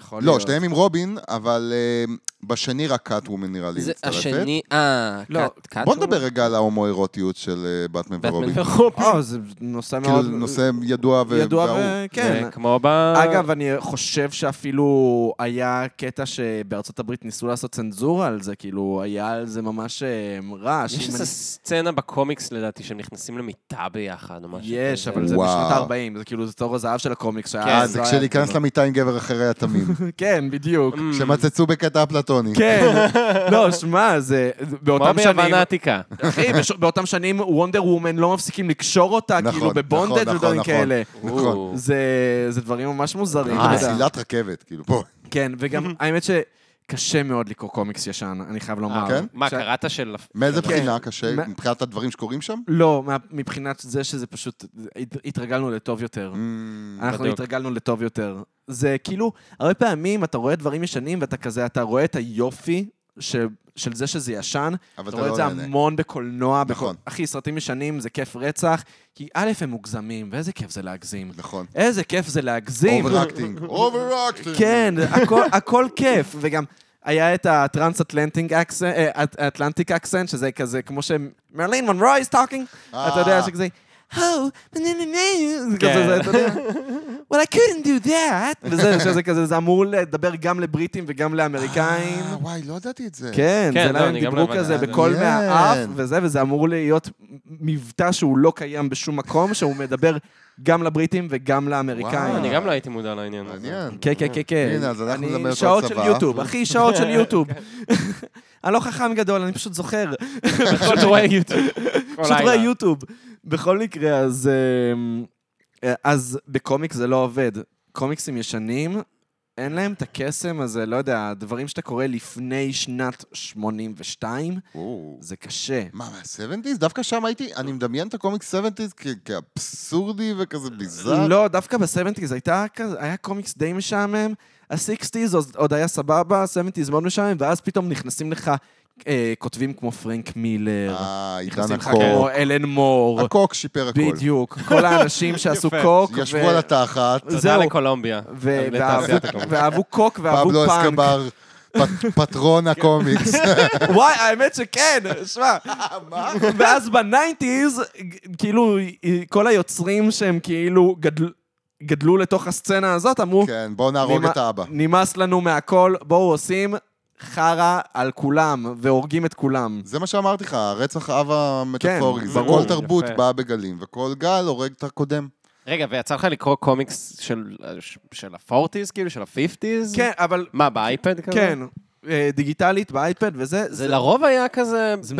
[SPEAKER 2] יכול
[SPEAKER 3] לא,
[SPEAKER 2] להיות.
[SPEAKER 3] שניהם עם רובין, אבל אה, בשני רק קאטוומן נראה לי
[SPEAKER 4] זה
[SPEAKER 3] מצטרפת.
[SPEAKER 4] השני, אה,
[SPEAKER 2] לא,
[SPEAKER 4] קאט- קאט
[SPEAKER 3] בוא
[SPEAKER 4] הוא?
[SPEAKER 3] נדבר רגע על ההומואירוטיות של אה, באטמן ורובין.
[SPEAKER 4] בטמן ורובין.
[SPEAKER 2] אה, זה נושא
[SPEAKER 3] כאילו,
[SPEAKER 2] מאוד...
[SPEAKER 3] זה נושא ידוע ו...
[SPEAKER 2] ידוע
[SPEAKER 3] והוא-
[SPEAKER 2] ו... כן.
[SPEAKER 4] זה כמו ב...
[SPEAKER 2] אגב, אני חושב שאפילו היה קטע שבארצות הברית ניסו לעשות צנזורה על זה, כאילו, היה על זה ממש אה, רעש.
[SPEAKER 4] יש
[SPEAKER 2] אם
[SPEAKER 4] איזו
[SPEAKER 2] אני-
[SPEAKER 4] סצנה בקומיקס, לדעתי, שהם נכנסים למיטה ביחד או משהו.
[SPEAKER 2] יש,
[SPEAKER 4] כזה.
[SPEAKER 2] אבל זה
[SPEAKER 3] וואו.
[SPEAKER 2] בשנות ה-40, זה כאילו, זה תור הזהב של הקומיקס. שהיה-
[SPEAKER 4] כן,
[SPEAKER 3] אה,
[SPEAKER 2] לא
[SPEAKER 3] זה
[SPEAKER 2] היה-
[SPEAKER 3] כשלהיכנס למיטה עם גבר אחר היה תמים.
[SPEAKER 2] כן, בדיוק.
[SPEAKER 4] אמ,
[SPEAKER 3] שמצצו בקטע אפלטוני.
[SPEAKER 2] כן. לא, שמע, זה...
[SPEAKER 4] כמו
[SPEAKER 2] באותם
[SPEAKER 4] ביוון
[SPEAKER 2] שנים...
[SPEAKER 4] העתיקה.
[SPEAKER 2] אחי, בש- באותם שנים וונדר וומן לא מפסיקים לקשור אותה,
[SPEAKER 3] נכון,
[SPEAKER 2] כאילו,
[SPEAKER 3] נכון,
[SPEAKER 2] בבונדד
[SPEAKER 3] נכון,
[SPEAKER 2] ודברים
[SPEAKER 3] נכון.
[SPEAKER 2] כאלה.
[SPEAKER 3] נכון.
[SPEAKER 4] או.
[SPEAKER 2] זה זה דברים ממש מוזרים.
[SPEAKER 4] אה,
[SPEAKER 2] אתה יודע.
[SPEAKER 3] מסילת רכבת, כאילו, בוא.
[SPEAKER 2] כן, וגם האמת ש... קשה מאוד לקרוא קומיקס ישן, אני חייב לומר.
[SPEAKER 3] כן?
[SPEAKER 4] אה, מה,
[SPEAKER 2] עכשיו-
[SPEAKER 4] קראת של... אוקיי.
[SPEAKER 3] מאיזה
[SPEAKER 2] כן.
[SPEAKER 3] בחינה קשה?
[SPEAKER 2] מה-
[SPEAKER 3] מבחינת הדברים שקורים שם?
[SPEAKER 2] לא, מה- מבחינת זה שזה פשוט, התרגלנו לטוב יותר.
[SPEAKER 3] Mm,
[SPEAKER 2] אנחנו
[SPEAKER 4] בדיוק.
[SPEAKER 2] התרגלנו לטוב יותר. זה כאילו, הרבה פעמים אתה רואה דברים ישנים ואתה כזה, אתה רואה את היופי של, של זה שזה ישן, אתה
[SPEAKER 3] אבל אתה
[SPEAKER 2] רואה את
[SPEAKER 3] לא
[SPEAKER 2] זה
[SPEAKER 3] נהנה.
[SPEAKER 2] המון בקולנוע. בכל-
[SPEAKER 3] נכון.
[SPEAKER 2] אחי, סרטים ישנים זה כיף רצח, כי א', הם מוגזמים, ואיזה כיף זה להגזים.
[SPEAKER 3] נכון.
[SPEAKER 2] איזה כיף זה להגזים.
[SPEAKER 3] אוברקטינג. אוברקטינג.
[SPEAKER 2] אה, כן, הכל, הכל כיף, וגם... היה את אה, הטרנס-אטלנטיק אקסנט, שזה כזה, כמו שמרלין מונרו is talking,
[SPEAKER 3] אה.
[SPEAKER 2] אתה יודע "Oh, שכזה, הו, נה נה נה, זה
[SPEAKER 4] כן.
[SPEAKER 2] כזה, זה, אתה יודע, well, I couldn't do that, וזה, שזה כזה, זה אמור לדבר גם לבריטים וגם לאמריקאים.
[SPEAKER 3] אה, כן. וואי, לא ידעתי את זה.
[SPEAKER 2] כן,
[SPEAKER 4] כן,
[SPEAKER 2] זה
[SPEAKER 4] לא,
[SPEAKER 2] להם
[SPEAKER 4] אני גם
[SPEAKER 2] דיברו
[SPEAKER 4] לא הבנתי.
[SPEAKER 2] כזה
[SPEAKER 4] אה,
[SPEAKER 2] בקול
[SPEAKER 3] מעניין.
[SPEAKER 2] מהאף וזה, וזה אמור להיות מבטא שהוא לא קיים בשום מקום, שהוא מדבר גם לבריטים וגם
[SPEAKER 3] וואו.
[SPEAKER 2] לאמריקאים.
[SPEAKER 4] אני גם לא הייתי מודע לעניין הזה.
[SPEAKER 3] מעניין.
[SPEAKER 2] כן, כן, כן, כן.
[SPEAKER 3] הנה, אז אנחנו
[SPEAKER 2] אני-
[SPEAKER 3] נדבר על כל
[SPEAKER 2] שעות של
[SPEAKER 3] צבא.
[SPEAKER 2] יוטיוב, אחי, שעות של יוטיוב. אני לא חכם גדול, אני פשוט זוכר.
[SPEAKER 4] פשוט רואה יוטיוב.
[SPEAKER 2] פשוט רואה יוטיוב. בכל מקרה, אז... אה, אז בקומיקס זה לא עובד. קומיקסים ישנים, אין להם את הקסם הזה, לא יודע, הדברים שאתה קורא לפני שנת 82,
[SPEAKER 3] וואו.
[SPEAKER 2] זה קשה.
[SPEAKER 3] מה, מה-70's? דווקא שם הייתי, אני מדמיין את הקומיקס 70's כ- כאבסורדי וכזה ביזאר.
[SPEAKER 2] לא, דווקא ב-70's הייתה כזה, היה קומיקס די משעמם, ה-60's עוד- עוד היה סבבה, ה-70's מאוד משעמם, ואז פתאום נכנסים לך אה, כותבים כמו פרנק מילר,
[SPEAKER 3] אה, עידן
[SPEAKER 2] נכנסים לך
[SPEAKER 3] הקוק.
[SPEAKER 2] כמו אלן מור,
[SPEAKER 3] הקוק שיפר הכול.
[SPEAKER 2] בדיוק, כל האנשים שעשו
[SPEAKER 4] יפה.
[SPEAKER 2] קוק,
[SPEAKER 3] ישבו
[SPEAKER 2] ו-
[SPEAKER 3] על התחת,
[SPEAKER 4] תודה
[SPEAKER 2] זהו.
[SPEAKER 4] לקולומביה.
[SPEAKER 2] ו-
[SPEAKER 4] על
[SPEAKER 2] ואהבו-
[SPEAKER 4] תעשיית הקומיקס.
[SPEAKER 2] ואהבו קוק ואהבו
[SPEAKER 3] פבלו
[SPEAKER 2] פאנק. כן.
[SPEAKER 3] אסקבר, פט- פטרון הקומיקס.
[SPEAKER 2] וואי, האמת שכן, שמע. ואז בניינטיז, כאילו, כל היוצרים שהם כאילו גדל- גדלו לתוך הסצנה הזאת, אמרו,
[SPEAKER 3] כן, בואו נהרוג
[SPEAKER 2] נמ-
[SPEAKER 3] את האבא.
[SPEAKER 2] נמאס לנו מהכל, בואו עושים חרא על כולם, והורגים את כולם.
[SPEAKER 3] זה מה שאמרתי לך, רצח האב המטאפורי. זה
[SPEAKER 2] כן, ברור.
[SPEAKER 3] כל תרבות
[SPEAKER 4] יפה.
[SPEAKER 3] באה בגלים, וכל גל הורג את הקודם.
[SPEAKER 4] רגע, ויצא לך לקרוא קומיקס של- של ה-40's, כאילו, של ה-50's?
[SPEAKER 2] כן, אבל,
[SPEAKER 4] מה, באייפד כזה?
[SPEAKER 2] כן, אה, דיגיטלית באייפד וזה,
[SPEAKER 4] זה לא-
[SPEAKER 2] זה
[SPEAKER 4] לרוב היה כזה
[SPEAKER 2] זה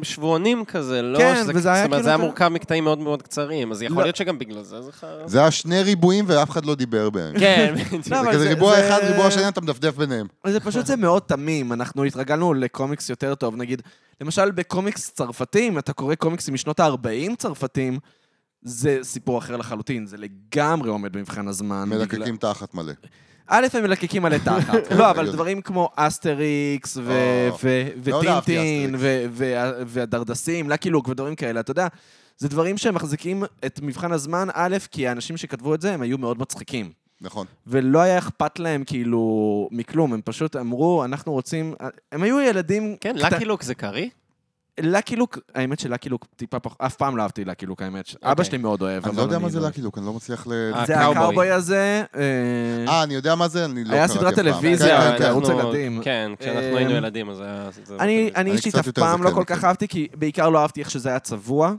[SPEAKER 4] בשבועונים כזה, לא
[SPEAKER 2] כן,
[SPEAKER 4] שזה...
[SPEAKER 2] וזה היה
[SPEAKER 4] זאת אומרת,
[SPEAKER 2] כאילו
[SPEAKER 4] זה היה
[SPEAKER 2] אתה-
[SPEAKER 4] מורכב מקטעים מאוד מאוד קצרים, אז
[SPEAKER 2] לא.
[SPEAKER 4] יכול להיות שגם בגלל זה זה חרא.
[SPEAKER 3] זה היה שני ריבועים ואף אחד לא דיבר בהם.
[SPEAKER 4] כן,
[SPEAKER 2] לא,
[SPEAKER 4] בדיוק.
[SPEAKER 2] אבל
[SPEAKER 3] כזה
[SPEAKER 2] זה-
[SPEAKER 3] ריבוע
[SPEAKER 2] זה-
[SPEAKER 3] אחד, ריבוע שני, אתה מדפדף ביניהם.
[SPEAKER 2] זה פשוט זה מאוד תמים, אנחנו התרגלנו לקומיקס יותר טוב, נגיד, למשל בקומיקס צרפתי, אם אתה קורא קומיקסים משנות ה-40 צרפתים, זה סיפור אחר לחלוטין, זה לגמרי עומד במבחן הזמן. בגלל-
[SPEAKER 3] מלקקים תחת מלא.
[SPEAKER 2] א', הם מלקקים עלי תחת. לא, אבל
[SPEAKER 3] הגיוני.
[SPEAKER 2] דברים כמו אסטריקס ו-
[SPEAKER 3] או,
[SPEAKER 2] ו-
[SPEAKER 3] מאוד אהבתי
[SPEAKER 2] וטינטין ו- וה- והדרדסים, לקילוק ודברים כאלה, אתה יודע, זה דברים שמחזיקים את מבחן הזמן, א', כי האנשים שכתבו את זה, הם היו מאוד מצחיקים.
[SPEAKER 3] נכון.
[SPEAKER 2] ולא היה אכפת להם כאילו מכלום, הם פשוט אמרו, אנחנו רוצים... הם היו ילדים...
[SPEAKER 4] כן,
[SPEAKER 2] קטן-
[SPEAKER 4] לקי לוק זה קרי?
[SPEAKER 2] לקילוק, האמת שלקילוק טיפה פחות, אף פעם לא אהבתי לקילוק, האמת. אבא
[SPEAKER 4] אוקיי.
[SPEAKER 2] שלי מאוד אוהב.
[SPEAKER 3] אני
[SPEAKER 2] אבל
[SPEAKER 3] לא יודע מה זה לקי לוק, אני לא מצליח ל...
[SPEAKER 2] זה
[SPEAKER 4] הקאובוי.
[SPEAKER 2] הקאובוי הזה. אה,
[SPEAKER 3] אה, אני יודע מה זה, אני לא קראתי
[SPEAKER 2] היה
[SPEAKER 3] אף פעם.
[SPEAKER 2] סדרת טלוויזיה,
[SPEAKER 3] כן, כן,
[SPEAKER 4] כן,
[SPEAKER 3] כן.
[SPEAKER 2] ערוץ
[SPEAKER 4] אנחנו-
[SPEAKER 2] ילדים.
[SPEAKER 4] כן, כשאנחנו
[SPEAKER 2] אה,
[SPEAKER 4] היינו ילדים, אז היה...
[SPEAKER 2] אני
[SPEAKER 4] זה- זה-
[SPEAKER 2] אני
[SPEAKER 3] אוקיי. אני
[SPEAKER 2] אישית
[SPEAKER 3] קצת
[SPEAKER 2] אף
[SPEAKER 3] יותר
[SPEAKER 2] פעם לא
[SPEAKER 3] זקן
[SPEAKER 2] כל כך
[SPEAKER 3] מכם.
[SPEAKER 2] אהבתי, כי בעיקר לא אהבתי איך שזה היה צבוע.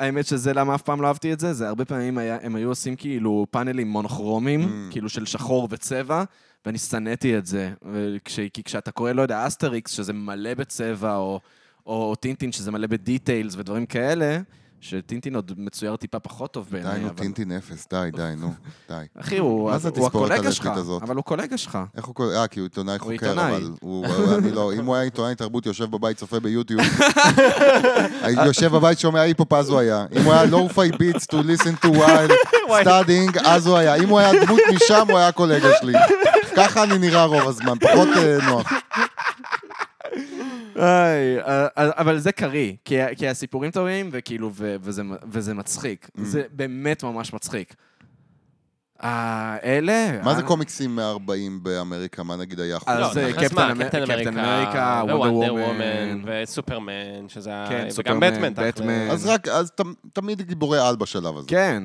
[SPEAKER 2] האמת שזה למה אף פעם לא אהבתי את זה, זה הרבה פעמים היה, הם היו עושים כאילו פאנלים מונוכרומים,
[SPEAKER 3] Mm.
[SPEAKER 2] כאילו של שחור וצבע, ואני שנאתי את זה. וכש- כי כשאתה קורא, לא יודע, אסטריקס, שזה מלא בצבע, או- או טינטין, שזה מלא בדיטיילס ודברים כאלה, שטינטין עוד מצויר טיפה פחות טוב
[SPEAKER 3] די,
[SPEAKER 2] בעיניי,
[SPEAKER 3] נו,
[SPEAKER 2] אה, אבל...
[SPEAKER 3] טינטין אפס, די, די, נו, די.
[SPEAKER 2] אחי, הוא
[SPEAKER 3] מה זה
[SPEAKER 2] הוא
[SPEAKER 3] התספורת
[SPEAKER 2] הקולגה שלך,
[SPEAKER 3] הלסבית הזאת?
[SPEAKER 2] אבל הוא קולגה שלך.
[SPEAKER 3] איך הוא קורא? אה, כי הוא עיתונאי חוקר,
[SPEAKER 2] עיתונאי.
[SPEAKER 3] אבל הוא... אני לא, אם הוא היה עיתונאי תרבות, יושב בבית, צופה ביוטיוב. אה, יושב בבית, שומע היפ-הופ, אז הוא היה. אם הוא היה לואו-פיי ביטס to listen to while studying, אז הוא היה. אם הוא היה דמות משם, הוא היה קולגה שלי. ככה אני נראה רוב הזמן, פחות אה, נוח.
[SPEAKER 2] כן. איי, אה, אה, אבל זה קרי, כי, ה- כי הסיפורים טובים, וכאילו, ו, וזה, מ- וזה מצחיק.
[SPEAKER 3] Mm.
[SPEAKER 2] זה באמת ממש מצחיק. אה, אלה...
[SPEAKER 3] מה זה
[SPEAKER 2] אה,
[SPEAKER 3] קומיקסים מה-40 באמריקה? מה נגיד היה חוץ?
[SPEAKER 2] אז,
[SPEAKER 4] לא,
[SPEAKER 2] אה,
[SPEAKER 4] אז
[SPEAKER 2] קפטן
[SPEAKER 4] מה,
[SPEAKER 2] אמר- קפטן אמריקה, וונדר
[SPEAKER 4] ווונדר
[SPEAKER 2] וומן.
[SPEAKER 4] וומן, וסופרמן, שזה היה...
[SPEAKER 2] כן,
[SPEAKER 4] וגם
[SPEAKER 2] סופרמן,
[SPEAKER 4] בטמן. תכל'ס.
[SPEAKER 2] בטמן.
[SPEAKER 3] אז רק, אז תמ- תמיד גיבורי על בשלב הזה.
[SPEAKER 2] כן,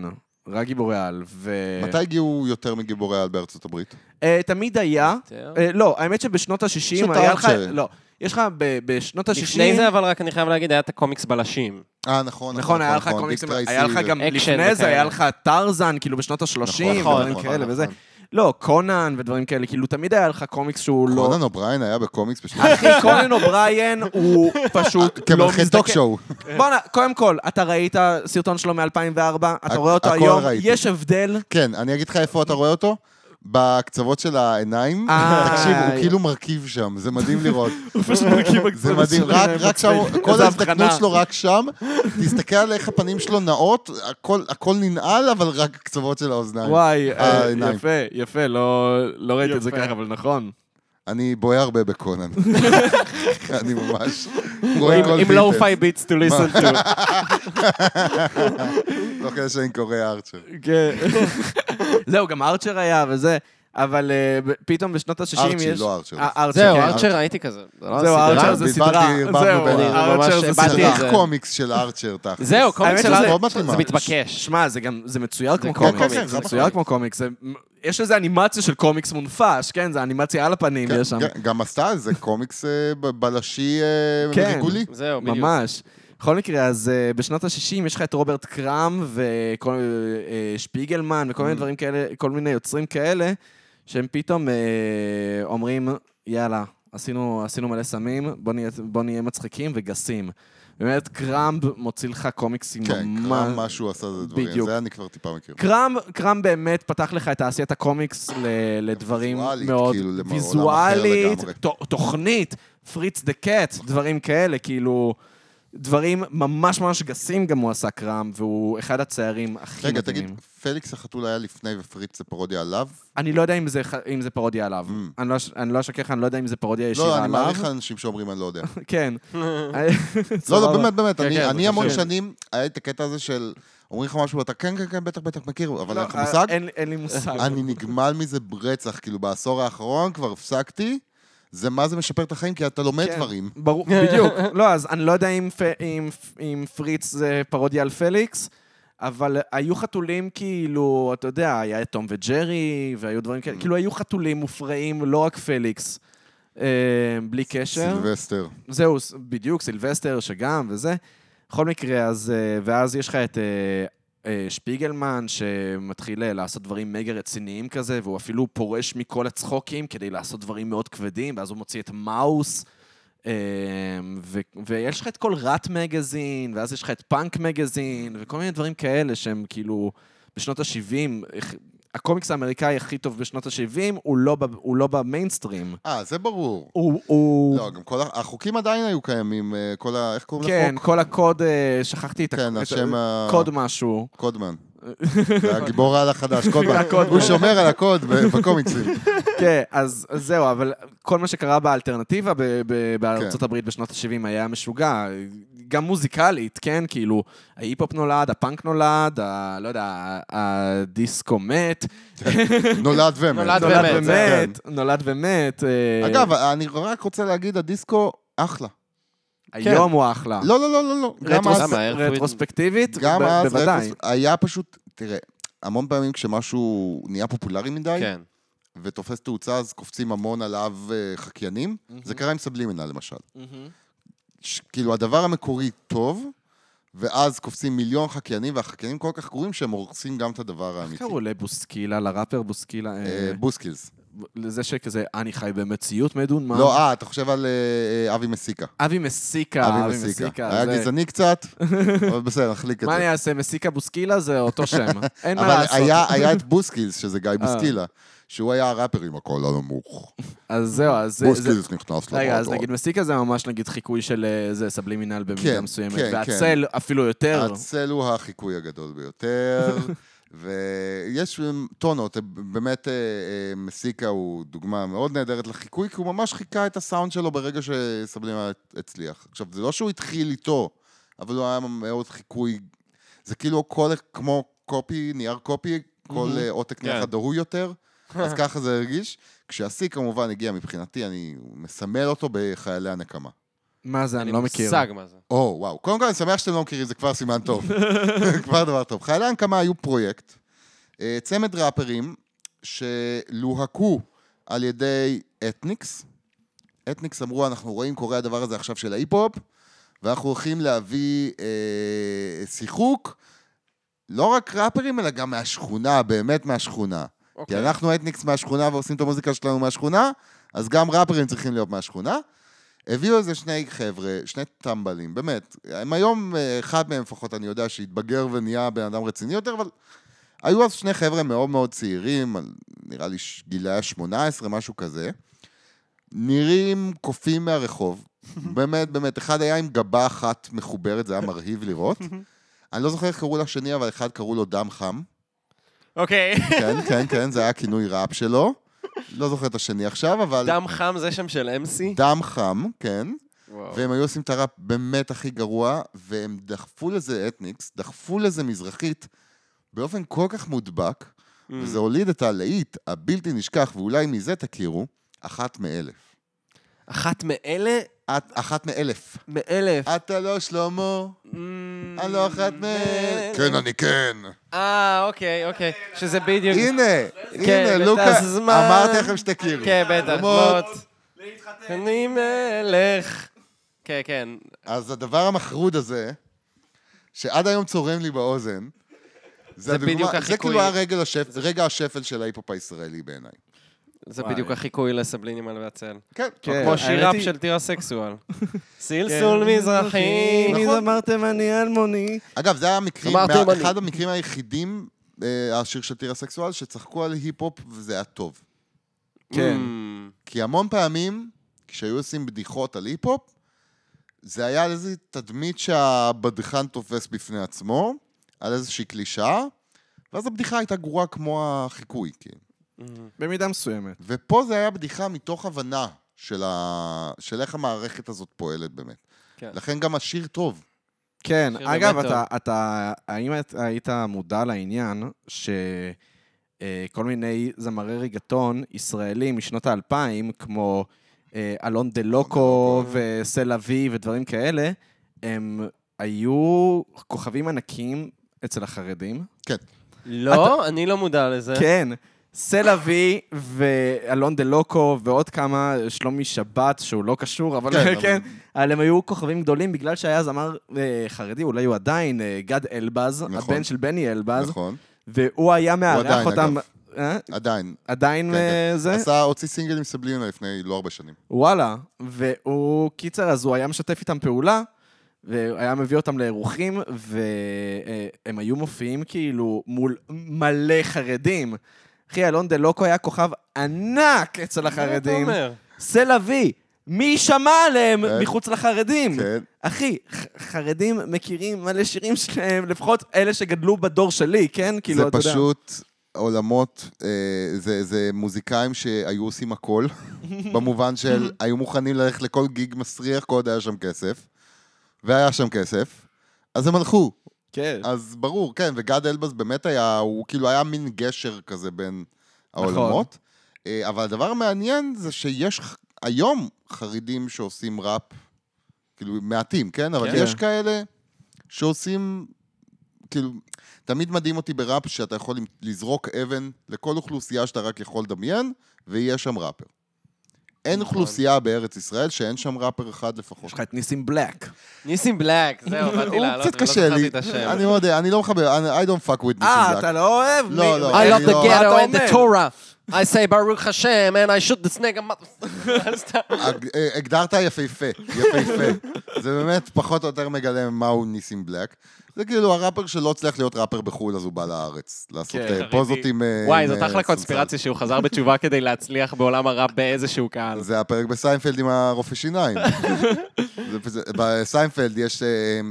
[SPEAKER 2] רק גיבורי על. ו...
[SPEAKER 3] מתי הגיעו יותר מגיבורי על בארצות הברית?
[SPEAKER 2] אה, תמיד היה...
[SPEAKER 4] יותר.
[SPEAKER 2] אה, לא, האמת שבשנות
[SPEAKER 3] פשוט
[SPEAKER 2] ה-60 היה לך...
[SPEAKER 3] ארצ'ר.
[SPEAKER 2] לא, יש לך ב- בשנות ה-60...
[SPEAKER 4] לפני זה, אבל רק אני חייב להגיד, היה את הקומיקס בלשים.
[SPEAKER 3] אה, נכון,
[SPEAKER 2] נכון, היה לך
[SPEAKER 3] נכון,
[SPEAKER 2] קומיקסים,
[SPEAKER 3] דיק
[SPEAKER 2] היה לך
[SPEAKER 3] טרייסי
[SPEAKER 2] גם
[SPEAKER 3] ו-
[SPEAKER 4] אקשן
[SPEAKER 2] לפני זה,
[SPEAKER 4] וכאלה.
[SPEAKER 2] היה לך טרזן, כאילו בשנות ה-30,
[SPEAKER 3] נכון,
[SPEAKER 2] ודברים
[SPEAKER 3] נכון,
[SPEAKER 2] כאלה
[SPEAKER 3] נכון.
[SPEAKER 2] וזה. לא, קונן ודברים כאלה, כאילו תמיד היה לך קומיקס שהוא לא...
[SPEAKER 3] קונן אובריין נכון, היה בקומיקס בשנות
[SPEAKER 2] אחי, קונן אובריין הוא פשוט לא
[SPEAKER 3] כמלכי טוק
[SPEAKER 2] מזדקן.
[SPEAKER 3] שואו.
[SPEAKER 2] בואנה, קודם כל, אתה ראית סרטון שלו מ-2004, אתה
[SPEAKER 3] הכ-
[SPEAKER 2] רואה אותו
[SPEAKER 3] הכל
[SPEAKER 2] היום,
[SPEAKER 3] ראיתי.
[SPEAKER 2] יש הבדל.
[SPEAKER 3] כן, אני אגיד לך איפה אתה רואה אותו. בקצוות של העיניים.
[SPEAKER 2] אה,
[SPEAKER 3] תקשיב, הוא
[SPEAKER 2] אה.
[SPEAKER 3] כאילו מרכיב שם, זה מדהים לראות.
[SPEAKER 2] הוא פשוט מרכיב
[SPEAKER 3] זה מדהים, רק רק שם, כל
[SPEAKER 2] איזה
[SPEAKER 3] ההזדקנות
[SPEAKER 2] הבחנה.
[SPEAKER 3] שלו רק שם, תסתכל על איך הפנים שלו נעות, הכל הכל ננעל, אבל רק הקצוות של האוזניים.
[SPEAKER 2] וואי, אה,
[SPEAKER 3] העיניים.
[SPEAKER 2] יפה, יפה, לא לא ראיתי את זה ככה, אבל נכון.
[SPEAKER 3] אני בוהה הרבה בקונן. אני ממש רואה
[SPEAKER 4] עם
[SPEAKER 3] כל
[SPEAKER 2] לא
[SPEAKER 3] ביטל.
[SPEAKER 4] לואו-פיי ביטס to listen to.
[SPEAKER 3] לא כדי שאני קורא ארצ'ר.
[SPEAKER 2] כן. זהו, גם ארצ'ר היה וזה, אבל אה, ב- פתאום בשנות ה-60 יש...
[SPEAKER 3] ארצ'י, לא ארצ'ר.
[SPEAKER 2] אה, ארצ'ר,
[SPEAKER 4] זהו,
[SPEAKER 2] כן.
[SPEAKER 4] ארצ'ר ראיתי כזה. זה לא
[SPEAKER 2] זהו,
[SPEAKER 4] הסדרה?
[SPEAKER 2] ארצ'ר זה
[SPEAKER 3] בלבלתי,
[SPEAKER 2] סדרה.
[SPEAKER 3] ערבבנו
[SPEAKER 2] זהו,
[SPEAKER 3] בין ה-
[SPEAKER 2] ארצ'ר זה
[SPEAKER 4] ממש הבנתי
[SPEAKER 2] סדרה.
[SPEAKER 4] את זה.
[SPEAKER 3] צריך קומיקס של ארצ'ר, תכל'ס.
[SPEAKER 4] זהו,
[SPEAKER 2] האמת
[SPEAKER 4] קומיקס של
[SPEAKER 2] שזה-
[SPEAKER 4] ארצ'ר.
[SPEAKER 3] מאוד מתאימה.
[SPEAKER 4] זה מתבקש.
[SPEAKER 2] שמע, זה גם, זה מצויר כמו
[SPEAKER 4] כמו
[SPEAKER 2] קומיקס.
[SPEAKER 4] קומיקס,
[SPEAKER 2] זה
[SPEAKER 3] חד
[SPEAKER 2] מצויר
[SPEAKER 3] משמעית.
[SPEAKER 2] כמו קומיקס. זה- יש איזה אנימציה של קומיקס מונפש, כן? זה אנימציה על הפנים,
[SPEAKER 3] כן,
[SPEAKER 2] יש שם.
[SPEAKER 3] ג- גם עשתה על זה קומיקס אה, ב- בלשי אה,
[SPEAKER 2] כן.
[SPEAKER 3] ריגולי.
[SPEAKER 4] זהו, לא, בדיוק.
[SPEAKER 2] ממש. בכל מקרה, אז אה, בשנות ה-60 יש לך את רוברט קראם וכל- אה, שפיגלמן וכל מיני דברים כאלה, כל מיני יוצרים כאלה, שהם פתאום אה, אומרים, יאללה, עשינו עשינו מלא סמים, בוא נהיה- בוא נהיה מצחיקים וגסים. באמת, קראמב מוציא לך קומיקסים
[SPEAKER 3] כן,
[SPEAKER 2] ממש...
[SPEAKER 3] קרם מה שהוא עשה זה דברים.
[SPEAKER 2] בדיוק.
[SPEAKER 3] זה אני כבר טיפה מכיר.
[SPEAKER 2] קרם, קרם באמת פתח לך את תעשיית הקומיקס ל- לדברים
[SPEAKER 3] ויזואלית,
[SPEAKER 2] מאוד...
[SPEAKER 3] כאילו, לעולם אחר
[SPEAKER 2] ויזואלית,
[SPEAKER 3] לגמרי.
[SPEAKER 2] ת- תוכנית, פריץ דה קט, דברים כאלה, כאילו... דברים ממש ממש גסים גם הוא עשה קרם, והוא אחד הציירים הכי
[SPEAKER 3] רגע,
[SPEAKER 2] מדהימים.
[SPEAKER 3] תגיד, פליקס החתול היה לפני ופריץ זה פרודיה עליו?
[SPEAKER 2] אני לא יודע אם זה, ח- אם זה פרודיה עליו. אני לא אש- אני לא אשקר לך, אני לא יודע אם זה פרודיה ישירה
[SPEAKER 3] Mm. לא,
[SPEAKER 2] עליו.
[SPEAKER 3] אני מעריך אנשים שאומרים, אני לא יודע.
[SPEAKER 2] כן.
[SPEAKER 3] לא, לא,
[SPEAKER 2] סבבה.
[SPEAKER 3] באמת, באמת,
[SPEAKER 4] כן,
[SPEAKER 3] אני-
[SPEAKER 4] כן,
[SPEAKER 3] אני
[SPEAKER 4] זה
[SPEAKER 3] המון
[SPEAKER 4] חשוב.
[SPEAKER 3] שנים, היה את הקטע הזה של, אומרים לך משהו, ואתה כן, כן, כן, בטח, בטח מכיר, אבל
[SPEAKER 2] לא,
[SPEAKER 3] אין לך מושג.
[SPEAKER 2] אין- אין לי מושג.
[SPEAKER 3] אני נגמל מזה ברצח, כאילו בעשור האחרון כבר הפסקתי, זה מה זה משפר את החיים, כי אתה לומד
[SPEAKER 2] כן,
[SPEAKER 3] דברים.
[SPEAKER 2] ברור, בדיוק. לא, אז אני לא יודע אם, פ- אם, אם פריץ זה פרודיה על פליקס, אבל היו חתולים כאילו, אתה יודע, היה את תום וג'רי, והיו דברים כאלה, כאילו היו חתולים מופרעים, לא רק פליקס, אה, בלי קשר.
[SPEAKER 3] סילבסטר.
[SPEAKER 2] זהו, ס- בדיוק, סילבסטר שגם, וזה. בכל מקרה, אז... אה, ואז יש לך את אה, אה, שפיגלמן, שמתחיל אה, לעשות דברים מגה רציניים כזה, והוא אפילו פורש מכל הצחוקים כדי לעשות דברים מאוד כבדים, ואז הוא מוציא את מאוס. אה, ו- ויש לך את כל ראט מגזין, ואז יש לך את פאנק מגזין, וכל מיני דברים כאלה שהם כאילו בשנות ה-70, הקומיקס האמריקאי הכי טוב בשנות ה-70, הוא, לא ב- הוא לא במיינסטרים.
[SPEAKER 3] אה, זה ברור.
[SPEAKER 2] הוא, הוא
[SPEAKER 3] לא, גם כל ה- החוקים עדיין היו קיימים, אה, כל ה... איך קוראים
[SPEAKER 2] כן,
[SPEAKER 3] לחוק?
[SPEAKER 2] כל הקוד, אה, שכחתי את
[SPEAKER 3] כן,
[SPEAKER 2] את-
[SPEAKER 3] השם ה-
[SPEAKER 2] קוד משהו.
[SPEAKER 3] קודמן. זה הגיבור העל החדש, קודמן.
[SPEAKER 2] הקודמן.
[SPEAKER 3] הוא שומר על הקוד ב- בקומיקסים.
[SPEAKER 2] כן, אז אז זהו, אבל כל מה שקרה באלטרנטיבה ב- ב- בארצות
[SPEAKER 3] כן.
[SPEAKER 2] הברית בשנות ה-70 היה משוגע. גם מוזיקלית, כן? כאילו, ההיפ-הופ נולד, הפאנק נולד, ה... לא יודע, ה- הדיסקו מת.
[SPEAKER 3] נולד ומת.
[SPEAKER 4] נולד
[SPEAKER 2] נולד
[SPEAKER 4] ומת, זה- כן.
[SPEAKER 2] ומת, נולד ומת. אה,
[SPEAKER 3] אגב, אני רק רוצה להגיד, הדיסקו אחלה.
[SPEAKER 2] היום הוא אחלה.
[SPEAKER 3] כן. לא, לא, לא, לא, לא. גם אז,
[SPEAKER 2] רטרוס-
[SPEAKER 4] למה? איך הוא-
[SPEAKER 2] רטרוספקטיבית?
[SPEAKER 3] גם
[SPEAKER 2] ב-
[SPEAKER 3] אז,
[SPEAKER 2] בוודאי.
[SPEAKER 3] רטרוס- היה פשוט, תראה, המון פעמים כשמשהו נהיה פופולרי מדי,
[SPEAKER 4] כן.
[SPEAKER 3] ותופס תאוצה, אז קופצים המון עליו אה, חקיינים. זה קרה עם סבלימינה, למשל.
[SPEAKER 2] מהמם.
[SPEAKER 3] ש- כאילו, הדבר המקורי טוב, ואז קופצים מיליון חקיינים, והחקיינים כל כך גרועים שהם הורסים גם את הדבר
[SPEAKER 2] איך
[SPEAKER 3] האמיתי.
[SPEAKER 2] קראו לבוסקילה, לראפר בוסקילה? אה,
[SPEAKER 3] אה, בוסקילס.
[SPEAKER 2] לזה שכזה, אני חי במציאות מדומה.
[SPEAKER 3] לא, אה, אתה חושב על אה, אה, אבי מסיקה.
[SPEAKER 2] אבי אה, מסיקה,
[SPEAKER 3] אבי מסיקה. היה
[SPEAKER 2] זה-
[SPEAKER 3] גזעני קצת, אבל בסדר, נחליק את
[SPEAKER 2] מה אני
[SPEAKER 3] זה.
[SPEAKER 2] אעשה, מסיקה בוסקילה זה אותו שם, אין מה
[SPEAKER 3] אבל
[SPEAKER 2] לעשות. אה.
[SPEAKER 3] היה- היה את בוסקילס, שזה גיא בוסקילה, שהוא היה הראפר עם הקול הנמוך.
[SPEAKER 2] אז זהו, אז... זה- זה-
[SPEAKER 3] בוסקילס נכנס
[SPEAKER 2] רגע, אז
[SPEAKER 3] למועדון.
[SPEAKER 2] נגיד מסיקה זה ממש נגיד חיקוי של אה, זה סבלימינל במידה
[SPEAKER 3] כן,
[SPEAKER 2] מסוימת,
[SPEAKER 3] כן,
[SPEAKER 2] והצל אפילו יותר.
[SPEAKER 3] הצל הוא החיקוי הגדול ביותר, ויש טונות, באמת אה, אה, מסיקה הוא דוגמה מאוד נהדרת לחיקוי, כי הוא ממש חיכה את הסאונד שלו ברגע שסבלימה הצליח. עכשיו, זה לא שהוא התחיל איתו, אבל הוא היה מאוד חיקוי, זה כאילו כל, כמו קופי, נייר קופי, כל אה, עותק נהיה לך
[SPEAKER 4] כן.
[SPEAKER 3] דהוי יותר. אז ככה זה הרגיש. כשהשיא כמובן הגיע מבחינתי, אני מסמל אותו בחיילי הנקמה.
[SPEAKER 2] מה זה, אני לא מכיר.
[SPEAKER 4] מושג מה זה.
[SPEAKER 3] או, וואו. קודם כל, אני שמח שאתם לא מכירים, זה כבר סימן טוב. כבר דבר טוב. חיילי הנקמה היו פרויקט, אה, צמד ראפרים שלוהקו על ידי אתניקס. אתניקס אמרו, אנחנו רואים קורה הדבר הזה עכשיו של ההיפ-הופ, ואנחנו הולכים להביא אה, שיחוק, לא רק ראפרים, אלא גם מהשכונה, באמת מהשכונה. כי
[SPEAKER 4] אוקיי.
[SPEAKER 3] אנחנו אתניקס מהשכונה ועושים את המוזיקה שלנו מהשכונה, אז גם ראפרים צריכים להיות מהשכונה. הביאו איזה שני חבר'ה, שני טמבלים, באמת. הם היום, אה, אחד מהם לפחות, אני יודע שהתבגר ונהיה בן אדם רציני יותר, אבל היו אז שני חבר'ה מאוד מאוד צעירים, נראה לי ש- גילאי ה-18, משהו כזה, נראים קופים מהרחוב. באמת, באמת, אחד היה עם גבה אחת מחוברת, זה היה מרהיב לראות. אני לא זוכר איך קראו לשני, אבל אחד קראו לו דם חם.
[SPEAKER 4] אוקיי.
[SPEAKER 3] כן, כן, כן, זה היה כינוי ראפ שלו. לא זוכר את השני עכשיו, אבל...
[SPEAKER 4] דם חם זה שם של אמסי?
[SPEAKER 3] דם חם, כן.
[SPEAKER 4] וואו.
[SPEAKER 3] והם היו עושים את הראפ באמת הכי גרוע, והם דחפו לזה אתניקס, דחפו לזה מזרחית, באופן כל כך מודבק,
[SPEAKER 4] Mm.
[SPEAKER 3] וזה הוליד את הלהיט הבלתי נשכח, ואולי מזה תכירו, אחת מאלף.
[SPEAKER 4] אחת מאלה?
[SPEAKER 3] את אחת מאלף.
[SPEAKER 4] מאלף.
[SPEAKER 2] אה.
[SPEAKER 3] אתה לא שלמה,
[SPEAKER 4] אמ,
[SPEAKER 3] אני לא אחת
[SPEAKER 4] Mm.
[SPEAKER 3] מאלף. כן, אני כן.
[SPEAKER 4] אה, אוקיי, אוקיי. שזה בדיוק...
[SPEAKER 3] הנה,
[SPEAKER 4] כן, ואת
[SPEAKER 3] הנה, לוקה,
[SPEAKER 4] הזמן.
[SPEAKER 3] אמרתי לכם שתכירו.
[SPEAKER 4] כן, בטח.
[SPEAKER 3] שלמות.
[SPEAKER 4] מות. אני מלך. כן, כן.
[SPEAKER 3] אז הדבר המחרוד הזה, שעד היום צורם לי באוזן, זה,
[SPEAKER 4] זה
[SPEAKER 3] הדוגמה,
[SPEAKER 4] בדיוק
[SPEAKER 3] זה
[SPEAKER 4] החיקוי.
[SPEAKER 3] כאילו היה רגל השפ... רגע השפל של ההיפ-הופ הישראלי בעיניי.
[SPEAKER 4] זה
[SPEAKER 2] וואי.
[SPEAKER 4] בדיוק החיקוי לסבלינימל והצל.
[SPEAKER 3] כן.
[SPEAKER 4] או
[SPEAKER 2] כן,
[SPEAKER 4] כמו שיר ראפ
[SPEAKER 2] האמת היא- כן.
[SPEAKER 4] של טירה סקסואל. סלסול מזרחי.
[SPEAKER 2] מי
[SPEAKER 3] נכון.
[SPEAKER 2] אמרתם אני אלמוני?
[SPEAKER 3] אגב, זה היה המקרים,
[SPEAKER 4] אמרתי
[SPEAKER 3] מה...
[SPEAKER 4] אם אני-
[SPEAKER 3] אחד המקרים היחידים, אה, השיר של טירה סקסואל, שצחקו על היפ-הופ וזה היה טוב.
[SPEAKER 2] כן.
[SPEAKER 4] אמ,
[SPEAKER 3] כי המון פעמים, כשהיו עושים בדיחות על היפ-הופ, זה היה על איזו תדמית שהבדחן תופס בפני עצמו, על איזושהי קלישאה, ואז הבדיחה הייתה גרועה כמו החיקוי, כאילו.
[SPEAKER 4] Mm,
[SPEAKER 2] במידה מסוימת.
[SPEAKER 3] ופה זה היה בדיחה מתוך הבנה של, ה... של איך המערכת הזאת פועלת באמת.
[SPEAKER 4] כן.
[SPEAKER 3] כן. לכן גם השיר טוב.
[SPEAKER 2] כן,
[SPEAKER 4] שיר
[SPEAKER 2] אגב,
[SPEAKER 4] באמת
[SPEAKER 2] אתה, אתה, האם את- היית מודע לעניין שכל מיני זמרי ריגטון ישראלים משנות האלפיים, כמו אה, אלון דה לוקו וסל אבי ודברים כאלה, הם היו כוכבים ענקים אצל החרדים?
[SPEAKER 3] כן.
[SPEAKER 4] לא, אני לא מודע לזה.
[SPEAKER 2] כן. סל אבי ואלון דה לוקו ועוד כמה, שלומי שבת, שהוא לא קשור, אבל
[SPEAKER 3] כן,
[SPEAKER 2] כן, אבל הם היו כוכבים גדולים בגלל שהיה זמר אה, חרדי, אולי הוא עדיין, אה, גד אלבז,
[SPEAKER 3] נכון.
[SPEAKER 2] הבן של בני אלבז,
[SPEAKER 3] נכון.
[SPEAKER 2] והוא היה מארח
[SPEAKER 3] עדיין,
[SPEAKER 2] אותם...
[SPEAKER 3] אגב.
[SPEAKER 2] אה?
[SPEAKER 3] עדיין.
[SPEAKER 2] עדיין
[SPEAKER 3] כן,
[SPEAKER 2] אה,
[SPEAKER 3] כן.
[SPEAKER 2] זה?
[SPEAKER 3] עשה, הוציא סינגל עם סבליונה לפני לא הרבה שנים.
[SPEAKER 2] וואלה. והוא, קיצר, אז הוא היה משתף איתם פעולה, והיה מביא אותם לאירוחים, והם היו מופיעים כאילו מול מלא חרדים. אחי, אלון דה לוקו היה כוכב ענק אצל החרדים.
[SPEAKER 4] מה אתה אומר?
[SPEAKER 2] סל אבי, מי יישמע עליהם
[SPEAKER 3] כן.
[SPEAKER 2] מחוץ לחרדים?
[SPEAKER 3] כן.
[SPEAKER 2] אחי, ח- חרדים מכירים מלא שירים שלהם, לפחות אלה שגדלו בדור שלי, כן? כאילו,
[SPEAKER 3] זה
[SPEAKER 2] אתה יודע.
[SPEAKER 3] פשוט עולמות, אה, זה, זה מוזיקאים שהיו עושים הכל, במובן של היו מוכנים ללכת לכל גיג מסריח כל עוד היה שם כסף, והיה שם כסף, אז הם הלכו.
[SPEAKER 2] כן.
[SPEAKER 3] אז ברור, כן, וגד אלבז באמת היה, הוא כאילו היה מין גשר כזה בין
[SPEAKER 2] נכון.
[SPEAKER 3] העולמות. אה, אבל הדבר המעניין זה שיש ח- היום חרדים שעושים ראפ, כאילו מעטים, כן? אבל
[SPEAKER 2] כן.
[SPEAKER 3] יש כאלה שעושים, כאילו, תמיד מדהים אותי בראפ שאתה יכול לזרוק אבן לכל אוכלוסייה שאתה רק יכול לדמיין, ויהיה שם ראפר. אין אוכלוסייה בארץ ישראל שאין שם ראפר אחד לפחות.
[SPEAKER 2] נכון. יש לך לא את ניסים בלק.
[SPEAKER 4] ניסים בלק, זהו, באתי
[SPEAKER 3] הוא
[SPEAKER 4] לעלות,
[SPEAKER 3] קצת
[SPEAKER 4] ולא
[SPEAKER 3] קשה
[SPEAKER 4] זכרתי
[SPEAKER 3] לא לי,
[SPEAKER 4] את השם.
[SPEAKER 3] אני מודה, אני לא מחבר, אני- I don't fuck with this
[SPEAKER 2] אה, אתה לא אוהב?
[SPEAKER 3] לא,
[SPEAKER 2] מי-
[SPEAKER 3] לא.
[SPEAKER 4] I
[SPEAKER 3] אני
[SPEAKER 4] love the
[SPEAKER 3] לא-
[SPEAKER 4] ghetto
[SPEAKER 2] מה אתה
[SPEAKER 4] and the
[SPEAKER 2] אומר?
[SPEAKER 4] Torah. I say ברוך השם and I shoot this nigga. mother-" סתם.
[SPEAKER 3] הג- אה, הגדרת יפהפה, יפהפה. זה באמת פחות או יותר מגלם מהו ניסים בלק. זה כאילו הראפר שלא הצליח להיות ראפר בחו"ל, אז הוא בא לארץ. לעשות
[SPEAKER 4] כן,
[SPEAKER 3] אה, פוזות עם... אה,
[SPEAKER 4] וואי,
[SPEAKER 3] עם,
[SPEAKER 4] זאת
[SPEAKER 3] אה,
[SPEAKER 4] אחלה
[SPEAKER 3] סמסל.
[SPEAKER 4] קונספירציה שהוא חזר בתשובה כדי להצליח בעולם הראפ באיזשהו קהל.
[SPEAKER 3] זה הפרק בסיינפלד עם הרופא שיניים. זה פשוט- בסיינפלד יש... אה,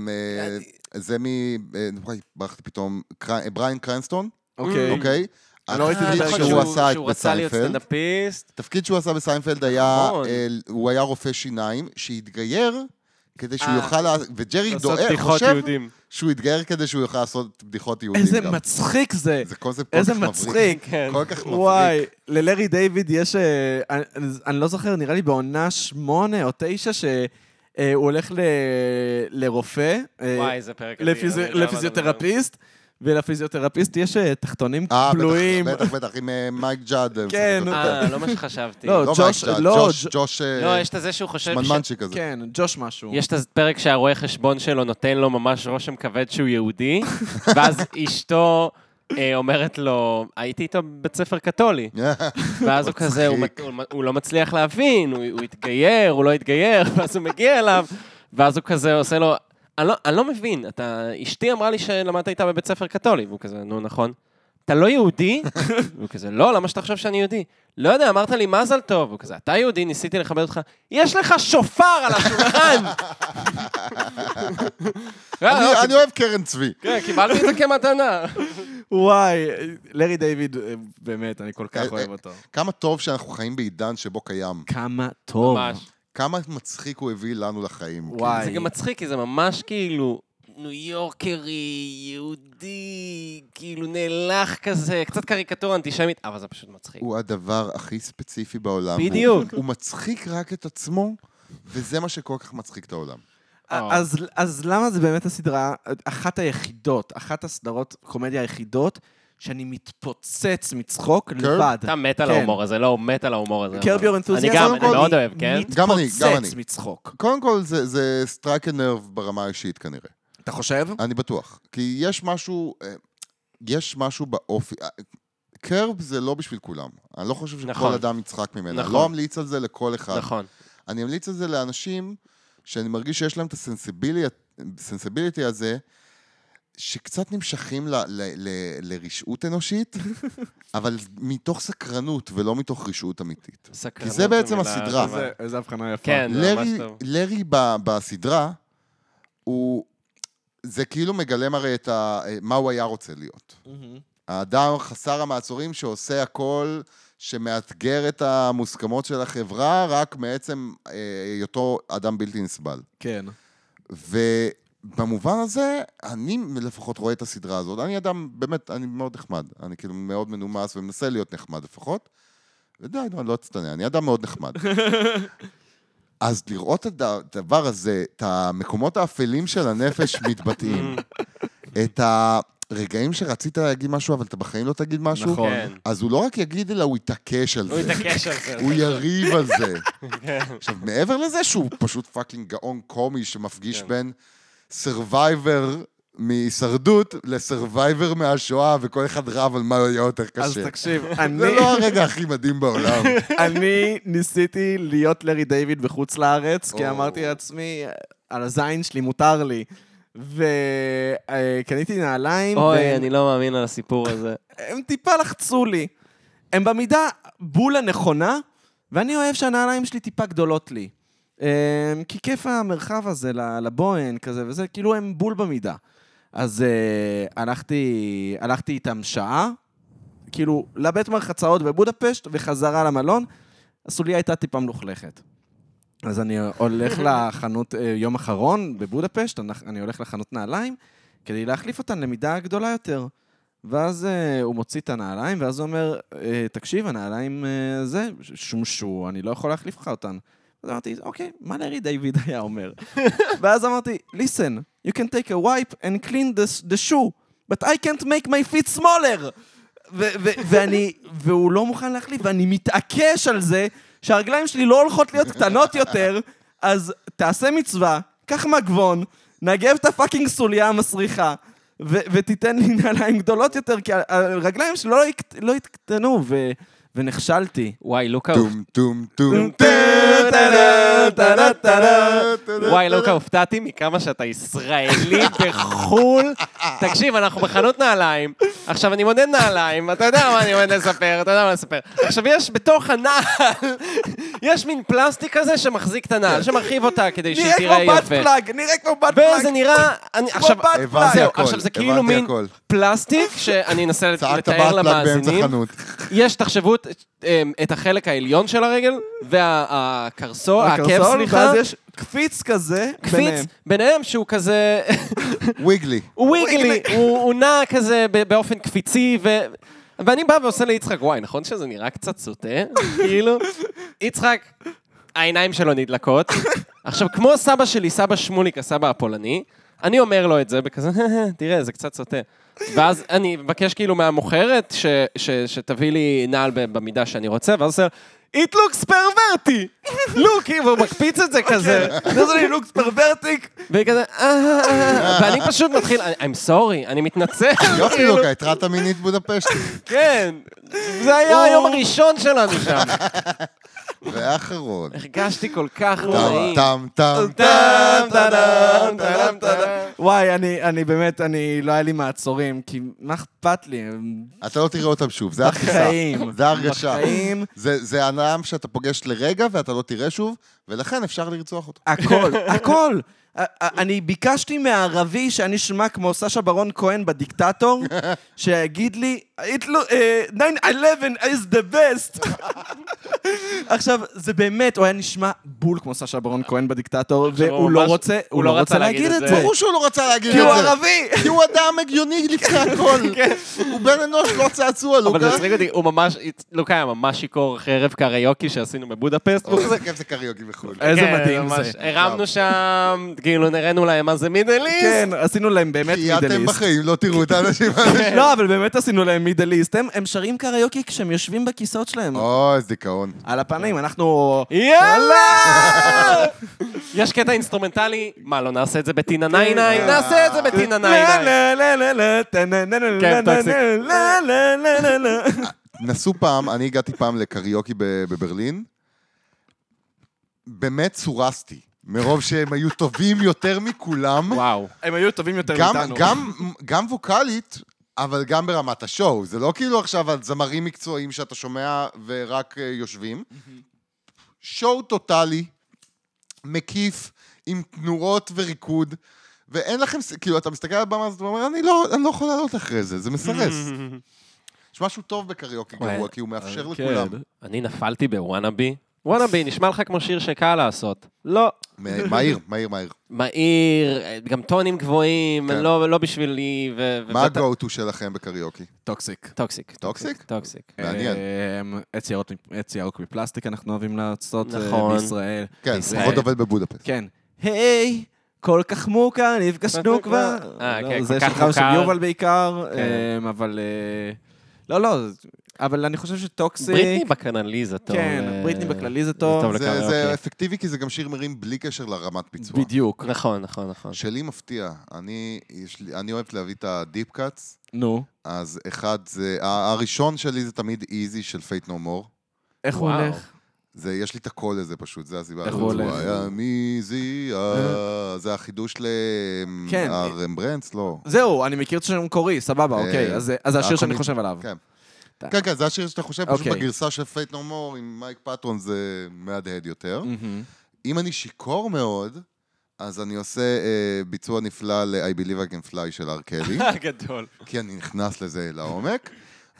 [SPEAKER 3] אה, זה מ... אה, וואי, ברחתי פתאום. קר- אה, בריין קרנסטון,
[SPEAKER 2] אוקיי.
[SPEAKER 3] אוקיי?
[SPEAKER 2] אני לא ראיתי את הפרק
[SPEAKER 3] התפקיד
[SPEAKER 2] הזה.
[SPEAKER 3] שהוא עשה
[SPEAKER 4] אה, שהוא רצה להיות
[SPEAKER 3] בסיינפלד,
[SPEAKER 4] סטנדאפיסט.
[SPEAKER 3] התפקיד שהוא עשה בסיינפלד היה,
[SPEAKER 4] נכון.
[SPEAKER 3] אה, הוא היה רופא שיניים שהתגייר כדי שהוא
[SPEAKER 4] אה.
[SPEAKER 3] יוכל, לה- וג'רי
[SPEAKER 4] לעשות
[SPEAKER 3] דואג,
[SPEAKER 4] בדיחות
[SPEAKER 3] חושב
[SPEAKER 4] יהודים.
[SPEAKER 3] שהוא התגייר כדי שהוא יוכל לעשות בדיחות יהודים
[SPEAKER 2] איזה
[SPEAKER 3] גם.
[SPEAKER 2] מצחיק זה.
[SPEAKER 3] זה קונספט כל כך
[SPEAKER 2] איזה
[SPEAKER 3] מבריק.
[SPEAKER 2] מצחיק.
[SPEAKER 4] כן.
[SPEAKER 3] כל כך מבריק.
[SPEAKER 2] וואי, ללארי דיוויד יש, אה, אני- אני לא זוכר, נראה לי בעונה שמונה או תשע, שהוא הולך ל- לרופא, אה,
[SPEAKER 4] וואי, זה פרק אדיר,
[SPEAKER 2] לפיזי-
[SPEAKER 4] אני לא יודע מה אתה
[SPEAKER 2] לפיזיותרפיסט, ולפיזיותרפיסט יש אה, תחתונים
[SPEAKER 3] אה, בטח,
[SPEAKER 2] בלויים.
[SPEAKER 3] בטח, בטח, עם אה, מייק ג'אד. הם
[SPEAKER 2] כן,
[SPEAKER 3] משחקים
[SPEAKER 4] מדבר.
[SPEAKER 3] אותו.
[SPEAKER 4] אה, לא מה שחשבתי.
[SPEAKER 2] לא,
[SPEAKER 3] לא מייק
[SPEAKER 2] ג'וש-
[SPEAKER 3] ג'אד,
[SPEAKER 2] לא,
[SPEAKER 3] ג'וש,
[SPEAKER 2] ג'-
[SPEAKER 3] ג'וש, אה,
[SPEAKER 4] לא, יש את זה שהוא חושב...
[SPEAKER 3] שמנמנצ'י כזה.
[SPEAKER 2] כן, ג'וש משהו.
[SPEAKER 4] יש את הפרק שהרואה חשבון שלו נותן לו ממש רושם כבד שהוא יהודי, ואז אשתו אה, אומרת לו, הייתי איתו בבית ספר קתולי. ואז הוא כזה, הוא,
[SPEAKER 3] מצחיק.
[SPEAKER 4] הוא, הוא לא מצליח להבין, הוא, הוא התגייר, הוא לא התגייר, ואז הוא מגיע אליו, ואז הוא כזה עושה לו, אני לא, אני לא מבין, אתה, אשתי אמרה לי שלמדת איתה בבית ספר קתולי, והוא כזה, נו, נכון. אתה לא יהודי? הוא כזה, לא, למה שאתה חושב שאני יהודי? לא יודע, אמרת לי מזל טוב. הוא כזה, אתה יהודי, ניסיתי לכבד אותך. יש לך שופר על השולחן! אה, לא,
[SPEAKER 3] אני- אני אוהב קרן צבי.
[SPEAKER 4] כן, קיבלתי את זה כמתנה.
[SPEAKER 2] וואי, לארי דיוויד, אה, באמת, אני כל
[SPEAKER 3] אה,
[SPEAKER 2] כך אוהב אותו.
[SPEAKER 3] כמה טוב שאנחנו חיים בעידן שבו קיים.
[SPEAKER 2] כמה טוב.
[SPEAKER 4] ממש.
[SPEAKER 3] כמה מצחיק הוא הביא לנו לחיים.
[SPEAKER 2] וואי.
[SPEAKER 4] זה גם מצחיק, כי זה ממש כאילו... ניו יורקרי, יהודי, כאילו נאלח כזה, קצת קריקטורה אנטישמית, אבל זה פשוט מצחיק.
[SPEAKER 3] הוא הדבר הכי ספציפי בעולם. והוא-
[SPEAKER 4] בדיוק.
[SPEAKER 3] הוא מצחיק רק את עצמו, וזה מה שכל כך מצחיק את העולם.
[SPEAKER 4] אה.
[SPEAKER 2] אז, אז למה זה באמת הסדרה, אחת היחידות, אחת הסדרות קומדיה היחידות, שאני מתפוצץ מצחוק לבד.
[SPEAKER 4] אתה מת על
[SPEAKER 2] כן.
[SPEAKER 4] ההומור הזה, לא, הוא מת על ההומור הזה.
[SPEAKER 2] Curb Your Enthusiasm,
[SPEAKER 4] אני גם, אני
[SPEAKER 3] קודם כל-
[SPEAKER 4] מאוד אוהב, כן?
[SPEAKER 3] גם אני, גם אני.
[SPEAKER 2] מתפוצץ מצחוק.
[SPEAKER 3] קודם כל, זה- זה סטרייק נרב ברמה האישית כנראה.
[SPEAKER 2] אתה חושב?
[SPEAKER 3] אני בטוח. כי יש משהו, אה, יש משהו באופי... אה, קרב זה לא בשביל כולם. אני לא חושב שכל
[SPEAKER 4] נכון.
[SPEAKER 3] אדם יצחק ממנה.
[SPEAKER 4] נכון.
[SPEAKER 3] לא אמליץ על זה לכל אחד.
[SPEAKER 4] נכון.
[SPEAKER 3] אני אמליץ על זה לאנשים שאני מרגיש שיש להם את הסנסיביליטי הזה, שקצת נמשכים ל, ל, ל, לרשעות אנושית, אבל מתוך סקרנות ולא מתוך רשעות אמיתית.
[SPEAKER 4] סקרנות
[SPEAKER 3] זה בעצם
[SPEAKER 4] מילה
[SPEAKER 3] הסדרה.
[SPEAKER 4] טובה.
[SPEAKER 2] איזה- איזה הבחנה יפה.
[SPEAKER 4] כן. זה ממש
[SPEAKER 3] לארי,
[SPEAKER 4] טוב.
[SPEAKER 3] לארי ב, בסדרה, הוא... זה כאילו מגלם הרי את ה... מה הוא היה רוצה להיות.
[SPEAKER 4] Mm-hmm.
[SPEAKER 2] מהמם.
[SPEAKER 3] האדם חסר המעצורים שעושה הכל שמאתגר את המוסכמות של החברה רק מעצם אה, היותו אדם בלתי נסבל.
[SPEAKER 2] כן.
[SPEAKER 3] ובמובן הזה, אני לפחות רואה את הסדרה הזאת. אני אדם, באמת, אני מאוד נחמד. אני כאילו מאוד מנומס ומנסה להיות נחמד לפחות. ודי, נו, אני לא אצטנע, אני אדם מאוד נחמד. אז לראות את הדבר הזה, את המקומות האפלים של הנפש מתבטאים, את הרגעים שרצית להגיד משהו, אבל אתה בחיים לא תגיד משהו,
[SPEAKER 2] נכון.
[SPEAKER 4] כן.
[SPEAKER 3] אז הוא לא רק יגיד, אלא הוא יתעקש על
[SPEAKER 4] הוא
[SPEAKER 3] זה.
[SPEAKER 4] התעקש על זה.
[SPEAKER 3] הוא יריב על זה.
[SPEAKER 4] כן.
[SPEAKER 3] עכשיו, מעבר לזה שהוא פשוט פאקינג גאון קומי
[SPEAKER 4] כן.
[SPEAKER 3] שמפגיש בין סרווייבר מהישרדות לסרווייבר מהשואה, וכל אחד רב על מה היה יותר
[SPEAKER 2] אז
[SPEAKER 3] קשה.
[SPEAKER 2] תקשיב,
[SPEAKER 3] זה
[SPEAKER 2] אני...
[SPEAKER 3] לא הרגע הכי מדהים בעולם.
[SPEAKER 2] אני ניסיתי להיות לארי דיוויד בחוץ לארץ, כי
[SPEAKER 3] או.
[SPEAKER 2] אמרתי לעצמי, על הזין שלי מותר לי. וקניתי נעליים,
[SPEAKER 4] אוי,
[SPEAKER 2] והן-
[SPEAKER 4] אני לא מאמין על הסיפור הזה.
[SPEAKER 2] הם טיפה לחצו לי. הם במידה בול הנכונה, ואני אוהב שהנעליים שלי טיפה גדולות לי. אמ, כי כיף המרחב הזה ל- לבוהן כזה וזה, כאילו הם בול במידה. אז אה, הלכתי, הלכתי איתם שעה, כאילו לבית מרחצאות בבודפשט וחזרה למלון, הסוליה הייתה טיפה מלוכלכת. אז אני הולך לחנות אה, יום אחרון בבודפשט, אנ- אני הולך לחנות נעליים, כדי להחליף אותן למידה גדולה יותר. ואז אה, הוא מוציא את הנעליים, ואז הוא אומר, אה, תקשיב, הנעליים אה, זה, ש- שמשו, אני לא יכול להחליף לך אותן. אז אמרתי, אוקיי, מה לארי דיוויד היה אומר? ואז אמרתי, listen, you can take a wipe and clean the, the shoe, but I can't make my feet smaller. ו- ו- ואני, והוא לא מוכן להחליף, ואני מתעקש על זה שהרגליים שלי לא הולכות להיות קטנות יותר, אז תעשה מצווה, קח מגבון, נגב את הפאקינג סוליה המסריחה, ו- ותיתן לי נעליים גדולות יותר, כי ה- הרגליים שלי לא, יקט- לא יקטנו, ו- ונכשלתי.
[SPEAKER 4] וואי, לוקה...
[SPEAKER 3] טום טום טום טה,
[SPEAKER 2] טה-טה-טה, טה-טה-טה.
[SPEAKER 3] טה, טה, טה.
[SPEAKER 4] וואי, לוקה, הופתעתי מכמה שאתה ישראלי בחו"ל. תקשיב, אנחנו בחנות נעליים, עכשיו אני מודד נעליים, אתה יודע מה אני עומד לספר, אתה יודע מה לספר. עכשיו יש בתוך הנעל, יש מין פלסטיק כזה שמחזיק את הנעל, שמרחיב אותה כדי שהיא
[SPEAKER 2] נראה
[SPEAKER 4] תראה
[SPEAKER 2] כמו בת
[SPEAKER 4] יפה.
[SPEAKER 2] פלאג, נראה כמו בת פלאג.
[SPEAKER 4] וזה נראה... אני-
[SPEAKER 2] כמו
[SPEAKER 4] עכשיו,
[SPEAKER 2] בת
[SPEAKER 3] הבנתי
[SPEAKER 2] פלאג.
[SPEAKER 4] זהו,
[SPEAKER 3] הכל,
[SPEAKER 4] עכשיו זה כאילו
[SPEAKER 3] הבנתי
[SPEAKER 4] מין
[SPEAKER 3] הכל.
[SPEAKER 4] פלסטיק שאני אנסה
[SPEAKER 3] צעקת
[SPEAKER 4] לתאר
[SPEAKER 3] באטלג באמצע
[SPEAKER 4] למאזינים.
[SPEAKER 3] חנות.
[SPEAKER 4] יש, תחשבו את- אמ, את החלק העליון של הרגל, והקרסול, העקב,
[SPEAKER 2] הקרסול,
[SPEAKER 4] אה, סליחה,
[SPEAKER 2] ואז יש קפיץ כזה,
[SPEAKER 4] קפיץ כן.
[SPEAKER 2] ביניהם.
[SPEAKER 4] ביניהם שהוא כזה,
[SPEAKER 3] וויגלי.
[SPEAKER 4] הוא וויגלי, הוא הוא נע כזה ב- באופן קפיצי, ו... ואני בא ועושה ליצחק, וואי, נכון שזה נראה קצת סוטה? כאילו, יצחק, העיניים שלו נדלקות. עכשיו, כמו סבא שלי, סבא שמוליק, הסבא הפולני, אני אומר לו את זה בכזה, תראה, זה קצת סוטה. ואז אני מבקש כאילו מהמוכרת ש, ש, שתביא לי נעל ב- במידה שאני רוצה, ואז הוא אומר, it looks perverty! לוקי, והוא מקפיץ את זה כזה.
[SPEAKER 2] זה לי לוקס פרוורטיק.
[SPEAKER 4] והיא כזה, "אה, אה, אה." ואני פשוט מתחיל, I'm sorry, אני מתנצל.
[SPEAKER 3] יופי
[SPEAKER 4] כאילו,
[SPEAKER 3] לוקה, התרעת מינית בודפשט.
[SPEAKER 4] כן, זה היה
[SPEAKER 2] הוא-
[SPEAKER 4] היום הראשון שלנו שם.
[SPEAKER 3] ואחרון.
[SPEAKER 4] הרגשתי כל כך לא
[SPEAKER 3] טם
[SPEAKER 4] נעים.
[SPEAKER 3] טם טם.
[SPEAKER 2] טאם, טאדאם, טאדאם, טאדאם. וואי, אני, אני באמת, אני, לא היה לי מעצורים, כי מה אכפת לי?
[SPEAKER 3] אתה לא תראה אותם שוב, זה התפיסה.
[SPEAKER 2] בחיים.
[SPEAKER 3] זה ההרגשה.
[SPEAKER 2] בחיים,
[SPEAKER 3] זה זה העם שאתה פוגש לרגע ואתה לא תראה שוב, ולכן אפשר לרצוח אותו.
[SPEAKER 2] הכל, הכל. א- א- אני ביקשתי מהערבי שאני אשמע כמו סשה ברון כהן בדיקטטור, שיגיד לי, "It lo- אה, 9-11 is the best. עכשיו, זה באמת, הוא היה נשמע בול כמו סשה ברון כהן בדיקטטור,
[SPEAKER 4] עכשיו, הוא
[SPEAKER 2] והוא לא
[SPEAKER 4] ממש-
[SPEAKER 2] רוצה, הוא לא רוצה להגיד את זה.
[SPEAKER 3] ברור שהוא לא רצה להגיד את
[SPEAKER 2] כי הוא
[SPEAKER 3] זה.
[SPEAKER 2] ערבי! כן.
[SPEAKER 3] כי הוא אדם הגיוני לפני הכל. הוא בן אנוש, לא צעצוע,
[SPEAKER 2] אוקיי.
[SPEAKER 4] אבל זה
[SPEAKER 3] לוקה.
[SPEAKER 4] הצחיק אותי, הוא ממש, לוקה היה ממש שיכור אחרי ערב קריוקי שעשינו בבודפסט. והוא כזה-
[SPEAKER 3] איזה כיף זה קריוקי בחו"ל.
[SPEAKER 2] איזה
[SPEAKER 4] כן,
[SPEAKER 2] מדהים
[SPEAKER 4] ממש.
[SPEAKER 2] אוקיי, זה.
[SPEAKER 4] הרמנו שם, כאילו הראינו להם מה זה מידל איסט.
[SPEAKER 2] כן, עשינו להם באמת
[SPEAKER 3] כי אתם
[SPEAKER 2] מידליסט.
[SPEAKER 3] בחיים לא תראו את האנשים האלה.
[SPEAKER 2] לא, אבל באמת עשינו להם מידליסט. הם הם שרים קריוקי כשהם יושבים בכיסאות שלהם.
[SPEAKER 3] אוי, איזה דיכאון.
[SPEAKER 2] על הפנים, אנחנו...
[SPEAKER 4] יאללה! יש קטע אינסטרומנטלי, מה, לא נעשה את זה בטינה
[SPEAKER 2] כן.
[SPEAKER 4] ניין
[SPEAKER 2] אה.
[SPEAKER 4] ניין? נעשה את זה בטינה ניין ניין. כן, טוקסיק.
[SPEAKER 2] אה,
[SPEAKER 3] נסו פעם, אני הגעתי פעם לקריוקי ב- בברלין, באמת צורסתי, מרוב שהם היו טובים יותר מכולם,
[SPEAKER 4] וואו.
[SPEAKER 2] הם היו טובים יותר
[SPEAKER 3] גם,
[SPEAKER 2] מאיתנו.
[SPEAKER 3] גם, גם ווקאלית, אבל גם ברמת השואו. זה לא כאילו עכשיו על זמרים מקצועיים שאתה שומע ורק אה, יושבים. שואו טוטאלי, מקיף, עם תנועות וריקוד, ואין לכם, ס- כאילו, אתה מסתכל על הבמה הזאת ואומר, אני לא, אני לא יכול לעלות אחרי זה, זה מסרס. יש משהו טוב בקריוקי
[SPEAKER 4] וואי,
[SPEAKER 3] גרוע, כי הוא מאפשר
[SPEAKER 2] כן.
[SPEAKER 3] לכולם.
[SPEAKER 4] אני נפלתי בוואנאבי. וואנאבי נשמע לך כמו שיר שקל לעשות. לא.
[SPEAKER 3] מה- מהיר, מהיר, מהיר.
[SPEAKER 4] מהיר, גם טונים גבוהים,
[SPEAKER 3] כן.
[SPEAKER 4] לא לא בשבילי. ו-
[SPEAKER 3] מה
[SPEAKER 4] ובטח-
[SPEAKER 3] ה-go to שלכם בקריוקי?
[SPEAKER 2] טוקסיק.
[SPEAKER 4] טוקסיק.
[SPEAKER 3] טוקסיק?
[SPEAKER 4] טוקסיק.
[SPEAKER 3] מעניין.
[SPEAKER 2] אמ, עץ ירוק מ- עץ ירוק מפלסטיק אנחנו אוהבים לעשות אה,
[SPEAKER 4] נכון.
[SPEAKER 2] בישראל.
[SPEAKER 3] כן,
[SPEAKER 4] ישראל.
[SPEAKER 3] לפחות עובד בבודפסט.
[SPEAKER 2] כן. היי, כל כך מוכר, נפגשנו כבר.
[SPEAKER 4] אה,
[SPEAKER 2] לא,
[SPEAKER 4] כן,
[SPEAKER 2] זה
[SPEAKER 4] כל כך
[SPEAKER 2] שלך ושל
[SPEAKER 4] מוכר.
[SPEAKER 2] יובל בעיקר,
[SPEAKER 4] כן.
[SPEAKER 2] אמ, אבל... אה, לא, לא, אבל אני חושב שטוקסיק...
[SPEAKER 4] בריטני בקנלי זה טוב.
[SPEAKER 2] כן,
[SPEAKER 4] אה,
[SPEAKER 2] בריטני בקנלי זה טוב. אוקיי.
[SPEAKER 4] טוב
[SPEAKER 3] זה- זה
[SPEAKER 4] לקריוקי.
[SPEAKER 3] אפקטיבי כי זה גם שיר מרים בלי קשר לרמת ביצוע.
[SPEAKER 2] בדיוק.
[SPEAKER 4] נכון, נכון, נכון.
[SPEAKER 3] שלי מפתיע, אני, יש לי, אני אוהב להביא את הדיפ קאטס,
[SPEAKER 2] נו.
[SPEAKER 3] אז אחד זה, ה- הראשון שלי זה תמיד איזי של פייט נו מור.
[SPEAKER 2] איך הוא
[SPEAKER 4] וואו.
[SPEAKER 2] הולך?
[SPEAKER 3] זה, יש לי את הקול לזה פשוט, זה הסיבה.
[SPEAKER 2] איך הוא הולך?
[SPEAKER 3] היה מיזי, זה החידוש ל...
[SPEAKER 2] כן.
[SPEAKER 3] הרמברנדס, לא.
[SPEAKER 2] זהו, אני מכיר את שם קורי, סבבה,
[SPEAKER 3] אה,
[SPEAKER 2] אוקיי. אז זה- אז זה השיר שאני
[SPEAKER 3] הקומי-
[SPEAKER 2] חושב עליו.
[SPEAKER 3] כן. כן, כן, זה השיר שאתה חושב, פשוט
[SPEAKER 2] אוקיי.
[SPEAKER 3] בגרסה של פייט נו מור עם מייק פטרון זה מהדהד יותר.
[SPEAKER 2] מהמם.
[SPEAKER 3] אם אני שיכור מאוד, אז אני עושה אה, ביצוע נפלא ל-I Believe I Can Fly של R. קלי.
[SPEAKER 4] גדול.
[SPEAKER 3] כי אני נכנס לזה לעומק.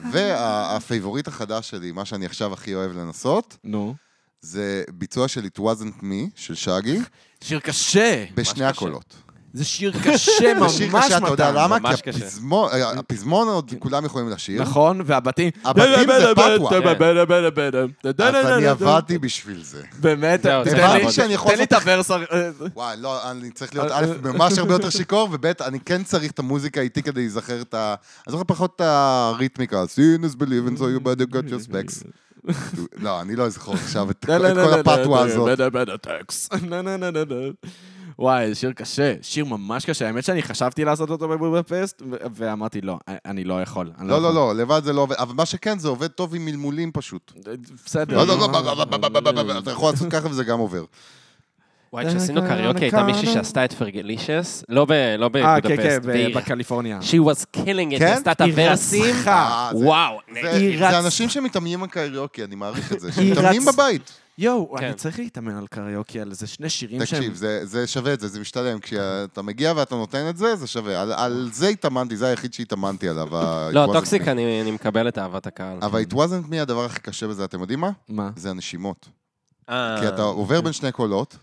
[SPEAKER 2] אה.
[SPEAKER 3] והפייבוריט החדש שלי, מה שאני עכשיו הכי אוהב לנסות,
[SPEAKER 2] נו.
[SPEAKER 3] זה ביצוע של It Wasn't Me של שגי,
[SPEAKER 2] שיר קשה.
[SPEAKER 3] בשני
[SPEAKER 4] ממש קשה.
[SPEAKER 3] הקולות.
[SPEAKER 2] זה שיר קשה ממש
[SPEAKER 3] זה שיר קשה, אתה יודע
[SPEAKER 2] מתן. כן.
[SPEAKER 3] למה?
[SPEAKER 4] ממש
[SPEAKER 3] כי
[SPEAKER 4] קשה.
[SPEAKER 3] הפזמון, אה, הפזמון עוד כולם יכולים לשיר.
[SPEAKER 2] נכון, והבתים...
[SPEAKER 3] הבתים זה פתווה.
[SPEAKER 2] לא,
[SPEAKER 3] אז אני
[SPEAKER 2] אני
[SPEAKER 3] עבדתי בשביל זה.
[SPEAKER 2] באמת,
[SPEAKER 4] זהו,
[SPEAKER 2] תן
[SPEAKER 4] זה
[SPEAKER 2] לי-
[SPEAKER 3] הבנתי שאני יכול
[SPEAKER 2] תן לי את
[SPEAKER 3] לעשות-
[SPEAKER 2] הוורס... הר- אה,
[SPEAKER 3] וואי, לא, אני צריך להיות
[SPEAKER 2] אה,
[SPEAKER 3] א',
[SPEAKER 2] אה.
[SPEAKER 3] ממש הרבה יותר שיכור, וב', אני כן צריך את המוזיקה איתי כדי להיזכר את ה... אני זוכר פחות את הריתמיקה, seen is believing so you better got your specs. לא, אני לא אזכור עכשיו את את
[SPEAKER 2] לא,
[SPEAKER 3] כל הפתווה הזאת.
[SPEAKER 2] טקס. וואי, שיר קשה, שיר ממש קשה. האמת שאני חשבתי לעשות אותו בבודפסט, ו- ואמרתי, לא, אני לא כן. יכול. אני
[SPEAKER 3] לא,
[SPEAKER 2] יכול."
[SPEAKER 3] לא, לא, לבד זה לא עובד, אבל מה שכן, זה עובד טוב עם מלמולים פשוט.
[SPEAKER 2] אה, בסדר.
[SPEAKER 3] לא, לא, לא, אתה יכול לעשות ככה וזה גם עובר.
[SPEAKER 4] וואי, כשעשינו קריוקי הייתה מישהי שעשתה את פרגלישס, לא ב- לא
[SPEAKER 2] אה, כן, כן,
[SPEAKER 4] בבודפסט, והיא-
[SPEAKER 2] בקליפורניה.
[SPEAKER 4] She was killing it,
[SPEAKER 3] כן?
[SPEAKER 4] היא עשתה את
[SPEAKER 2] היא
[SPEAKER 4] הוורסים.
[SPEAKER 2] רצחה.
[SPEAKER 3] אה, זה-
[SPEAKER 4] וואו,
[SPEAKER 3] זה-
[SPEAKER 4] היא
[SPEAKER 3] זה
[SPEAKER 4] רצ-
[SPEAKER 3] אנשים שמתאמנים על קריוקי, אני מעריך את זה.
[SPEAKER 2] היא
[SPEAKER 3] שמתאמנים
[SPEAKER 2] רצ-
[SPEAKER 3] בבית.
[SPEAKER 2] יואו,
[SPEAKER 4] כן.
[SPEAKER 2] אני צריך להתאמן על קריוקי, על איזה שני שירים שהם...
[SPEAKER 3] תקשיב, זה- זה שווה את זה, זה משתלם. כשאתה מגיע ואתה נותן את זה, זה שווה. על- על זה התאמנתי, זה היחיד שהתאמנתי עליו. ה- It
[SPEAKER 4] לא,
[SPEAKER 3] Wasn't
[SPEAKER 4] טוקסיק,
[SPEAKER 3] Me.
[SPEAKER 4] אני אני מקבל את אהבת הקהל.
[SPEAKER 3] אה, אבל it wasn't me הדבר הכי קשה בזה, אתם יודעים מה?
[SPEAKER 2] מה?
[SPEAKER 3] זה הנשימות.
[SPEAKER 4] אה. נכון.
[SPEAKER 3] כי אתה עובר בין שני קולות.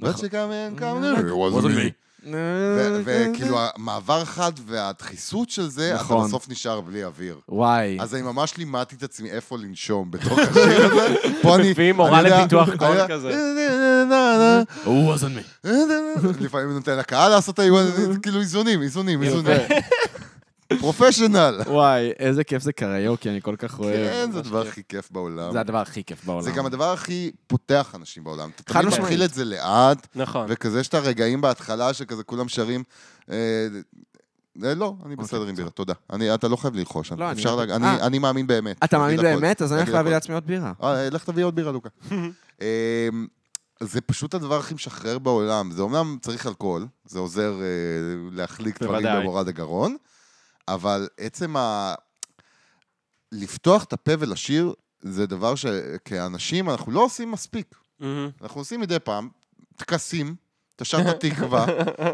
[SPEAKER 3] ואת שגם אין
[SPEAKER 4] Mm,
[SPEAKER 3] כמה... It wasn't me. ו- וכאילו המעבר חד והדחיסות של זה, אתה
[SPEAKER 2] נכון.
[SPEAKER 3] בסוף נשאר בלי אוויר.
[SPEAKER 4] כן.
[SPEAKER 2] וואי.
[SPEAKER 3] אז אני ממש לימדתי את עצמי איפה לנשום בתוך השיר הזה. פה אני...
[SPEAKER 4] מביאים מורה
[SPEAKER 3] אני יודע-
[SPEAKER 4] לפיתוח קול
[SPEAKER 3] אני יודע-
[SPEAKER 4] כזה.
[SPEAKER 2] הוא wasn't me.
[SPEAKER 3] לפעמים נותן לקהל לעשות את ה- כאילו איזונים, איזונים, איזונים. פרופשיונל.
[SPEAKER 2] וואי, איזה כיף זה קריוקי, אני כל כך אוהב.
[SPEAKER 3] כן, זה הדבר הכי כיף בעולם.
[SPEAKER 2] זה הדבר הכי כיף בעולם.
[SPEAKER 3] זה גם הדבר הכי פותח אנשים בעולם. אתה
[SPEAKER 2] חד
[SPEAKER 3] תמיד
[SPEAKER 2] משמעית.
[SPEAKER 3] מתחיל את זה לאט,
[SPEAKER 4] נכון.
[SPEAKER 3] וכזה יש את הרגעים בהתחלה שכזה כולם שרים, אה, אה, לא, אני בסדר עם בירה, תודה. אני- אתה לא חייב ללחוש.
[SPEAKER 2] אוקיי, לא, אני-
[SPEAKER 3] אפשר לה-
[SPEAKER 2] אה.
[SPEAKER 3] אני- אני מאמין באמת.
[SPEAKER 2] אתה
[SPEAKER 3] להגיד
[SPEAKER 2] מאמין
[SPEAKER 3] הכל.
[SPEAKER 2] באמת? אז אני הולך
[SPEAKER 3] להגיד
[SPEAKER 2] להביא
[SPEAKER 3] הכל.
[SPEAKER 2] לעצמי עוד בירה.
[SPEAKER 3] אה, לך תביא עוד בירה, לוקה. אמ, זה פשוט הדבר הכי משחרר בעולם. זה אומנם צריך אלכוהול, זה עוזר אה, להחליק דברים
[SPEAKER 4] בוודאי.
[SPEAKER 3] במורד הגרון, אבל עצם ה... לפתוח את הפה ולשיר, זה דבר שכאנשים אנחנו לא עושים מספיק.
[SPEAKER 4] מהמם.
[SPEAKER 3] אנחנו עושים מדי פעם טקסים, אתה שר את התקווה,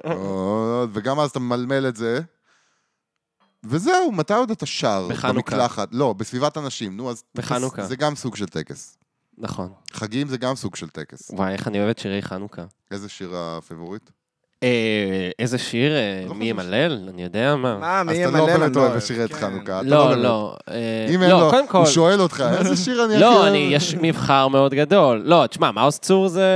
[SPEAKER 3] אה, וגם אז אתה ממלמל את זה. וזהו, מתי עוד אתה שר?
[SPEAKER 4] בחנוכה.
[SPEAKER 3] במקלחת, לא, בסביבת אנשים, נו, אז...
[SPEAKER 4] בחנוכה.
[SPEAKER 3] זה גם סוג של טקס.
[SPEAKER 4] נכון.
[SPEAKER 3] חגים זה גם סוג של טקס.
[SPEAKER 4] וואי, איך אני אוהב את שירי חנוכה.
[SPEAKER 3] איזה שיר הפבוריט?
[SPEAKER 4] אה, איזה שיר? אה,
[SPEAKER 3] לא
[SPEAKER 4] מי
[SPEAKER 3] חושב
[SPEAKER 4] ימלל? אני יודע מה.
[SPEAKER 2] מה,
[SPEAKER 3] אז
[SPEAKER 2] מי
[SPEAKER 3] אתה לא
[SPEAKER 2] ימלא
[SPEAKER 3] באמת
[SPEAKER 2] לנו?
[SPEAKER 3] אוהב את שירי את
[SPEAKER 2] כן.
[SPEAKER 3] חנוכה. אתה
[SPEAKER 4] לא,
[SPEAKER 3] באמת.
[SPEAKER 4] לא. אה,
[SPEAKER 3] אם אין לו,
[SPEAKER 4] קודם כל.
[SPEAKER 3] הוא שואל אותך, איזה שיר אני הכי
[SPEAKER 4] לא,
[SPEAKER 3] אוהב?
[SPEAKER 4] אני, יש מבחר מאוד גדול. לא, תשמע, מעוז צור זה...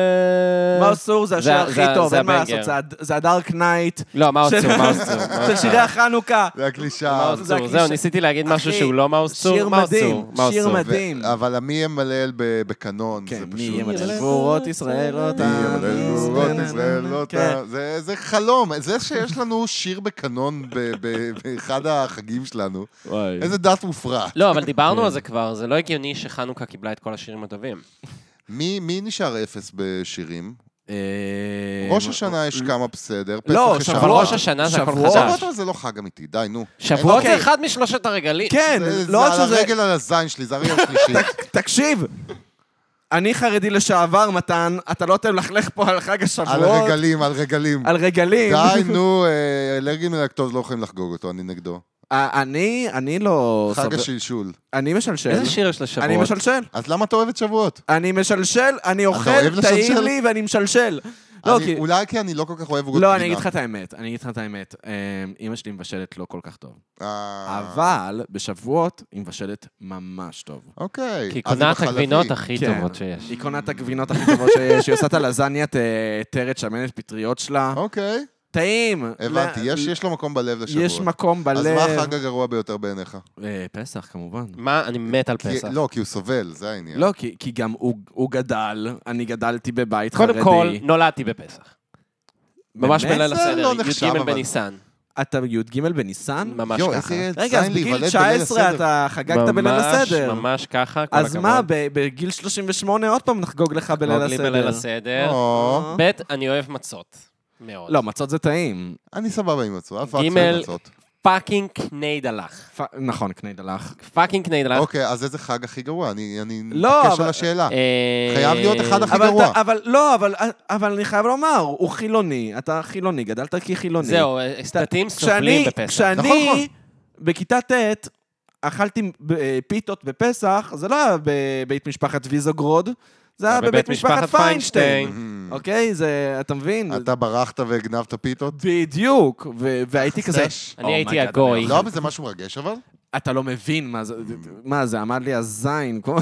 [SPEAKER 2] מאוס צור זה השיר
[SPEAKER 4] זה-
[SPEAKER 2] הכי
[SPEAKER 4] זה-
[SPEAKER 2] טוב,
[SPEAKER 4] זה
[SPEAKER 2] אין מה
[SPEAKER 4] הבנגר.
[SPEAKER 2] לעשות, זה הד- זה הדארק נייט
[SPEAKER 4] לא, מעוז צור, מעוז צור. מעוז
[SPEAKER 2] של
[SPEAKER 4] צור.
[SPEAKER 3] אה.
[SPEAKER 2] שירי החנוכה.
[SPEAKER 3] זה הקלישאה.
[SPEAKER 4] מעוז
[SPEAKER 2] זה
[SPEAKER 4] צור.
[SPEAKER 2] הקלישה.
[SPEAKER 4] זהו, ניסיתי להגיד משהו
[SPEAKER 2] אחי,
[SPEAKER 4] שהוא לא מעוז צור.
[SPEAKER 2] שיר
[SPEAKER 4] מעוז צור,
[SPEAKER 2] מדהים,
[SPEAKER 4] מעוז
[SPEAKER 2] שיר
[SPEAKER 4] צור.
[SPEAKER 2] מדהים.
[SPEAKER 3] ו- אבל המי ימלל ב- בקנון, זה
[SPEAKER 2] כן, מי
[SPEAKER 3] פשוט...
[SPEAKER 2] ימלא גבורות ישראל לא אותם.
[SPEAKER 3] מי ימלל גבורות ישראל לא
[SPEAKER 2] כן.
[SPEAKER 3] ת- זה- זה חלום, זה שיש לנו שיר בקנון ב- ב- באחד החגים שלנו, איזה דת מופרעת.
[SPEAKER 4] כן. לא, אבל דיברנו על זה
[SPEAKER 2] כן.
[SPEAKER 4] כבר, זה לא הגיוני שחנוכה קיבלה את כל השירים הטובים.
[SPEAKER 3] מי מי נשאר אפס בשירים?
[SPEAKER 2] אה,
[SPEAKER 3] ראש השנה יש כמה בסדר, פסח
[SPEAKER 2] לא,
[SPEAKER 3] יש
[SPEAKER 4] אבל
[SPEAKER 2] שבועות.
[SPEAKER 3] ארבעה.
[SPEAKER 4] ראש השנה זה הכל
[SPEAKER 2] שבועות?
[SPEAKER 4] חדש.
[SPEAKER 3] שבועות זה לא חג אמיתי, די, נו.
[SPEAKER 4] שבועות
[SPEAKER 2] אוקיי.
[SPEAKER 4] זה אחד משלושת הרגלים.
[SPEAKER 2] כן,
[SPEAKER 3] זה
[SPEAKER 2] לא רק
[SPEAKER 3] זה על
[SPEAKER 2] שזה...
[SPEAKER 3] הרגל על הזין שלי, זה הרגל השלישי.
[SPEAKER 2] תקשיב, אני חרדי לשעבר, מתן, אתה לא תלכלך פה על חג
[SPEAKER 3] על
[SPEAKER 2] השבועות,
[SPEAKER 3] הרגלים, על רגלים.
[SPEAKER 2] על רגלים.
[SPEAKER 3] די, נו, אה, אלרגים ללקטוז לא יכולים לחגוג אותו, אני נגדו.
[SPEAKER 2] אה, אני, אני לא...
[SPEAKER 3] חג
[SPEAKER 2] סובל-
[SPEAKER 3] השלשול.
[SPEAKER 2] אני משלשל.
[SPEAKER 4] איזה שיר יש לשבועות?
[SPEAKER 2] אני משלשל.
[SPEAKER 3] אז למה אתה אוהב את שבועות?
[SPEAKER 2] אני משלשל, אני
[SPEAKER 3] אוהב
[SPEAKER 2] אוכל,
[SPEAKER 3] לשלשל?
[SPEAKER 2] טעים לי ואני משלשל. לא,
[SPEAKER 3] אני-
[SPEAKER 2] כי...
[SPEAKER 3] אולי כי אני לא כל כך אוהב עוגות
[SPEAKER 2] לא, אני אגיד לך את האמת, אני אגיד לך את האמת. אמ, אימא שלי מבשלת לא כל כך טוב.
[SPEAKER 3] אה,
[SPEAKER 2] אבל בשבועות היא מבשלת ממש טוב.
[SPEAKER 3] אוקיי.
[SPEAKER 4] כי היא
[SPEAKER 3] אז עם
[SPEAKER 4] קונה את
[SPEAKER 3] החלבי.
[SPEAKER 4] הגבינות הכי
[SPEAKER 2] כן.
[SPEAKER 4] טובות שיש.
[SPEAKER 2] היא קונה את הגבינות הכי טובות שיש, היא עושה את הלזניית אה, טרת שמנת פטריות שלה.
[SPEAKER 3] אוקיי,
[SPEAKER 2] טעים.
[SPEAKER 3] הבנתי,
[SPEAKER 2] ל-
[SPEAKER 3] יש- יש לו מקום בלב לשבועות.
[SPEAKER 2] יש מקום בלב.
[SPEAKER 3] אז מה החג הגרוע ביותר בעיניך?
[SPEAKER 2] אה, פסח, כמובן.
[SPEAKER 4] מה, אני מת על
[SPEAKER 3] כי-
[SPEAKER 4] פסח.
[SPEAKER 3] לא, כי הוא סובל, זה העניין.
[SPEAKER 2] לא, כי כי גם הוא- הוא גדל, אני גדלתי בבית חרדי.
[SPEAKER 4] קודם כל, נולדתי בפסח. ממש
[SPEAKER 2] באמת?
[SPEAKER 4] בליל
[SPEAKER 3] זה
[SPEAKER 4] הסדר,
[SPEAKER 3] לא נחשב,
[SPEAKER 4] י"ג
[SPEAKER 3] אבל- אה?
[SPEAKER 4] בניסן.
[SPEAKER 2] אתה י"ג בניסן?
[SPEAKER 4] ממש
[SPEAKER 3] יואו,
[SPEAKER 4] ככה.
[SPEAKER 3] איזה ילד
[SPEAKER 2] רגע, אז
[SPEAKER 3] זין
[SPEAKER 2] בגיל
[SPEAKER 3] להיוולד בליל
[SPEAKER 2] 19
[SPEAKER 3] הסדר.
[SPEAKER 2] אתה חגגת בליל הסדר.
[SPEAKER 4] ממש, ממש ככה, כל
[SPEAKER 2] אז
[SPEAKER 4] הכבוד.
[SPEAKER 2] מה, ב- בגיל 38 עוד פעם נחגוג לך בליל
[SPEAKER 4] לי בליל
[SPEAKER 2] הסדר?
[SPEAKER 3] כן.
[SPEAKER 4] הסדר.
[SPEAKER 3] או,
[SPEAKER 2] אה.
[SPEAKER 4] ב', אני אוהב מצות. מאוד.
[SPEAKER 2] לא, מצות זה טעים.
[SPEAKER 3] אני סבבה עם מצות, אף אחד
[SPEAKER 4] ג'
[SPEAKER 3] לא מצות.
[SPEAKER 4] פאקינג קנייד הלך.
[SPEAKER 2] פ- נכון, קנייד הלך.
[SPEAKER 4] פאקינג קנייד הלך.
[SPEAKER 3] אוקיי, אז איזה חג הכי גרוע? אני אני
[SPEAKER 2] לא,
[SPEAKER 3] מתעקש על
[SPEAKER 2] אבל-
[SPEAKER 3] השאלה.
[SPEAKER 4] אה,
[SPEAKER 3] אוקיי. חייב להיות אחד הכי-
[SPEAKER 2] אבל,
[SPEAKER 3] גרוע.
[SPEAKER 2] אתה, אבל לא, אבל, אבל אני חייב לומר, הוא חילוני, אתה חילוני, גדלת כחילוני.
[SPEAKER 4] זהו, אה, סטטים סובלים
[SPEAKER 2] כשאני-
[SPEAKER 4] בפסח.
[SPEAKER 2] כשאני
[SPEAKER 3] נכון, נכון.
[SPEAKER 2] בכיתה ט' אכלתי אה, פיתות בפסח, זה לא היה בבית משפחת ויזוגרוד, זה היה בבית משפחת
[SPEAKER 4] אה,
[SPEAKER 2] פיינשטיין.
[SPEAKER 3] Hmm.
[SPEAKER 2] אוקיי? זה, אתה מבין?
[SPEAKER 3] אתה ברחת והגנבת פיתות?
[SPEAKER 2] בדיוק, ו- והייתי כזה...
[SPEAKER 3] סש.
[SPEAKER 4] אני
[SPEAKER 2] Oh
[SPEAKER 4] הייתי
[SPEAKER 2] my God,
[SPEAKER 4] הגוי.
[SPEAKER 2] אני-
[SPEAKER 3] לא, אבל זה משהו מרגש אבל?
[SPEAKER 2] אתה לא מבין מה זה, מה זה, עמד לי הזין. כמו-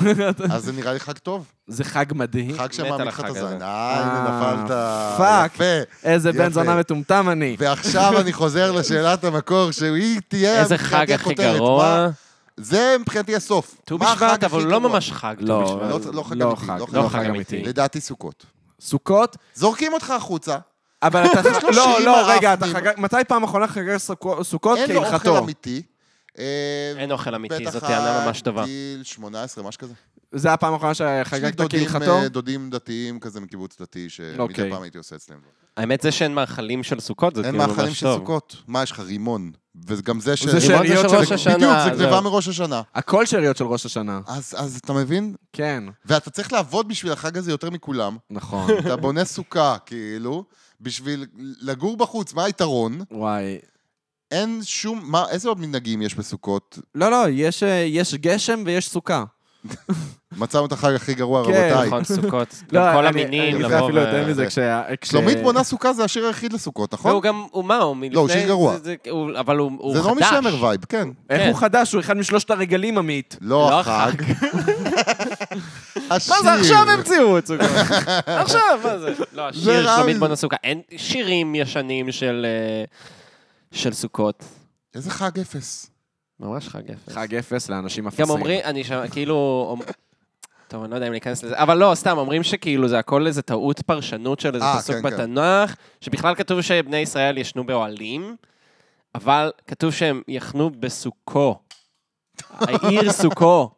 [SPEAKER 3] אז זה נראה לי חג טוב.
[SPEAKER 2] זה חג מדהים.
[SPEAKER 3] חג
[SPEAKER 4] מת
[SPEAKER 3] שמעמיד
[SPEAKER 4] על
[SPEAKER 3] לך את
[SPEAKER 4] החג
[SPEAKER 3] הזין.
[SPEAKER 4] הזה.
[SPEAKER 3] אה, הנה
[SPEAKER 2] אה,
[SPEAKER 3] נפלת.
[SPEAKER 2] פאק.
[SPEAKER 3] יפה.
[SPEAKER 2] איזה בן
[SPEAKER 3] יפה.
[SPEAKER 2] זונה מטומטם אני.
[SPEAKER 3] ועכשיו אני חוזר לשאלת המקור, שהיא תהיה...
[SPEAKER 4] איזה
[SPEAKER 3] מבחינתי
[SPEAKER 4] חג הכי
[SPEAKER 3] הכותרת.
[SPEAKER 4] גרוע.
[SPEAKER 3] מה- זה מבחינתי הסוף.
[SPEAKER 4] ט"ו
[SPEAKER 3] מה החג
[SPEAKER 4] בשבט,
[SPEAKER 3] הכי
[SPEAKER 4] אבל הוא לא
[SPEAKER 3] גרוע?
[SPEAKER 4] ממש חג. ט"ו
[SPEAKER 2] לא,
[SPEAKER 4] בשבט.
[SPEAKER 3] לא, לא חג
[SPEAKER 2] לא
[SPEAKER 3] אמיתי,
[SPEAKER 2] חג,
[SPEAKER 3] לא חג
[SPEAKER 2] לא
[SPEAKER 4] חג
[SPEAKER 2] חג
[SPEAKER 4] אמיתי.
[SPEAKER 2] אמיתי.
[SPEAKER 3] לדעתי סוכות.
[SPEAKER 2] סוכות,
[SPEAKER 3] זורקים אותך החוצה,
[SPEAKER 2] אבל אתה...
[SPEAKER 3] לו
[SPEAKER 2] לא,
[SPEAKER 3] שירים
[SPEAKER 2] לא,
[SPEAKER 3] הרפנים.
[SPEAKER 2] רגע, אתה חגג... מתי פעם אחרונה חגג סוכו- סוכות
[SPEAKER 3] אין לו אוכל
[SPEAKER 2] כהלכתו?
[SPEAKER 3] אמיתי. אה,
[SPEAKER 4] אוקיי, אין אוכל אמיתי,
[SPEAKER 3] בטח
[SPEAKER 4] זו טענה ממש טובה.
[SPEAKER 3] עד גיל 18, משהו כזה.
[SPEAKER 2] זה הפעם האחרונה
[SPEAKER 3] יש לי
[SPEAKER 2] שחגגת
[SPEAKER 3] דודים,
[SPEAKER 2] כהלכתו?
[SPEAKER 3] אה, דודים דתיים כזה מקיבוץ דתי, שמדי
[SPEAKER 2] אוקיי.
[SPEAKER 3] פעם הייתי עושה אצלם.
[SPEAKER 4] האמת זה שאין מאכלים של סוכות, זה
[SPEAKER 3] אין
[SPEAKER 4] כאילו ממש טוב.
[SPEAKER 3] מאכלים של סוכות. מה, יש לך רימון. וגם זה ש...
[SPEAKER 2] זה
[SPEAKER 4] רימון זה
[SPEAKER 2] שאריות
[SPEAKER 4] של
[SPEAKER 2] של-
[SPEAKER 4] ראש השנה.
[SPEAKER 3] בדיוק, זה נכון, גניבה
[SPEAKER 4] זהו.
[SPEAKER 3] מראש השנה.
[SPEAKER 2] הכל שאריות של ראש השנה.
[SPEAKER 3] אז, אז אתה מבין?
[SPEAKER 2] כן,
[SPEAKER 3] ואתה צריך לעבוד בשביל החג הזה יותר מכולם.
[SPEAKER 2] נכון.
[SPEAKER 3] אתה בונה סוכה, כאילו, בשביל לגור בחוץ, מה היתרון?
[SPEAKER 2] וואי.
[SPEAKER 3] אין שום... מה, איזה עוד מנהגים יש בסוכות?
[SPEAKER 2] לא, לא, יש, אה, יש גשם ויש סוכה.
[SPEAKER 3] מצאנו את החג הכי גרוע,
[SPEAKER 2] כן,
[SPEAKER 3] רבותיי.
[SPEAKER 4] נכון, סוכות. גם
[SPEAKER 2] לא,
[SPEAKER 4] כל
[SPEAKER 2] אני-
[SPEAKER 4] המינים,
[SPEAKER 2] אני
[SPEAKER 4] לבוא
[SPEAKER 2] אפילו
[SPEAKER 4] ו-
[SPEAKER 2] יותר מזה,
[SPEAKER 3] זה.
[SPEAKER 2] כש... כש-
[SPEAKER 3] שלומית
[SPEAKER 4] אה,
[SPEAKER 3] בונה סוכה זה השיר היחיד לסוכות,
[SPEAKER 4] והוא
[SPEAKER 3] נכון?
[SPEAKER 4] גם, הוא מה, הוא מלפני...
[SPEAKER 3] הוא שיר גרוע.
[SPEAKER 4] זה- זה- הוא- אבל הוא לא, הוא
[SPEAKER 3] זה
[SPEAKER 4] חדש.
[SPEAKER 3] נעמי שמר וייב, כן.
[SPEAKER 2] איך
[SPEAKER 4] כן.
[SPEAKER 2] הוא חדש? הוא אחד משלושת הרגלים, עמית.
[SPEAKER 3] לא
[SPEAKER 4] לא
[SPEAKER 3] החג. השיר.
[SPEAKER 2] מה זה עכשיו המציאו את סוכות?
[SPEAKER 4] עכשיו, מה זה? לא,
[SPEAKER 3] זה
[SPEAKER 4] השיר
[SPEAKER 3] רע
[SPEAKER 4] שלומית
[SPEAKER 3] מזה.
[SPEAKER 4] בונה סוכה. אין שירים ישנים של אה, של סוכות.
[SPEAKER 3] איזה חג אפס.
[SPEAKER 4] ממש חג אפס.
[SPEAKER 2] חג אפס לאנשים אפסים.
[SPEAKER 4] גם אומרים, אני שם, כאילו... אומ- טוב, אני לא יודע אם להיכנס לזה, אבל לא, סתם, אומרים שכאילו זה הכל איזה טעות פרשנות של איזה
[SPEAKER 3] אה,
[SPEAKER 4] פסוק
[SPEAKER 3] כן, כן.
[SPEAKER 4] בתנ"ך, שבכלל כתוב שבני ישראל ישנו באוהלים, אבל כתוב שהם יחנו בסוכו. העיר סוכו.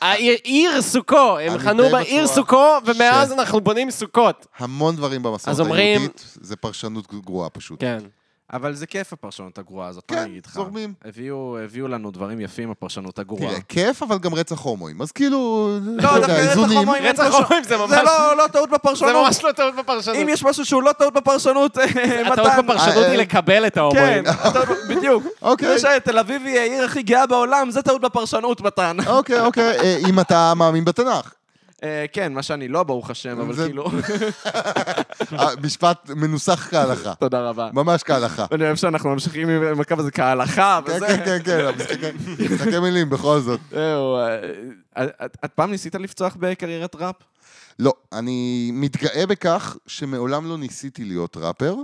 [SPEAKER 4] העיר עיר סוכו, הם
[SPEAKER 3] אני
[SPEAKER 4] חנו
[SPEAKER 3] די
[SPEAKER 4] בעיר
[SPEAKER 3] בטוח
[SPEAKER 4] סוכו,
[SPEAKER 3] ש-
[SPEAKER 4] ומאז אנחנו בונים סוכות.
[SPEAKER 3] המון דברים במסורת
[SPEAKER 4] אז אומרים-
[SPEAKER 3] היהודית, זה פרשנות גרועה פשוט.
[SPEAKER 4] כן.
[SPEAKER 2] אבל זה כיף הפרשנות הגרועה הזאת, מה
[SPEAKER 3] כן,
[SPEAKER 2] אני אגיד לך?
[SPEAKER 3] זורמים.
[SPEAKER 2] הביאו הביאו לנו דברים יפים, הפרשנות הגרועה.
[SPEAKER 3] תראה, כיף, אבל גם רצח הומואים. אז כאילו, אתה
[SPEAKER 2] לא,
[SPEAKER 3] יודע,
[SPEAKER 2] דווקא רצח
[SPEAKER 3] איזונים.
[SPEAKER 2] הומואים אין
[SPEAKER 4] רצח
[SPEAKER 2] פרשנות.
[SPEAKER 4] הומואים זה ממש-
[SPEAKER 2] זה לא- לא טעות
[SPEAKER 4] זה
[SPEAKER 2] בפרשנות.
[SPEAKER 4] ממש לא טעות בפרשנות.
[SPEAKER 2] אם יש משהו שהוא לא טעות בפרשנות, מתן.
[SPEAKER 4] הטעות בפרשנות
[SPEAKER 3] אה,
[SPEAKER 4] היא לקבל את ההומואים.
[SPEAKER 2] כן, הטעות- בדיוק.
[SPEAKER 3] אוקיי.
[SPEAKER 2] זה שתל אביב היא העיר הכי גאה בעולם, זה טעות בפרשנות, מתן.
[SPEAKER 3] אוקיי, אוקיי, אה, אם אתה מאמין בתנ"ך.
[SPEAKER 2] אה, כן, מה שאני לא, ברוך השם, אבל
[SPEAKER 3] זה-
[SPEAKER 2] כאילו,
[SPEAKER 3] אה, משפט מנוסח כהלכה.
[SPEAKER 2] תודה רבה.
[SPEAKER 3] ממש כהלכה.
[SPEAKER 2] אני אוהב שאנחנו ממשיכים עם עם הקו הזה כהלכה,
[SPEAKER 3] כן,
[SPEAKER 2] וזה...
[SPEAKER 3] כן, כן, כן, משחקי- משחקי מילים בכל זאת.
[SPEAKER 2] זהו, אה, את- את- את פעם ניסית לפצוח בקריירת ראפ?
[SPEAKER 3] לא, אני מתגאה בכך שמעולם לא ניסיתי להיות ראפר,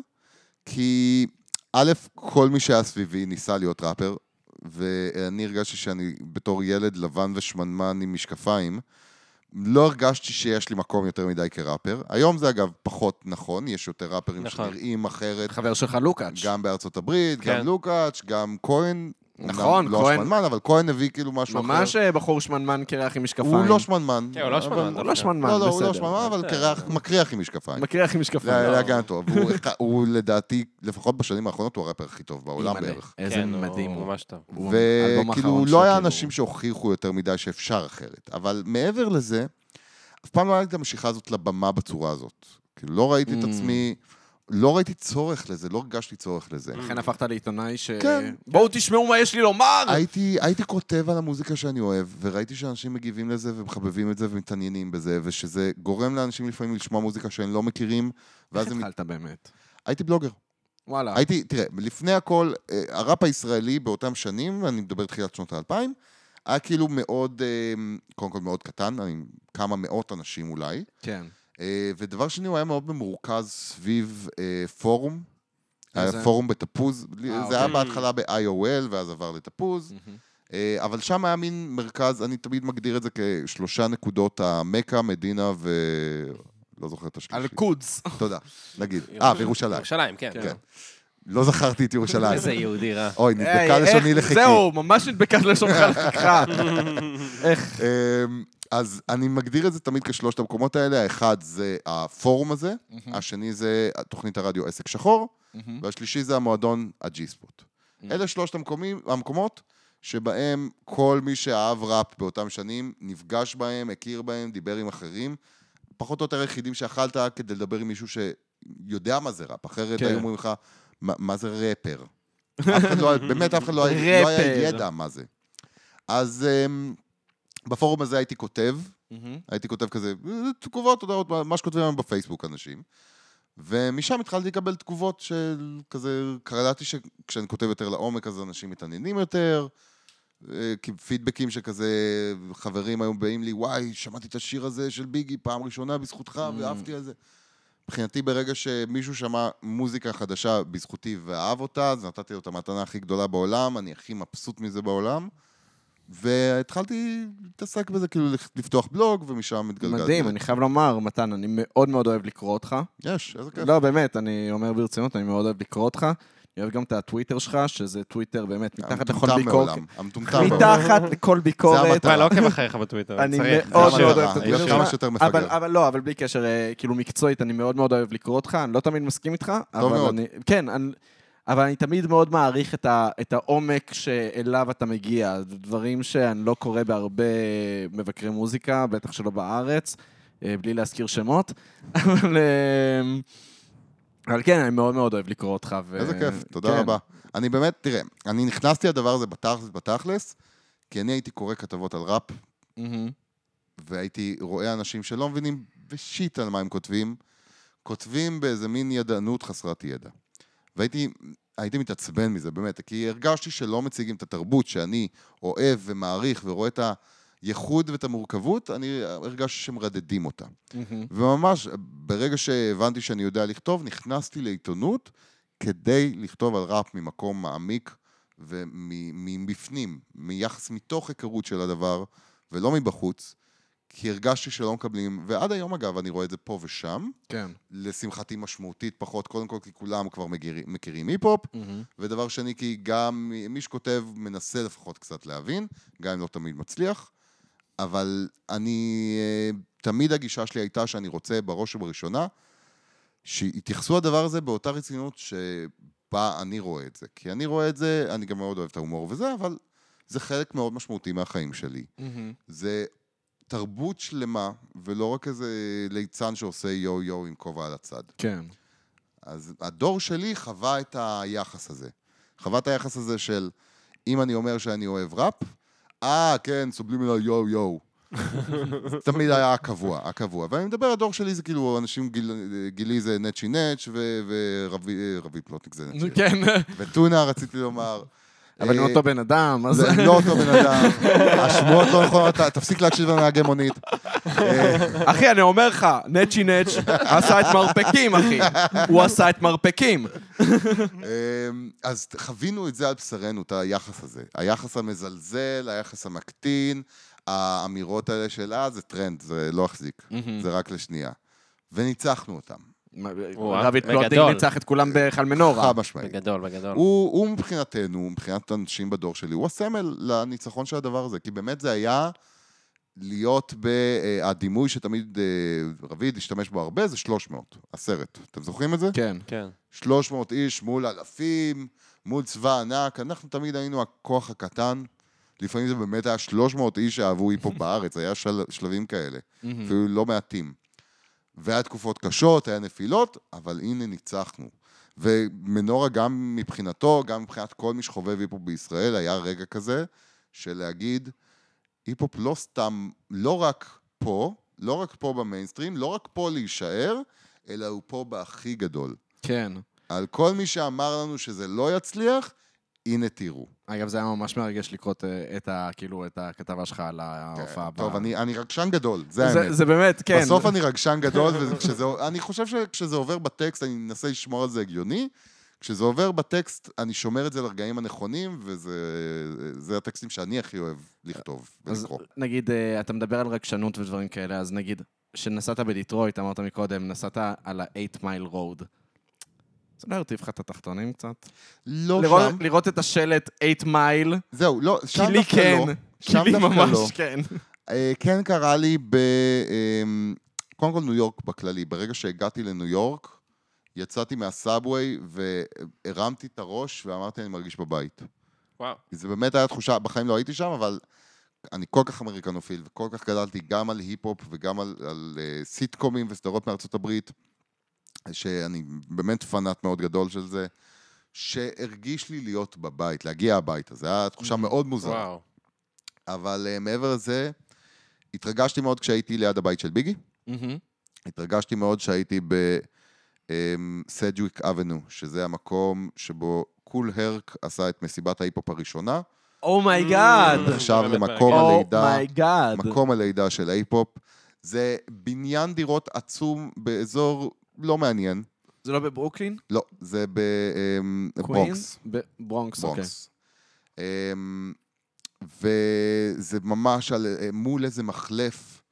[SPEAKER 3] כי א', כל מי שהיה סביבי ניסה להיות ראפר, ואני הרגשתי שאני בתור ילד לבן ושמנמן עם משקפיים, לא הרגשתי שיש לי מקום יותר מדי כראפר. היום זה אגב פחות נכון, יש יותר ראפרים
[SPEAKER 4] נכון.
[SPEAKER 3] שנראים אחרת,
[SPEAKER 2] חבר שלך לוקאץ'.
[SPEAKER 3] גם בארצות הברית,
[SPEAKER 4] כן.
[SPEAKER 3] גם לוקאץ', גם כהן.
[SPEAKER 2] נכון,
[SPEAKER 3] אמנם לא
[SPEAKER 2] כהן-
[SPEAKER 3] שמנמן, אבל כהן הביא כאילו משהו אחר.
[SPEAKER 2] ממש אה, בחור שמנמן קרח עם משקפיים.
[SPEAKER 3] הוא לא שמנמן.
[SPEAKER 4] כן, הוא לא
[SPEAKER 3] אבל-
[SPEAKER 4] שמנמן,
[SPEAKER 2] הוא לא שמנמן, בסדר.
[SPEAKER 3] לא, לא, הוא לא שמע, אבל קרח, מקריח עם משקפיים.
[SPEAKER 2] מקריח עם משקפיים.
[SPEAKER 3] זה
[SPEAKER 2] לא.
[SPEAKER 3] להגנתו. והוא אחד- הוא לדעתי, לפחות בשנים האחרונות, הוא הראפר הכי טוב בעולם
[SPEAKER 2] אימא'לה,
[SPEAKER 3] בערך.
[SPEAKER 2] איזה
[SPEAKER 4] כן, הוא
[SPEAKER 2] מדהים הוא.
[SPEAKER 4] ממש טוב.
[SPEAKER 2] הוא האלבום
[SPEAKER 3] וכאילו,
[SPEAKER 2] האחרון כאילו-
[SPEAKER 3] לא היה
[SPEAKER 2] שכאילו-
[SPEAKER 3] אנשים שהוכיחו יותר מדי שאפשר אחרת. אבל מעבר לזה, אף פעם לא הייתה את המשיכה הזאת לבמה בצורה הזאת. כאילו, לא ראיתי את
[SPEAKER 2] Mm.
[SPEAKER 3] עצמי, לא ראיתי צורך לזה, לא הרגשתי צורך לזה.
[SPEAKER 2] לכן הפכת לעיתונאי ש...
[SPEAKER 3] כן.
[SPEAKER 2] בואו תשמעו מה יש לי לומר!
[SPEAKER 3] הייתי, הייתי כותב על המוזיקה שאני אוהב, וראיתי שאנשים מגיבים לזה ומחבבים את זה ומתעניינים בזה, ושזה גורם לאנשים לפעמים לשמוע מוזיקה שהם לא מכירים, ואז
[SPEAKER 2] איך
[SPEAKER 3] הם...
[SPEAKER 2] התחלת באמת?
[SPEAKER 3] הייתי בלוגר.
[SPEAKER 2] וואלה.
[SPEAKER 3] הייתי, תראה, לפני הכל, אה, הראפ הישראלי באותם שנים, אני מדבר תחילת שנות האלפיים, היה כאילו מאוד, אה, קודם כל מאוד קטן, אני, כמה מאות אנשים אולי,
[SPEAKER 2] כן.
[SPEAKER 3] אה, ודבר שני, הוא היה מאוד ממורכז סביב אה, פורום.
[SPEAKER 2] איזה?
[SPEAKER 3] היה פורום בתפוז, זה
[SPEAKER 2] אוקיי.
[SPEAKER 3] היה בהתחלה ב-IOL ואז עבר לתפוז, אה, אבל שם היה מין מרכז, אני תמיד מגדיר את זה כשלושה נקודות, המכה, מדינה ו... לא זוכר את השלישי.
[SPEAKER 2] אל-קודס.
[SPEAKER 3] תודה, נגיד. אה, וירושלים.
[SPEAKER 4] ירושלים, כן.
[SPEAKER 2] כן.
[SPEAKER 3] כן. לא זכרתי את ירושלים.
[SPEAKER 4] איזה יהודי רע.
[SPEAKER 3] אוי, נדבקה
[SPEAKER 2] היי,
[SPEAKER 3] לשוני
[SPEAKER 2] איך-
[SPEAKER 3] לחיקי.
[SPEAKER 2] זהו, ממש נדבקה לשונך לחיקך. איך?
[SPEAKER 3] אמ, אז אני מגדיר את זה תמיד כשלושת המקומות האלה. האחד זה הפורום הזה, השני זה תוכנית הרדיו עסק שחור, והשלישי זה המועדון הג'י ספוט. אלה שלושת המקומים- המקומות שבהם כל מי שאהב ראפ באותם שנים, נפגש בהם, הכיר בהם, דיבר עם אחרים. פחות או יותר היחידים שאכלת כדי לדבר עם מישהו שיודע מה זה ראפ, אחרת
[SPEAKER 2] כן.
[SPEAKER 3] היו אומרים לך, "מה- מה זה ראפר? אף אחד לא היה- באמת אף אחד לא היה לא היה
[SPEAKER 2] ראפר.
[SPEAKER 3] ידע מה זה. אז אמ, בפורום הזה הייתי כותב, הייתי כותב כזה, "אה, תגובות, הודעות, מה- מה שכותבים היום בפייסבוק אנשים. ומשם התחלתי לקבל תגובות של כזה, קלטתי שכשאני כותב יותר לעומק אז אנשים מתעניינים יותר. אה, כי פידבקים שכזה, חברים היו באים לי, וואי, שמעתי את השיר הזה של ביגי פעם ראשונה בזכותך ואהבתי על זה. מבחינתי ברגע שמישהו שמע מוזיקה חדשה בזכותי ואהב אותה, אז נתתי לו את המתנה הכי גדולה בעולם, אני הכי מבסוט מזה בעולם. והתחלתי להתעסק בזה, כאילו לפתוח בלוג, ומשם התגלגלתי.
[SPEAKER 2] מדהים, אני חייב לומר, מתן, אני מאוד מאוד אוהב לקרוא אותך.
[SPEAKER 3] יש, איזה כיף.
[SPEAKER 2] לא, באמת, אני אומר ברצינות, אני מאוד אוהב לקרוא אותך. אני אוהב גם את הטוויטר שלך, שזה טוויטר באמת מתחת לכל
[SPEAKER 3] המטומטם
[SPEAKER 2] ביקורת.
[SPEAKER 3] אה, בעולם, המטומטם בעולם.
[SPEAKER 2] מתחת לכל ביקורת.
[SPEAKER 3] המטרה.
[SPEAKER 4] אני לא עוקב אחריך בטוויטר,
[SPEAKER 2] אני
[SPEAKER 4] צריך. לא
[SPEAKER 2] מאוד
[SPEAKER 3] זה
[SPEAKER 2] מאוד
[SPEAKER 3] המטרה,
[SPEAKER 2] אוהב את
[SPEAKER 3] להיות
[SPEAKER 2] הטוויטר
[SPEAKER 3] כמה
[SPEAKER 2] שלך.
[SPEAKER 3] שיותר מפגר.
[SPEAKER 2] אבל, אבל לא, אבל בלי קשר, אה, כאילו מקצועית, אני מאוד מאוד אוהב לקרוא אותך, אני לא תמיד מסכים איתך.
[SPEAKER 3] טוב
[SPEAKER 2] אבל
[SPEAKER 3] מאוד.
[SPEAKER 2] אני, כן, אני, אבל אני תמיד מאוד מעריך את, ה, את העומק שאליו אתה מגיע. דברים שאני לא קורא בהרבה מבקרי מוזיקה, בטח שלא בארץ, אה, בלי להזכיר שמות. אבל, אה, אבל כן, אני מאוד מאוד אוהב לקרוא אותך. ו...
[SPEAKER 3] איזה כיף, תודה
[SPEAKER 2] כן.
[SPEAKER 3] רבה. אני באמת, תראה, אני נכנסתי לדבר הזה בתכלס, בתכלס, כי אני הייתי קורא כתבות על ראפ,
[SPEAKER 2] מהמם.
[SPEAKER 3] והייתי רואה אנשים שלא מבינים בשיט על מה הם כותבים, כותבים באיזה מין ידענות חסרת ידע. והייתי הייתי מתעצבן מזה, באמת, כי הרגשתי שלא מציגים את התרבות שאני אוהב ומעריך ורואה את הייחוד ואת המורכבות, אני הרגשתי שמרדדים אותה.
[SPEAKER 2] מהמם.
[SPEAKER 3] וממש, ברגע שהבנתי שאני יודע לכתוב, נכנסתי לעיתונות כדי לכתוב על ראפ ממקום מעמיק ומבפנים, מיחס מתוך היכרות של הדבר, ולא מבחוץ, כי הרגשתי שלא מקבלים, ועד היום אגב, אני רואה את זה פה ושם,
[SPEAKER 2] כן.
[SPEAKER 3] לשמחתי משמעותית פחות, קודם כל כי כולם כבר מכירים, מכירים היפ-הופ, ודבר שני, כי גם מי שכותב מנסה לפחות קצת להבין, גם אם לא תמיד מצליח, אבל אני, אה, תמיד הגישה שלי הייתה שאני רוצה בראש ובראשונה, שיתייחסו לדבר הזה באותה רצינות שבה אני רואה את זה. כי אני רואה את זה, אני גם מאוד אוהב את ההומור וזה, אבל זה חלק מאוד משמעותי מהחיים שלי. זה תרבות שלמה, ולא רק איזה ליצן שעושה יו-יו עם כובע על הצד.
[SPEAKER 2] כן.
[SPEAKER 3] אז הדור שלי חווה את היחס הזה. חווה את היחס הזה של, אם אני אומר שאני אוהב ראפ, אה, כן, סובלים אליי יו-יו. זה תמיד היה הקבוע, הקבוע. ואני מדבר, הדור שלי זה כאילו, אנשים גיל, גילי זה נצ'י נץ' ו- ורביב רבי פלוטניק זה נצ'י.
[SPEAKER 2] כן.
[SPEAKER 3] וטונה, רציתי לומר.
[SPEAKER 2] אבל
[SPEAKER 3] אה,
[SPEAKER 2] הם אותו בן אדם, אז...
[SPEAKER 3] זה לא אותו בן אדם, השמועות לא נכונות, ת- תפסיק להקשיב לנהגי מונית.
[SPEAKER 2] אחי, אני אומר לך, נצ'י נצ' עשה את מרפקים, אחי. הוא עשה את מרפקים.
[SPEAKER 3] אמ, אז ת- חווינו את זה על בשרנו, את היחס הזה. היחס המזלזל, היחס המקטין, האמירות האלה של אה, זה טרנד, זה לא החזיק,
[SPEAKER 2] Mm.
[SPEAKER 3] זה רק לשנייה. וניצחנו אותם,
[SPEAKER 4] וואו,
[SPEAKER 2] רביד פלוטניק
[SPEAKER 4] בגדול.
[SPEAKER 2] ניצח את כולם בחלמנורה.
[SPEAKER 3] חד משמעית.
[SPEAKER 4] בגדול, בגדול.
[SPEAKER 3] הוא, הוא מבחינתנו, מבחינת אנשים בדור שלי, הוא הסמל לניצחון של הדבר הזה, כי באמת זה היה להיות בדימוי שתמיד אה, רביד השתמש בו הרבה, זה 300, הסרט. אתם זוכרים את זה?
[SPEAKER 2] כן.
[SPEAKER 4] כן.
[SPEAKER 3] 300 איש מול אלפים, מול צבא ענק, אנחנו תמיד היינו הכוח הקטן. לפעמים זה באמת היה 300 איש שאהבו היפו בארץ, היה של... שלבים כאלה,
[SPEAKER 2] Hmm.
[SPEAKER 3] אפילו לא מעטים. והיה תקופות קשות, היה נפילות, אבל הנה ניצחנו. ומנורה גם מבחינתו, גם מבחינת כל מי שחובב היפו בישראל, היה רגע כזה של להגיד, היפ-הופ לא סתם, לא רק פה, לא רק פה במיינסטרים, לא רק פה להישאר, אלא הוא פה בהכי גדול.
[SPEAKER 2] כן.
[SPEAKER 3] על כל מי שאמר לנו שזה לא יצליח, הנה תראו.
[SPEAKER 2] אגב, זה היה ממש מרגש לקרות אה, את ה... כאילו, את הכתבה שלך על ההופעה הבאה.
[SPEAKER 3] כן, טוב, אני, אני רגשן גדול, זה
[SPEAKER 2] זה-
[SPEAKER 3] האמת.
[SPEAKER 2] זה באמת, כן.
[SPEAKER 3] בסוף אני רגשן גדול, ואני חושב שכשזה עובר בטקסט, אני מנסה לשמור על זה הגיוני. כשזה עובר בטקסט, אני שומר את זה לרגעים הנכונים, וזה זה הטקסטים שאני הכי אוהב לכתוב
[SPEAKER 2] אז
[SPEAKER 3] ולקרוא.
[SPEAKER 2] נגיד, אה, אתה מדבר על רגשנות ודברים כאלה, אז נגיד, כשנסעת בדיטרויט, אמרת מקודם, נסעת על ה-8 מייל רוד. זה לא הרטיב לך את התחתונים קצת?
[SPEAKER 3] לא
[SPEAKER 2] לראות-
[SPEAKER 3] שם,
[SPEAKER 2] לראות את השלט 8 מייל,
[SPEAKER 3] זהו, לא, שם
[SPEAKER 2] כי לי
[SPEAKER 3] דווקא
[SPEAKER 2] כן.
[SPEAKER 3] לא.
[SPEAKER 2] כי
[SPEAKER 3] שם
[SPEAKER 2] לי
[SPEAKER 3] דווקא לא.
[SPEAKER 2] ממש כן.
[SPEAKER 3] אה, כן קרה לי ב... אמ, קודם כל ניו יורק בכללי. ברגע שהגעתי לניו יורק, יצאתי מהסאבווי והרמתי את הראש ואמרתי, אני מרגיש בבית.
[SPEAKER 4] וואו.
[SPEAKER 3] זה באמת היה תחושה, בחיים לא הייתי שם, אבל אני כל כך אמריקנופיל, וכל כך גדלתי גם על היפ-הופ וגם על, על אה, סיטקומים וסדרות מארצות הברית, שאני באמת פנאט מאוד גדול של זה, שהרגיש לי להיות בבית, להגיע הביתה. זו הייתה תחושה מאוד מוזרה.
[SPEAKER 4] וואו.
[SPEAKER 3] אבל אה, מעבר לזה, התרגשתי מאוד כשהייתי ליד הבית של ביגי. התרגשתי מאוד שהייתי בסדג'וויק אבנו, שזה המקום שבו קול הרק עשה את מסיבת ההיפ-הופ הראשונה,
[SPEAKER 2] Oh אומייגאד.
[SPEAKER 3] נחשב
[SPEAKER 4] באמת
[SPEAKER 3] למקום
[SPEAKER 2] Oh
[SPEAKER 4] מרגש.
[SPEAKER 3] הלידה,
[SPEAKER 2] אומייגאד.
[SPEAKER 3] מקום הלידה של ההיפ-הופ. זה בניין דירות עצום באזור לא מעניין.
[SPEAKER 2] זה לא בברוקלין?
[SPEAKER 3] לא, זה אמ, בברונקס.
[SPEAKER 2] קווינס? ברונקס, אוקיי.
[SPEAKER 3] ברונקס. אמ, וזה ממש על, אה, מול איזה מחלף,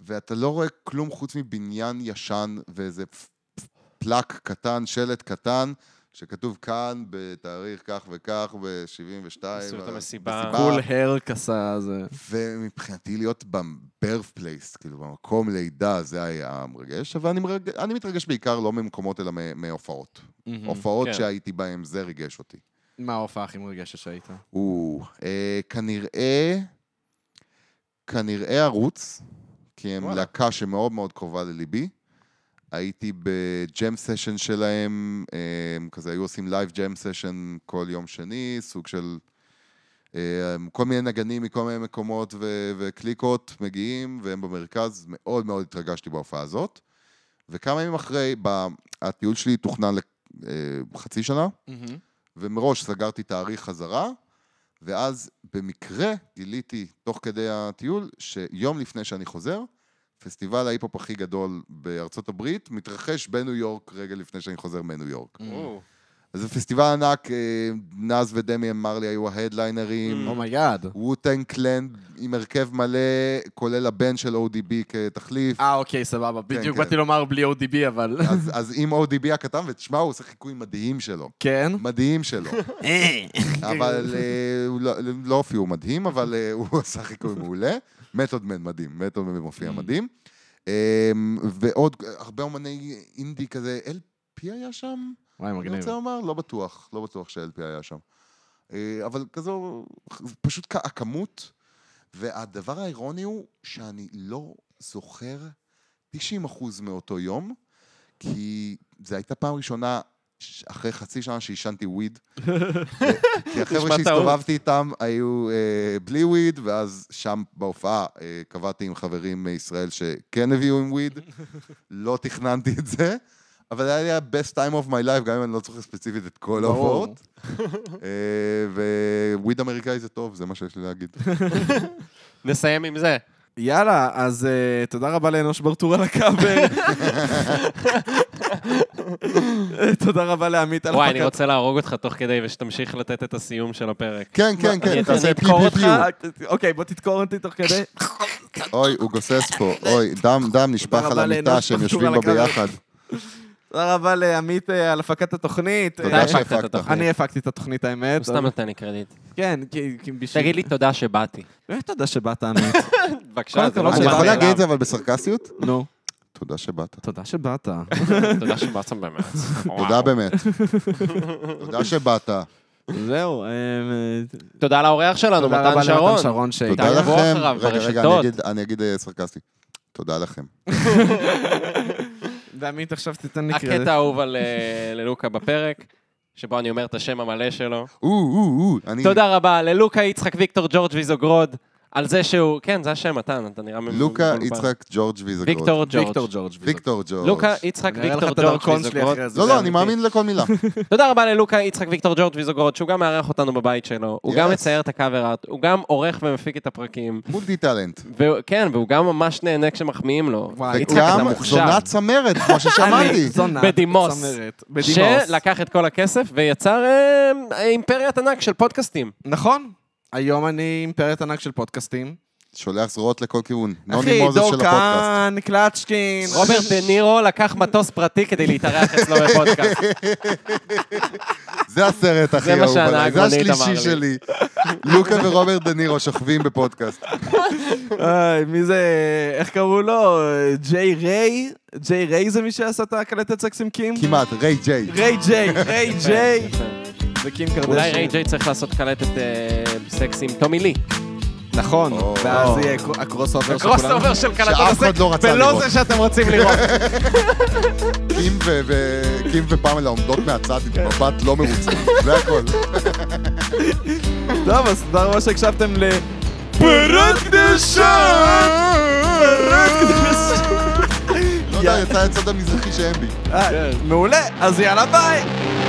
[SPEAKER 3] ואתה לא רואה כלום חוץ מבניין ישן ואיזה פ- פ- פלק קטן, שלט קטן, שכתוב כאן בתאריך כך וכך, אה, ב-72.
[SPEAKER 4] עשו את המסיבה.
[SPEAKER 2] קול הרק עשה זה.
[SPEAKER 3] ומבחינתי להיות בברף פלייס, כאילו במקום לידה, זה היה מרגש, אבל אני, מרג... אני מתרגש בעיקר לא ממקומות אלא מ- מהופעות.
[SPEAKER 2] מהמם.
[SPEAKER 3] הופעות
[SPEAKER 4] כן.
[SPEAKER 3] שהייתי בהן, זה ריגש אותי.
[SPEAKER 2] מה ההופעה הכי מרגשת שהיית?
[SPEAKER 3] או, אה, כנראה, כנראה ערוץ, כי הם
[SPEAKER 2] וואלה.
[SPEAKER 3] להקה שמאוד מאוד קרובה לליבי. הייתי בג'ם סשן שלהם, אה, הם כזה היו עושים לייב ג'ם סשן כל יום שני, סוג של אה, כל מיני נגנים מכל מיני מקומות ו- וקליקות מגיעים, והם במרכז, מאוד מאוד התרגשתי בהופעה הזאת. וכמה ימים אחרי, ב- הטיול שלי תוכנן לחצי שנה, ומראש סגרתי תאריך חזרה, ואז במקרה גיליתי תוך כדי הטיול שיום לפני שאני חוזר, פסטיבל ההיפ-הופ הכי Mm. גדול בארצות הברית מתרחש בניו יורק רגע לפני שאני חוזר מניו יורק. אז זה פסטיבל ענק, אה, נאז ודמי מרלי היו ההדליינרים.
[SPEAKER 2] Oh Mm. אומייגאד.
[SPEAKER 3] ווטנג קלנד עם הרכב מלא, כולל הבן של ODB כתחליף.
[SPEAKER 2] אה, אוקיי, סבבה. בדיוק
[SPEAKER 3] כן.
[SPEAKER 2] באתי לומר בלי ODB, אבל...
[SPEAKER 3] אז, אז עם ODB הקטן, ותשמע, הוא עושה חיקוי מדהים שלו.
[SPEAKER 2] כן?
[SPEAKER 3] מדהים שלו. אבל אה, הוא לא- לא הופיעו מדהים, אבל אה, הוא עשה חיקוי מעולה. מתודמן מדהים, מתודמן מופיע מדהים. אה, ועוד הרבה אומני אינדי כזה, LP היה שם?
[SPEAKER 2] וואי,
[SPEAKER 3] אני
[SPEAKER 2] מגניב.
[SPEAKER 3] רוצה לומר, לא בטוח, לא בטוח שה-LP היה שם. אה, אבל כזו, פשוט כ- הכמות, והדבר האירוני הוא שאני לא זוכר 90% מאותו יום, כי זו הייתה פעם ראשונה ש- אחרי חצי שנה שעישנתי וויד. כי החבר'ה
[SPEAKER 4] נשמע טעות.
[SPEAKER 3] שהסתובבתי איתם היו אה, בלי וויד, ואז שם בהופעה אה, קבעתי עם חברים מישראל שכן הביאו עם וויד, לא תכננתי את זה. אבל היה לי ה-best time of my life, גם אם אני לא זוכר ספציפית את כל ההופעות. אה, וויד אמריקאי זה טוב, זה מה שיש לי להגיד.
[SPEAKER 4] נסיים עם זה.
[SPEAKER 2] יאללה, אז אה, תודה רבה לאנוש ברטור על הכבל. תודה רבה לעמית על
[SPEAKER 4] וואי, אני
[SPEAKER 2] הפקת-
[SPEAKER 4] רוצה להרוג אותך תוך כדי ושתמשיך לתת את הסיום של הפרק.
[SPEAKER 3] כן, כן,
[SPEAKER 4] אני-
[SPEAKER 3] כן,
[SPEAKER 4] אני
[SPEAKER 3] תעשה פי
[SPEAKER 4] אדקור
[SPEAKER 3] פי
[SPEAKER 4] אותך.
[SPEAKER 3] פיו.
[SPEAKER 2] אוקיי, בוא תדקור אותי תוך כדי.
[SPEAKER 3] אוי, הוא גוסס פה, אוי, דם, דם נשפך
[SPEAKER 2] רבה
[SPEAKER 3] על המיטה
[SPEAKER 2] לאנוש
[SPEAKER 3] שהם
[SPEAKER 2] ברטור
[SPEAKER 3] יושבים
[SPEAKER 2] על
[SPEAKER 3] בה
[SPEAKER 2] הקו.
[SPEAKER 3] ביחד.
[SPEAKER 2] תודה רבה לעמית אה, על הפקת התוכנית.
[SPEAKER 3] תודה
[SPEAKER 2] אה,
[SPEAKER 4] הפקת את
[SPEAKER 3] שהפקת.
[SPEAKER 4] התוכנית.
[SPEAKER 2] אני הפקתי את התוכנית, האמת.
[SPEAKER 4] הוא סתם נותן לי קרדיט.
[SPEAKER 2] כן, כי כי בשביל...
[SPEAKER 4] תגיד לי תודה שבאתי.
[SPEAKER 2] באמת תודה שבאת, עמית.
[SPEAKER 4] בבקשה, זה
[SPEAKER 2] קודם
[SPEAKER 4] לא
[SPEAKER 2] כל,
[SPEAKER 3] אני
[SPEAKER 4] מובן
[SPEAKER 3] יכול
[SPEAKER 2] מאליו.
[SPEAKER 3] להגיד את
[SPEAKER 4] מאליו.
[SPEAKER 3] זה אבל בסרקסיות?
[SPEAKER 2] נו,
[SPEAKER 3] תודה שבאת.
[SPEAKER 2] תודה שבאת.
[SPEAKER 4] תודה שבאתם באמת.
[SPEAKER 3] תודה באמת. תודה שבאת.
[SPEAKER 2] זהו. אה, אה,
[SPEAKER 4] תודה לאורח שלנו,
[SPEAKER 2] תודה רבה
[SPEAKER 4] מתן
[SPEAKER 2] למתן
[SPEAKER 4] שרון.
[SPEAKER 2] שרון שהגיע.
[SPEAKER 3] תודה
[SPEAKER 4] תעקבו
[SPEAKER 3] לכם.
[SPEAKER 4] אחריו
[SPEAKER 3] רגע, רגע, אני
[SPEAKER 4] ברשתות.
[SPEAKER 3] אגיד- אני אגיד אה, סרקסטי. תודה לכם.
[SPEAKER 2] ועמית עכשיו תיתן לי קרדיט.
[SPEAKER 4] הקטע האהוב על אה, ללוקה בפרק, שבו אני אומר את השם המלא שלו.
[SPEAKER 3] או, או, או. אני-
[SPEAKER 4] תודה רבה ללוקה יצחק ויקטור ג'ורג' ויזוגרוד, על זה שהוא... כן, זה השם, מתן, אתה נראה... מבולבל.
[SPEAKER 3] לוקה, יצחק, ג'ורג' ויזגרוד.
[SPEAKER 4] ויקטור
[SPEAKER 2] ויקטור
[SPEAKER 4] ג'ורג'.
[SPEAKER 2] ג'ורג'.
[SPEAKER 3] ויקטור ג'ורג'.
[SPEAKER 4] לוקה יצחק
[SPEAKER 2] אני אראה לך
[SPEAKER 4] ויקטור
[SPEAKER 2] את
[SPEAKER 4] ג'ורג'
[SPEAKER 2] הדרכון שלי
[SPEAKER 4] ויזוגרוד.
[SPEAKER 2] אחרי זה.
[SPEAKER 3] לא,
[SPEAKER 2] זה
[SPEAKER 3] לא, אני
[SPEAKER 2] אמיתי.
[SPEAKER 3] מאמין לכל מילה.
[SPEAKER 4] תודה רבה ללוקה יצחק ויקטור ג'ורג' ויזוגרוד, שהוא גם מארח אותנו בבית שלו, הוא גם
[SPEAKER 3] Yes.
[SPEAKER 4] מצייר את הקאבר ארט, הוא גם עורך ומפיק את הפרקים,
[SPEAKER 3] מולטי טאלנט.
[SPEAKER 4] וכן, והוא גם ממש נהנה כשמחמיאים לו.
[SPEAKER 2] וואי, יצחק אתה
[SPEAKER 3] וגם
[SPEAKER 2] מוכשר.
[SPEAKER 3] זונה צמרת, כמו
[SPEAKER 2] אני
[SPEAKER 3] ששמעתי.
[SPEAKER 2] זונה
[SPEAKER 4] בדימוס.
[SPEAKER 2] צמרת. בדימוס.
[SPEAKER 4] שלקח את כל הכסף ויצר אה, אימפריית ענק של פודקאסטים.
[SPEAKER 2] נכון. היום אני אימפריית ענק של פודקאסטים.
[SPEAKER 3] שולח זרועות לכל כיוון. נוני
[SPEAKER 2] אחי,
[SPEAKER 3] מוזס של
[SPEAKER 2] דור
[SPEAKER 3] הפודקאסט.
[SPEAKER 2] כהן, קלצ'קין.
[SPEAKER 4] רוברט דה נירו לקח מטוס פרטי כדי להתארח אצלו בפודקאסט.
[SPEAKER 3] זה הסרט הכי
[SPEAKER 4] זה מה
[SPEAKER 3] אהוב עליי,
[SPEAKER 4] שהנהג
[SPEAKER 3] זה
[SPEAKER 4] מונית אמר
[SPEAKER 3] השלישי
[SPEAKER 4] לי.
[SPEAKER 3] שלי. לוקה ורוברט דה נירו שוכבים בפודקאסט.
[SPEAKER 2] איי, מי זה, איך קראו לו? ג'יי ריי? ג'יי ריי זה מי שעשה את ההקלטת סקס עם קים?
[SPEAKER 3] כמעט, ריי ג'יי.
[SPEAKER 2] ריי ג'יי, ריי ג'יי.
[SPEAKER 4] יפה.
[SPEAKER 2] וקים קרדשן.
[SPEAKER 4] אולי ריי ג'יי צריך לעשות קלטת אה, סקס עם טומי לי.
[SPEAKER 2] נכון,
[SPEAKER 3] או.
[SPEAKER 2] ואז יהיה הקר- הקרוס אובר של
[SPEAKER 4] קרוס
[SPEAKER 2] כולנו.
[SPEAKER 4] אובר של קלטת
[SPEAKER 3] שאף אחד
[SPEAKER 4] הסקס,
[SPEAKER 3] לא רצה
[SPEAKER 4] ולא
[SPEAKER 3] לראות.
[SPEAKER 4] זה שאתם רוצים לראות.
[SPEAKER 3] קים ו- ו- קים ופמלה עומדות מהצד עם מבט לא מרוצה. זה הכל.
[SPEAKER 2] טוב, אז תודה רבה שהקשבתם ל... פרות קדושה! פרות קדושה!
[SPEAKER 3] לא יודע, יצא הצד המזרחי שאין בי.
[SPEAKER 2] אה, מעולה, אז יאללה ביי!